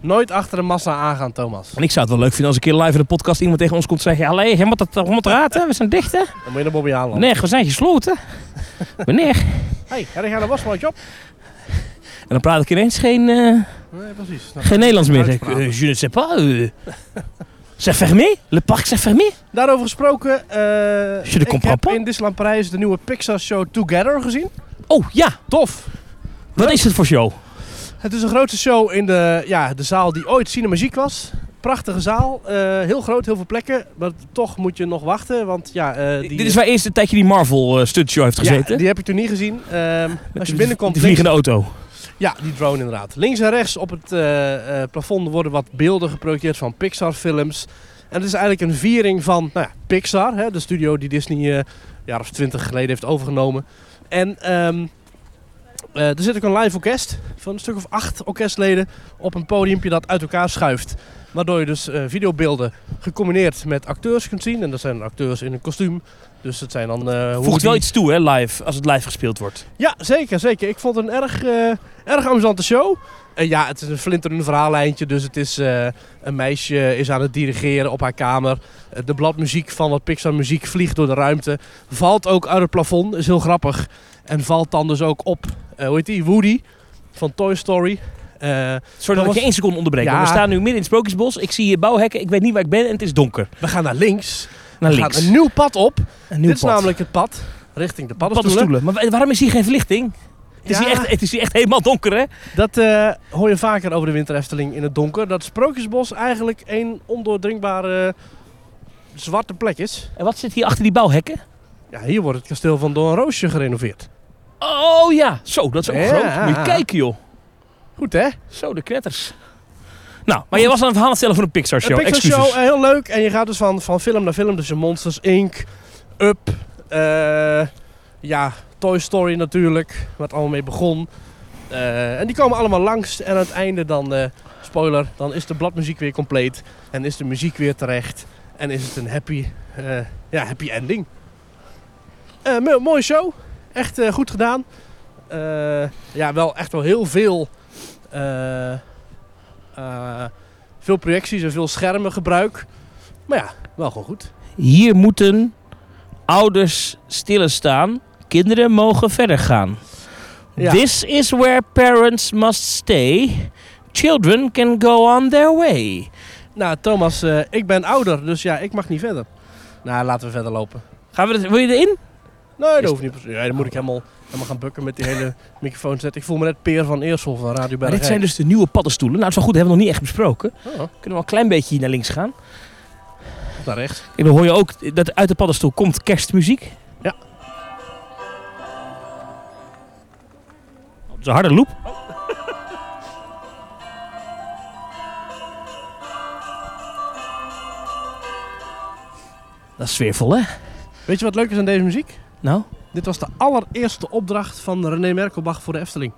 Nooit achter de massa aangaan, Thomas. En ik zou het wel leuk vinden als een keer live in de podcast iemand tegen ons komt zeggen... Allee, je moet het, je moet eruit, hè? We zijn dicht, hè? Dan moet je naar Bobby Haaland. Meneer, we zijn gesloten. Meneer. Hé, hey, ga je een wasmandje op? En dan praat ik ineens geen, eh, Nee, precies. Nou, geen Nederlands meer. Ik, Uitspraak. eh, je ne sais pas. eh. c'est fermé? Le parc c'est fermé? Daarover gesproken, eh Je de ik comprends heb pas. in Disneyland Parijs de nieuwe Pixar show Together gezien. Oh, ja. Tof. Eh, Wat is het voor show? Het is een grote show in de, ja, de zaal die ooit Cinemagiek was. Prachtige zaal, eh, heel groot, heel veel plekken. Maar toch moet je nog wachten, want ja... eh, die, Dit is waar eerst een tijdje die Marvel eh, stunt show heeft Ja, gezeten. die heb ik toen niet gezien. Ehm, als je binnenkomt... Die links- vliegende auto. ja, die drone inderdaad. Links en rechts op het eh, eh, plafond worden wat beelden geprojecteerd van Pixar films. En het is eigenlijk een viering van nou ja, Pixar, hè, de studio die Disney eh, een jaar of twintig geleden heeft overgenomen. En ehm, eh, er zit ook een live orkest van een stuk of acht orkestleden op een podiumpje dat uit elkaar schuift. Waardoor je dus eh, videobeelden gecombineerd met acteurs kunt zien. En dat zijn acteurs in een kostuum. Dus dat zijn dan... eh hoe Voegt wel die- iets toe, hè, live. Als het live gespeeld wordt. ja, zeker, zeker. Ik vond het een erg, eh, erg amusante show. En ja, het is een flinterend verhaallijntje. Dus het is eh, een meisje is aan het dirigeren op haar kamer. Eh, De bladmuziek van wat Pixar muziek vliegt door de ruimte. Valt ook uit het plafond. Is heel grappig. En valt dan dus ook op, eh, hoe heet die? Woody van Toy Story. Eh, Sorry dat, Dat ik je één seconde onderbreek. Ja. want We staan nu midden in het Sprookjesbos. Ik zie hier bouwhekken. Ik weet niet waar ik ben en het is donker. we gaan naar links. Naar we links. gaan een nieuw pad op. Een nieuw Dit is pad. namelijk het pad richting de paddenstoelen. paddenstoelen. Maar wa- waarom is hier geen verlichting? Het is, Ja. hier echt, het is hier echt helemaal donker, hè? Dat eh, hoor je vaker over de winter Efteling in het donker. Dat Sprookjesbos eigenlijk één ondoordringbare eh, zwarte plek is. En wat zit hier achter die bouwhekken? Ja, hier wordt het kasteel van Doornroosje gerenoveerd. Oh ja, zo, dat is ook Ja. groot. Moet je kijken, joh. Goed hè? Zo, de knetters. Nou, maar jij was aan het verhaal aan het stellen van een Pixar show. Een Pixar Excuses. show, eh, heel leuk. En je gaat dus van, van film naar film. Dus je Monsters Inc., Up, eh, ja, Toy Story natuurlijk, wat allemaal mee begon. Eh, en die komen allemaal langs. En aan het einde dan, eh, spoiler, dan is de bladmuziek weer compleet. En is de muziek weer terecht. En is het een happy, eh, ja, happy ending. Eh, mo- mooie show. Echt eh, goed gedaan. Eh, ja, wel echt wel heel veel... eh, eh, veel projecties en veel schermengebruik. Maar ja, wel gewoon goed. Hier moeten ouders stilstaan. Kinderen mogen verder gaan. Ja. This is where parents must stay. Children can go on their way. Nou, Thomas, eh, ik ben ouder, dus ja, ik mag niet verder. Nou, laten we verder lopen. Gaan we dat, wil je erin? Nee, Is- dat hoeft niet. per se. Ja, dan moet ik helemaal, helemaal gaan bukken met die hele microfoon zetten. Ik voel me net Peer van Eersel van Radio Maar dit Bergen. zijn dus de nieuwe paddenstoelen. Nou, zo goed hebben we nog niet echt besproken. Oh, Kunnen we wel een klein beetje hier naar links gaan. naar rechts. En dan hoor je ook dat uit de paddenstoel komt kerstmuziek. Ja. Dat is een harde loop. Dat is sfeervol, hè? Weet je wat leuk is aan deze muziek? Nou, Dit was de allereerste opdracht van René Merkelbach voor de Efteling.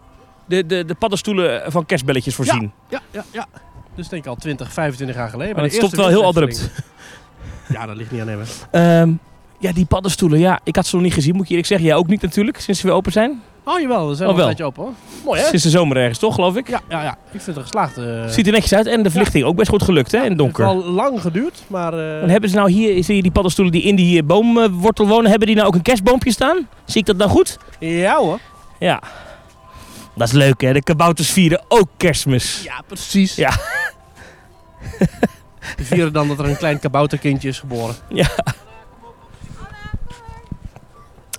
de, de, de paddenstoelen van kerstbelletjes voorzien. Ja, ja, ja. Dus denk ik al 20, 25 jaar geleden. maar de het Oh, stopt eerste wel heel was de abrupt. Efteling. Ja, dat ligt niet aan hem. hè. Ehm, ja, die paddenstoelen, ja. Ik had ze nog niet gezien, moet ik je eerlijk zeggen. Jij ook niet natuurlijk, sinds ze weer open zijn. Oh, jawel. We zijn Oh, al wel. een tijdje open, hoor. Mooi, hè? Sinds de zomer ergens, toch, geloof ik? Ja, ja, ja. Ik vind het een geslaagd. eh, Ziet er netjes uit en de verlichting ook best goed gelukt, hè, in het donker. Het heeft wel lang geduurd, maar... eh, En hebben ze nou hier, zie je die paddenstoelen die in die eh, boomwortel wonen, hebben die nou ook een kerstboompje staan? Zie ik dat nou goed? Ja, hoor. Ja. Dat is leuk hè, de kabouters vieren ook kerstmis. Ja, precies. Ja. Die vieren dan dat er een klein kabouterkindje is geboren.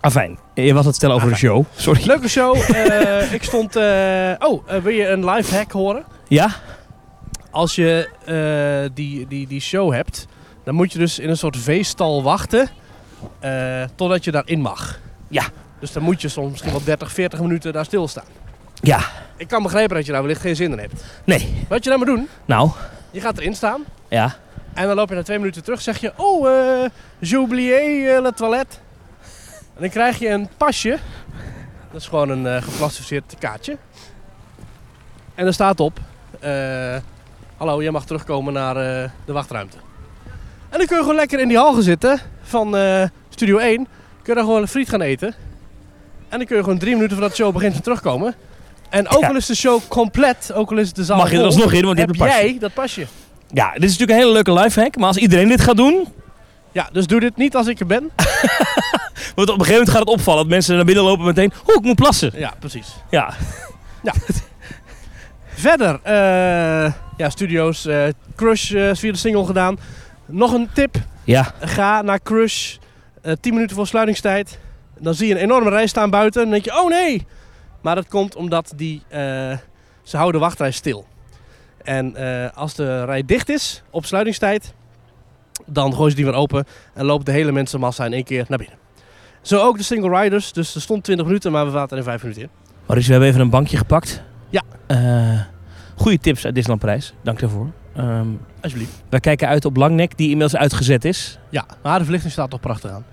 Afijn, je was het vertellen over de show. Sorry. Leuke show. Eh, ik stond... eh, oh, eh, wil je een live hack horen? Ja? Als je eh, die, die, die show hebt, dan moet je dus in een soort veestal wachten eh, totdat je daarin mag. Ja. Dus dan moet je soms misschien wel 30, 40 minuten daar stilstaan. Ja. Ik kan begrijpen dat je daar wellicht geen zin in hebt. Nee. Wat je dan moet doen, Nou, je gaat erin staan. ja. En dan loop je na twee minuten terug, zeg je, oh, eh j'ai oublié eh, le toilet. En dan krijg je een pasje. Dat is gewoon een eh geplastificeerd kaartje. En daar staat op, eh, hallo, jij mag terugkomen naar eh, de wachtruimte. En dan kun je gewoon lekker in die hal gaan zitten van eh, Studio 1. Kun je dan gewoon een friet gaan eten. En dan kun je gewoon drie minuten voordat de show begint weer terugkomen. En ook Ja. al is de show compleet, ook al is het de zaal Mag je er vol, alsnog in, want je hebt heb een pasje. jij dat pasje. Ja, dit is natuurlijk een hele leuke lifehack, maar als iedereen dit gaat doen, Ja, dus doe dit niet als ik er ben. want op een gegeven moment gaat het opvallen dat mensen naar binnen lopen meteen, oh ik moet plassen. Ja, precies. Ja. Verder, eh, ja, studio's, eh, Crush eh, is via de single gedaan. Nog een tip, Ja. ga naar Crush, eh 10 minuten voor sluitingstijd. Dan zie je een enorme rij staan buiten en dan denk je, oh nee! Maar dat komt omdat die, eh, ze houden de wachtrij stil. En eh, als de rij dicht is op sluitingstijd, dan gooien ze die weer open en loopt de hele mensenmassa in één keer naar binnen. Zo ook de single riders, dus er stond 20 minuten, maar we zaten er 5 minuten in. Maurice, dus we hebben even een bankje gepakt. Ja. Eh, goede tips uit Disneyland Parijs, dank daarvoor. Ehm, Alsjeblieft. wij kijken uit op Langnek, die inmiddels uitgezet is. Ja, maar de verlichting staat toch prachtig aan.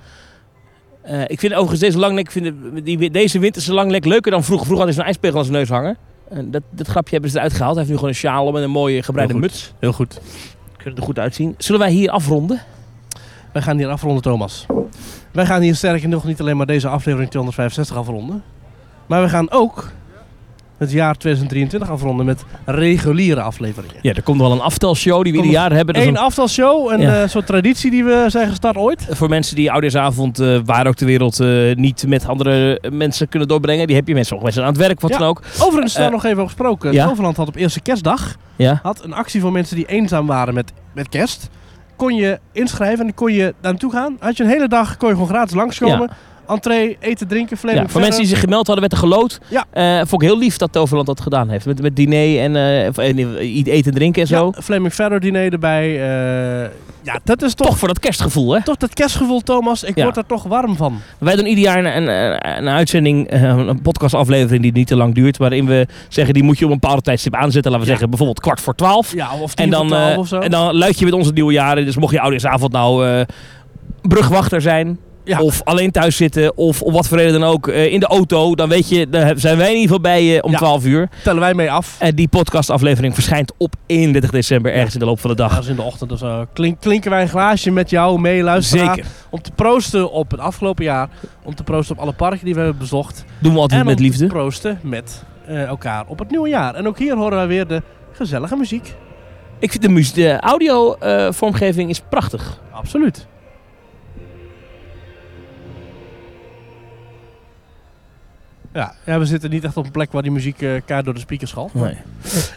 Eh, ik vind overigens deze langnek, ik vind de- die, deze winterse langnek leuker dan vroeger. Vroeger had hij zijn ijspegel aan zijn neus hangen. En dat, dat grapje hebben ze eruit gehaald. Hij heeft nu gewoon een sjaal om en een mooie gebreide Heel goed. muts. Heel goed. Kunnen er goed uitzien. Zullen wij hier afronden? Wij gaan hier afronden, Thomas. Wij gaan hier sterker nog niet alleen maar deze aflevering 265 afronden. Maar we gaan ook het jaar 2023 afronden met reguliere afleveringen. Ja, er komt wel een aftelshow die we Komt ieder jaar hebben. Dat is Eén aftalshow, een Ja. eh, soort traditie die we zijn gestart ooit. een- voor mensen die oudejaarsavond, eh, waar ook ter wereld, eh, niet met andere eh, mensen kunnen doorbrengen. Die heb je mensen, mensen aan het werk, wat Ja. dan ook. Overigens, daar Eh, nog even over gesproken. ja. Toverland had op eerste kerstdag Ja. had een actie voor mensen die eenzaam waren met, met kerst. Kon je inschrijven en dan kon je daar naartoe gaan. Had je een hele dag, kon je gewoon gratis langskomen. Entree, eten, drinken, Ja, verlening voor mensen die zich gemeld hadden, werd er geloot. Ja. Eh, vond ik heel lief dat Toverland dat gedaan heeft. Met, met diner en eh, of, eh, eten en drinken en zo. Ja, Flaming Feather diner erbij. eh, ja, dat is toch, Toch voor dat kerstgevoel, hè? toch dat kerstgevoel, Thomas. Ik Ja. word er toch warm van. Wij doen ieder jaar een, een, een- een uitzending, eh, een podcastaflevering die niet te lang duurt. Waarin we zeggen, die moet je op een bepaald tijdstip aanzetten. Laten we Ja. zeggen, bijvoorbeeld kwart voor twaalf. Ja, of tien En dan, voor twaalf eh, of zo. en dan luid je met onze nieuwe jaren. Dus mocht je oudejaarsavond nou eh, brugwachter zijn... Ja. Of alleen thuis zitten, of om wat voor reden dan ook eh, in de auto. Dan weet je, daar zijn wij in ieder geval bij je om Ja. 12 uur. tellen wij mee af. En die podcastaflevering verschijnt op 31 december, ergens in de loop van de dag. Ergens in de ochtend of zo. Klink, klinken wij een glaasje met jou mee, luisteraar. Zeker. Om te proosten op het afgelopen jaar. Om te proosten op alle parken die we hebben bezocht. Doen we altijd en met om liefde. te proosten met eh, elkaar op het nieuwe jaar. En ook hier horen wij weer de gezellige muziek. Ik vind de, muzie- de audio eh, vormgeving is prachtig. Absoluut. Ja. ja, we zitten niet echt op een plek waar die muziek eh kaart door de speakers schalt. Nee.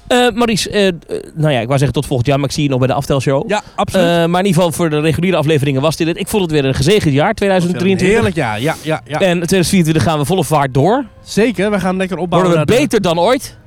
Eh, Maurice, eh, d- eh, nou ja, ik wou zeggen tot volgend jaar, maar ik zie je nog bij de aftelshow. Ja, absoluut. Eh, maar in ieder geval voor de reguliere afleveringen was dit het. Ik vond het weer een gezegend jaar, 2023. Heerlijk, ja. Ja, ja, ja. En 2024 gaan we volle vaart door. Zeker, we gaan lekker opbouwen. Worden we naar de- beter dan ooit?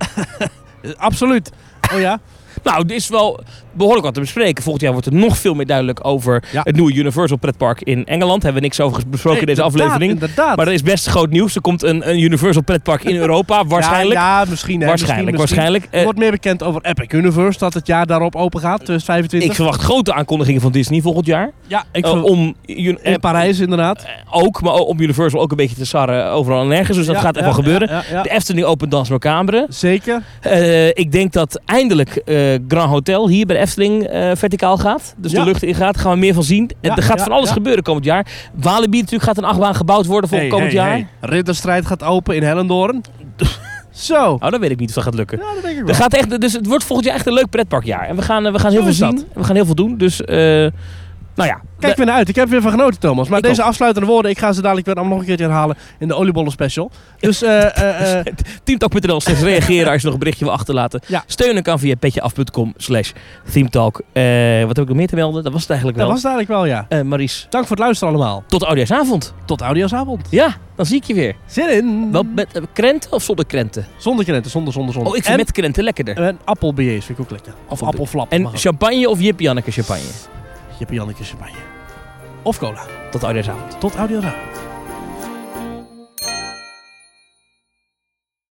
Eh, Absoluut. Oh ja? Nou, er is wel behoorlijk wat te bespreken. Volgend jaar wordt er nog veel meer duidelijk over Ja. het nieuwe Universal Pretpark in Engeland. Hebben we niks over ges- besproken in Nee, deze inderdaad, aflevering. Inderdaad. Maar er is best groot nieuws. Er komt een, een Universal Pretpark in Europa, waarschijnlijk. Ja, ja, misschien. Hè, waarschijnlijk, misschien, misschien. waarschijnlijk. Er Eh, wordt meer bekend over Epic Universe, dat het jaar daarop open gaat, 2025. ik verwacht grote aankondigingen van Disney volgend jaar. ja, ik Eh, ver- om Un- eh, in Parijs inderdaad. eh, ook, maar om Universal ook een beetje te sarren overal en nergens. Dus dat Ja, gaat echt ja, wel gebeuren. ja, ja, ja. De Efteling opent Dans Macabre. Zeker. Eh, ik denk dat eindelijk eh, Grand Hotel hier bij de Efteling eh, verticaal gaat. Dus Ja. de lucht in gaat. Daar gaan we meer van zien. En Ja, er gaat ja, van alles ja. gebeuren komend jaar. Walibi natuurlijk gaat een achtbaan gebouwd worden voor Hey, komend hey, jaar. hey. Ridderstrijd gaat open in Hellendoorn. Zo. Oh, dat weet ik niet of dat gaat lukken. Ja, dat denk ik Er wel. gaat echt, dus het wordt volgend jaar echt een leuk pretparkjaar. En we gaan, eh, we gaan heel Zo veel is dat. zien. We gaan heel veel doen. Dus, eh, nou ja. Kijk weer naar uit. Ik heb weer van genoten, Thomas. Maar Ik deze afsluitende woorden, ik ga ze dadelijk weer allemaal nog een keertje herhalen in de oliebollen special. Dus eh eh, eh, Teamtalk.nl slash reageren als je nog een berichtje wil achterlaten. Ja. Steunen kan via petjeaf.com slash teamtalk. Eh, wat heb ik nog meer te melden? Dat was het eigenlijk dat wel. was het eigenlijk wel, ja. Eh, Maries, Dank voor het luisteren allemaal. tot oudejaarsavond. Tot Audiosavond. Ja, dan zie ik je weer. Zin in. Wel met eh, krenten of zonder krenten? Zonder krenten, zonder, zonder, zonder. Oh, ik en, vind met krenten lekkerder. en appelbillets vind ik ook lekker. Of Appelbe- appelflap. En mag ook. champagne of Jip Janneke champagne? Je hebt Janneke champagne. Of cola. Tot oudejaarsavond. Tot Audiosavond.